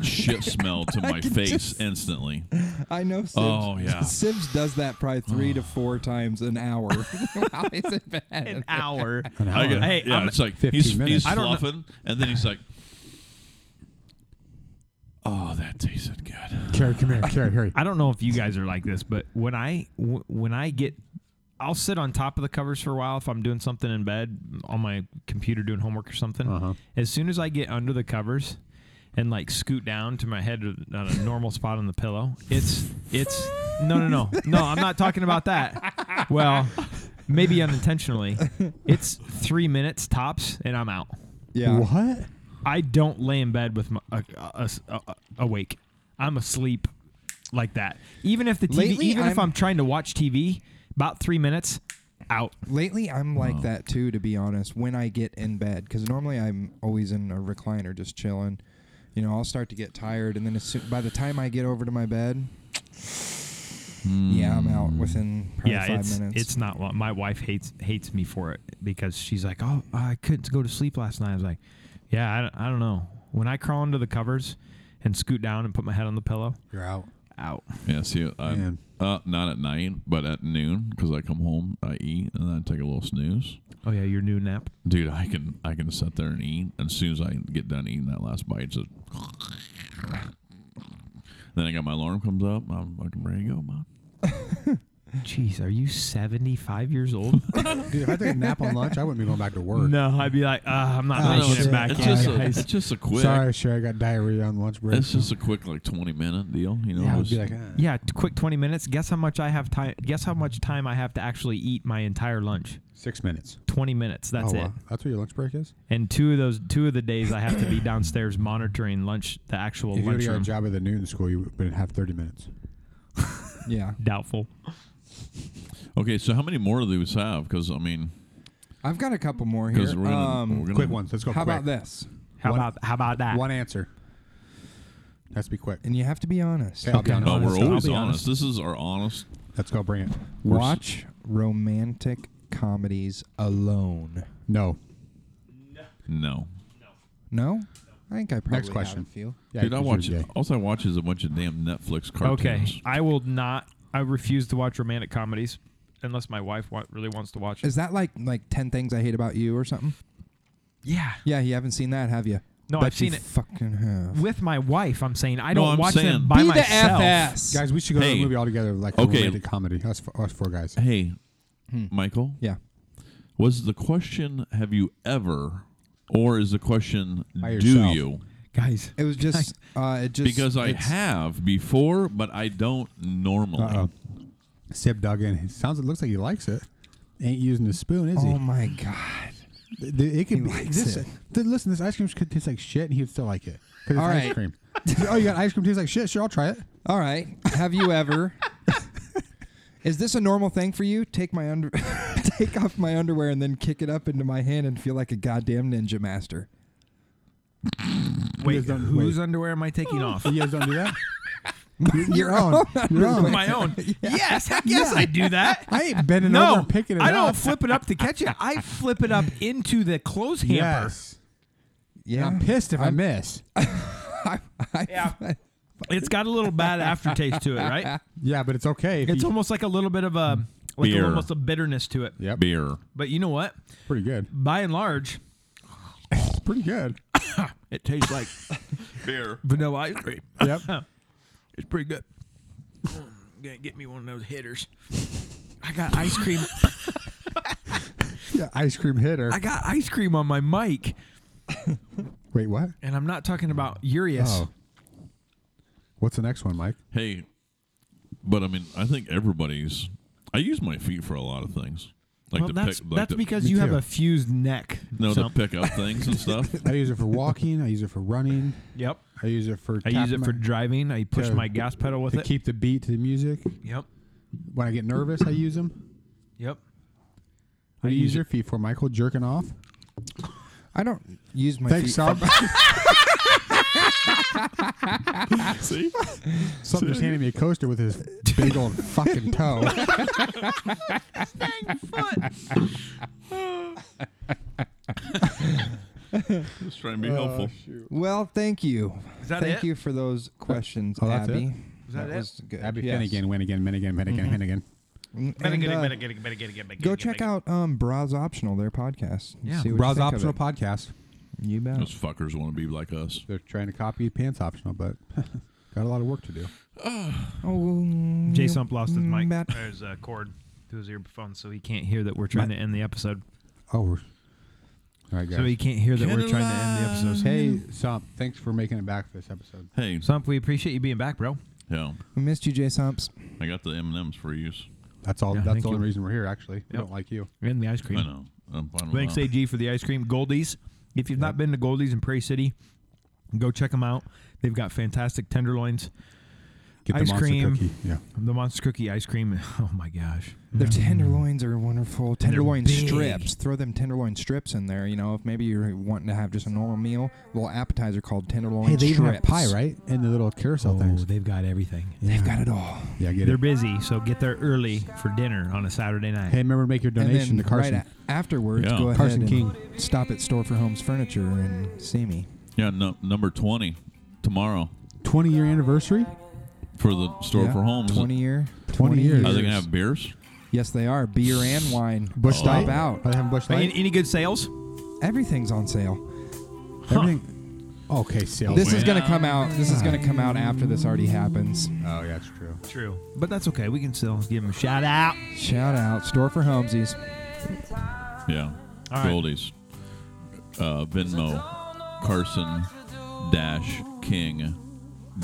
[SPEAKER 8] shit smell to my face instantly.
[SPEAKER 6] I know. Sibs,
[SPEAKER 8] Oh, yeah.
[SPEAKER 6] Sibs does that probably three to four times an hour. How is it bad?
[SPEAKER 7] An hour.
[SPEAKER 8] I get,
[SPEAKER 7] Hey,
[SPEAKER 8] yeah,
[SPEAKER 7] I'm-
[SPEAKER 8] it's like
[SPEAKER 4] 15
[SPEAKER 8] he's,
[SPEAKER 4] minutes.
[SPEAKER 8] he's
[SPEAKER 7] I don't know-
[SPEAKER 8] fluffing, and then he's like, "Oh, that tasted good."
[SPEAKER 4] Carrie, come here. Carrie, hurry.
[SPEAKER 7] I don't know if you guys are like this, but when I w- when I get I'll sit on top of the covers for a while if I'm doing something in bed on my computer doing homework or something. As soon as I get under the covers and like scoot down to my head on a normal spot on the pillow, it's it's no no no no I'm not talking about that. Well, maybe unintentionally. it's three minutes tops, and I'm out.
[SPEAKER 6] Yeah.
[SPEAKER 4] What?
[SPEAKER 7] I don't lay in bed with my, uh, uh, uh, uh, awake. I'm asleep like that. Even if the TV,
[SPEAKER 6] Lately,
[SPEAKER 7] even if
[SPEAKER 6] I'm-
[SPEAKER 7] I'm trying to watch TV, about three minutes, out.
[SPEAKER 6] Lately, I'm like
[SPEAKER 4] Oh.
[SPEAKER 6] that too, to be honest, when I get in bed. Because normally I'm always in a recliner just chilling. You know, I'll start to get tired. And then as soon, by the time I get over to my bed, yeah, I'm
[SPEAKER 4] Hmm.
[SPEAKER 6] out within probably
[SPEAKER 7] yeah,
[SPEAKER 6] five
[SPEAKER 7] it's
[SPEAKER 6] minutes.
[SPEAKER 7] it's not. lo- My wife hates hates me for it because she's like, "Oh, I couldn't go to sleep last night." I was like, "Yeah, I don't, I don't know." When I crawl under the covers and scoot down and put my head on the pillow,
[SPEAKER 4] You're out.
[SPEAKER 7] out.
[SPEAKER 8] Yeah, see, I'm up not at night, but at noon because I come home, I eat, and then I take a little snooze.
[SPEAKER 7] Oh yeah, your new nap.
[SPEAKER 8] Dude, I can I can sit there and eat, and as soon as I get done eating that last bite, it's just. Then I got my alarm comes up. I'm fucking ready to go, man.
[SPEAKER 7] Jeez, are you seventy five years old?
[SPEAKER 4] Dude, if I take a nap on lunch, I wouldn't be going back to work.
[SPEAKER 7] no, I'd be like, uh, I'm not
[SPEAKER 4] Oh,
[SPEAKER 7] making
[SPEAKER 4] shit.
[SPEAKER 7] it back
[SPEAKER 8] it's,
[SPEAKER 7] in.
[SPEAKER 8] just a,
[SPEAKER 7] guys."
[SPEAKER 8] it's just a quick.
[SPEAKER 4] Sorry, sure, I got diarrhea on lunch break.
[SPEAKER 8] It's just a quick like twenty minute deal. You know,
[SPEAKER 4] yeah, I would
[SPEAKER 8] it's-
[SPEAKER 4] be like, ah.
[SPEAKER 7] Yeah, t- quick twenty minutes. Guess how much I have time? Guess how much time I have to actually eat my entire lunch?
[SPEAKER 4] six minutes.
[SPEAKER 7] Twenty minutes. That's
[SPEAKER 4] oh,
[SPEAKER 7] it.
[SPEAKER 4] wow. That's what your lunch break is?
[SPEAKER 7] And two of those, two of the days, I have to be downstairs monitoring lunch, the actual
[SPEAKER 4] if you would have got a
[SPEAKER 7] lunchroom.
[SPEAKER 4] job at the noon school, you wouldn't have 30 minutes.
[SPEAKER 6] yeah.
[SPEAKER 7] Doubtful.
[SPEAKER 8] okay, so how many more do these have? Because I mean,
[SPEAKER 6] I've got a couple more here.
[SPEAKER 8] because we're gonna,
[SPEAKER 6] um,
[SPEAKER 8] we're gonna
[SPEAKER 4] Quick ones. Let's go
[SPEAKER 6] how
[SPEAKER 4] quick.
[SPEAKER 6] about this?
[SPEAKER 7] How
[SPEAKER 4] One-
[SPEAKER 7] about how about that?
[SPEAKER 4] One answer. Has to be quick.
[SPEAKER 6] And you have to be honest.
[SPEAKER 4] Okay, I'll be
[SPEAKER 8] No,
[SPEAKER 4] honest.
[SPEAKER 8] we're
[SPEAKER 7] I'll
[SPEAKER 8] always
[SPEAKER 7] be
[SPEAKER 8] honest. This is our honest.
[SPEAKER 4] Let's go bring it.
[SPEAKER 6] Watch romantic comedies alone.
[SPEAKER 4] No.
[SPEAKER 8] No,
[SPEAKER 6] No? I think I probably
[SPEAKER 4] Next question.
[SPEAKER 6] have a few.
[SPEAKER 4] Yeah,
[SPEAKER 8] dude, I Oh,
[SPEAKER 4] because
[SPEAKER 8] watch.
[SPEAKER 4] you're gay.
[SPEAKER 8] Also, I watch is a bunch of damn Netflix cartoons.
[SPEAKER 7] okay, I will not. I refuse to watch romantic comedies unless my wife wa- really wants to watch. it.
[SPEAKER 6] Is that like like 10 things I hate about you or something?
[SPEAKER 7] Yeah.
[SPEAKER 6] Yeah, you haven't seen that, have you?
[SPEAKER 7] No,
[SPEAKER 6] Bet
[SPEAKER 7] I've seen
[SPEAKER 6] you
[SPEAKER 7] it.
[SPEAKER 6] fucking have.
[SPEAKER 7] With my wife, I'm saying I
[SPEAKER 8] No,
[SPEAKER 7] don't
[SPEAKER 8] I'm
[SPEAKER 7] watch
[SPEAKER 8] saying-
[SPEAKER 7] them by
[SPEAKER 6] be
[SPEAKER 7] myself.
[SPEAKER 6] the FS.
[SPEAKER 4] Guys, we should go to
[SPEAKER 8] Hey.
[SPEAKER 4] a movie all together, like
[SPEAKER 8] Okay.
[SPEAKER 4] a romantic comedy. Us, f- us four guys.
[SPEAKER 8] Hey,
[SPEAKER 7] Hmm.
[SPEAKER 8] Michael,
[SPEAKER 6] Yeah.
[SPEAKER 8] was the question "Have you ever?" or is the question
[SPEAKER 4] By
[SPEAKER 8] "Do
[SPEAKER 4] yourself.
[SPEAKER 8] you?"
[SPEAKER 7] Guys,
[SPEAKER 6] It was just uh it just
[SPEAKER 8] Because I
[SPEAKER 6] it's-
[SPEAKER 8] have before, but I don't normally.
[SPEAKER 4] Uh-oh. Sib dug in. He sounds. It looks like he likes it. Ain't using the spoon, is
[SPEAKER 6] Oh my god.
[SPEAKER 4] he? Th- It could
[SPEAKER 6] he
[SPEAKER 4] be.
[SPEAKER 6] likes
[SPEAKER 4] this,
[SPEAKER 6] it.
[SPEAKER 4] th- listen, this ice cream could taste like shit, and he would still like it. 'Cause it's
[SPEAKER 6] All
[SPEAKER 4] ice
[SPEAKER 6] right.
[SPEAKER 4] cream. oh, you got ice cream tastes like shit. Sure, I'll try it.
[SPEAKER 6] All right. Have you ever Is this a normal thing for you? Take my under take off my underwear and then kick it up into my hand and feel like a goddamn ninja master.
[SPEAKER 7] wait,
[SPEAKER 4] guys don't-
[SPEAKER 7] whose
[SPEAKER 4] wait. Oh.
[SPEAKER 7] underwear am I taking off?
[SPEAKER 4] You guys don't do that.
[SPEAKER 6] Your own.
[SPEAKER 4] You're on.
[SPEAKER 7] my own. Yes, heck yes, I do that.
[SPEAKER 4] I ain't bending
[SPEAKER 7] no,
[SPEAKER 4] over, and picking it
[SPEAKER 7] I
[SPEAKER 4] up.
[SPEAKER 7] don't flip it up to catch it. I flip it up into the clothes hamper.
[SPEAKER 4] Yes.
[SPEAKER 6] Yeah.
[SPEAKER 4] I'm pissed if i
[SPEAKER 6] I'm-
[SPEAKER 4] miss.
[SPEAKER 7] Yeah. It's got a little bad aftertaste to it, right?
[SPEAKER 4] Yeah, but it's okay. If
[SPEAKER 7] It's
[SPEAKER 4] you,
[SPEAKER 7] almost like a little bit of a like
[SPEAKER 8] Beer.
[SPEAKER 7] almost a bitterness to it.
[SPEAKER 4] yep.
[SPEAKER 8] Beer.
[SPEAKER 7] But you know what?
[SPEAKER 4] Pretty good.
[SPEAKER 7] By and large,
[SPEAKER 4] It's pretty good.
[SPEAKER 7] it tastes like
[SPEAKER 8] Beer.
[SPEAKER 7] vanilla ice cream.
[SPEAKER 4] Yep.
[SPEAKER 7] It's pretty good. Gonna get me one of those hitters. I got ice cream.
[SPEAKER 4] yeah, ice cream hitter.
[SPEAKER 7] I got ice cream on my mic,
[SPEAKER 4] Wait, what?
[SPEAKER 7] and I'm not talking about Urius.
[SPEAKER 4] Oh. What's the next one, Mike?
[SPEAKER 8] Hey, but I mean, I think everybody's. I use my feet for a lot of things, like
[SPEAKER 7] well,
[SPEAKER 8] to
[SPEAKER 7] that's,
[SPEAKER 8] pick, like
[SPEAKER 7] that's
[SPEAKER 8] to,
[SPEAKER 7] because
[SPEAKER 4] Me
[SPEAKER 7] you have
[SPEAKER 4] too.
[SPEAKER 7] a fused neck.
[SPEAKER 8] no,
[SPEAKER 7] So-
[SPEAKER 8] to pick up things and stuff.
[SPEAKER 4] I use it for walking. I use it for running.
[SPEAKER 7] Yep.
[SPEAKER 4] I use it for.
[SPEAKER 7] I use
[SPEAKER 4] tapping
[SPEAKER 7] it
[SPEAKER 4] my-
[SPEAKER 7] for driving. I push
[SPEAKER 4] to-
[SPEAKER 7] my gas pedal with
[SPEAKER 4] to
[SPEAKER 7] it.
[SPEAKER 4] keep the beat to the music.
[SPEAKER 7] yep.
[SPEAKER 4] When I get nervous, I use them.
[SPEAKER 7] Yep.
[SPEAKER 4] What do
[SPEAKER 7] I
[SPEAKER 4] you
[SPEAKER 7] use
[SPEAKER 4] use your feet for, Michael? Jerking off.
[SPEAKER 6] I don't use my
[SPEAKER 4] Thanks,
[SPEAKER 6] feet.
[SPEAKER 4] Sal.
[SPEAKER 8] See,
[SPEAKER 4] Something just handed me a coaster with his big old fucking toe.
[SPEAKER 8] just trying to be
[SPEAKER 7] Oh,
[SPEAKER 8] helpful.
[SPEAKER 6] Well, thank you.
[SPEAKER 7] Is that
[SPEAKER 6] thank
[SPEAKER 7] it?
[SPEAKER 6] you for those questions,
[SPEAKER 4] Oh, that's
[SPEAKER 6] Abby.
[SPEAKER 4] it?
[SPEAKER 7] that it?
[SPEAKER 6] was good.
[SPEAKER 4] Abby
[SPEAKER 6] yes. Mm-hmm.
[SPEAKER 4] Finnegan, win again, win again, win again, win again.
[SPEAKER 6] And, uh, Go check out um, Bras Optional, their podcast. and
[SPEAKER 7] Yeah.
[SPEAKER 6] see what you
[SPEAKER 4] Bras
[SPEAKER 6] think of
[SPEAKER 4] optional
[SPEAKER 6] it.
[SPEAKER 4] podcast.
[SPEAKER 6] You bet.
[SPEAKER 8] Those fuckers want to be like us.
[SPEAKER 4] They're trying to copy pants optional, but got a lot of work to do.
[SPEAKER 6] Oh,
[SPEAKER 7] J Sump lost his mic.
[SPEAKER 6] Matt.
[SPEAKER 7] There's a cord to his earphone, so he can't hear that we're trying to end the episode.
[SPEAKER 4] Oh, we're all right, guys.
[SPEAKER 7] So he can't hear that we're trying to end the episode.
[SPEAKER 4] hey, Sump, thanks for making it back for this episode.
[SPEAKER 8] Hey,
[SPEAKER 7] Sump, we appreciate you being back, bro.
[SPEAKER 8] yeah,
[SPEAKER 6] We missed you, J Sumps.
[SPEAKER 8] I got the M and M's for use.
[SPEAKER 4] That's all.
[SPEAKER 7] Yeah,
[SPEAKER 4] that's
[SPEAKER 7] thank
[SPEAKER 4] the only
[SPEAKER 7] you.
[SPEAKER 4] reason we're here. Actually, we
[SPEAKER 7] Yep.
[SPEAKER 4] don't like you.
[SPEAKER 7] And the ice
[SPEAKER 8] I
[SPEAKER 7] cream.
[SPEAKER 8] know. I'm fine with
[SPEAKER 7] Thanks,
[SPEAKER 8] that.
[SPEAKER 7] AG, for the ice cream. Goldie's. If you've not been to Goldie's in Prairie City, go check them out. They've got fantastic tenderloins,
[SPEAKER 4] Get the
[SPEAKER 7] Ice
[SPEAKER 4] monster
[SPEAKER 7] cream.
[SPEAKER 4] cookie. Yeah.
[SPEAKER 7] the monster cookie ice cream. Oh my gosh.
[SPEAKER 6] Their tenderloins are wonderful. Tenderloin
[SPEAKER 7] big.
[SPEAKER 6] strips. Throw them tenderloin strips in there. You know, if maybe you're wanting to have just a normal meal, little appetizer called tenderloin
[SPEAKER 4] Hey, they
[SPEAKER 6] strips.
[SPEAKER 4] even have pie, right? And the little carousel things.
[SPEAKER 7] Oh, they've got everything.
[SPEAKER 6] They've got it all.
[SPEAKER 4] Yeah, get
[SPEAKER 7] They're
[SPEAKER 4] it.
[SPEAKER 7] busy, so get there early for dinner on a Saturday night.
[SPEAKER 4] Hey, remember to make your donation
[SPEAKER 6] and then
[SPEAKER 4] to Carson.
[SPEAKER 6] Right a- afterwards,
[SPEAKER 8] Yeah.
[SPEAKER 6] go ahead
[SPEAKER 4] Carson
[SPEAKER 6] and
[SPEAKER 4] King.
[SPEAKER 6] stop at Store for Homes Furniture and see me.
[SPEAKER 8] Yeah, no, number 20 tomorrow
[SPEAKER 4] 20 year anniversary.
[SPEAKER 8] for the store
[SPEAKER 6] Yeah,
[SPEAKER 8] for homes.
[SPEAKER 6] 20 year.
[SPEAKER 4] 20 years.
[SPEAKER 8] Are they going to have beers?
[SPEAKER 6] Yes, they are. Beer and wine.
[SPEAKER 4] Bush
[SPEAKER 6] Stop
[SPEAKER 4] Light?
[SPEAKER 6] out.
[SPEAKER 4] Are they having Bush
[SPEAKER 7] Any,
[SPEAKER 4] Light?
[SPEAKER 7] any good sales?
[SPEAKER 6] Everything's on sale.
[SPEAKER 4] Everything. Okay, sales.
[SPEAKER 6] This is
[SPEAKER 4] win.
[SPEAKER 6] gonna come out. This is gonna come out after this already happens.
[SPEAKER 4] Oh, yeah, that's true.
[SPEAKER 7] True. But that's okay. We can still give them a shout out.
[SPEAKER 6] Shout out Store for Homesies.
[SPEAKER 8] Yeah.
[SPEAKER 7] All right.
[SPEAKER 8] Goldies. Uh, Venmo. Carson dash King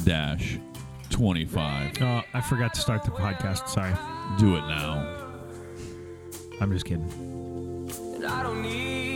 [SPEAKER 8] dash 25.
[SPEAKER 7] Oh, I forgot to start the podcast. Sorry.
[SPEAKER 8] Do it now.
[SPEAKER 7] I'm just kidding.
[SPEAKER 5] I don't need Oh,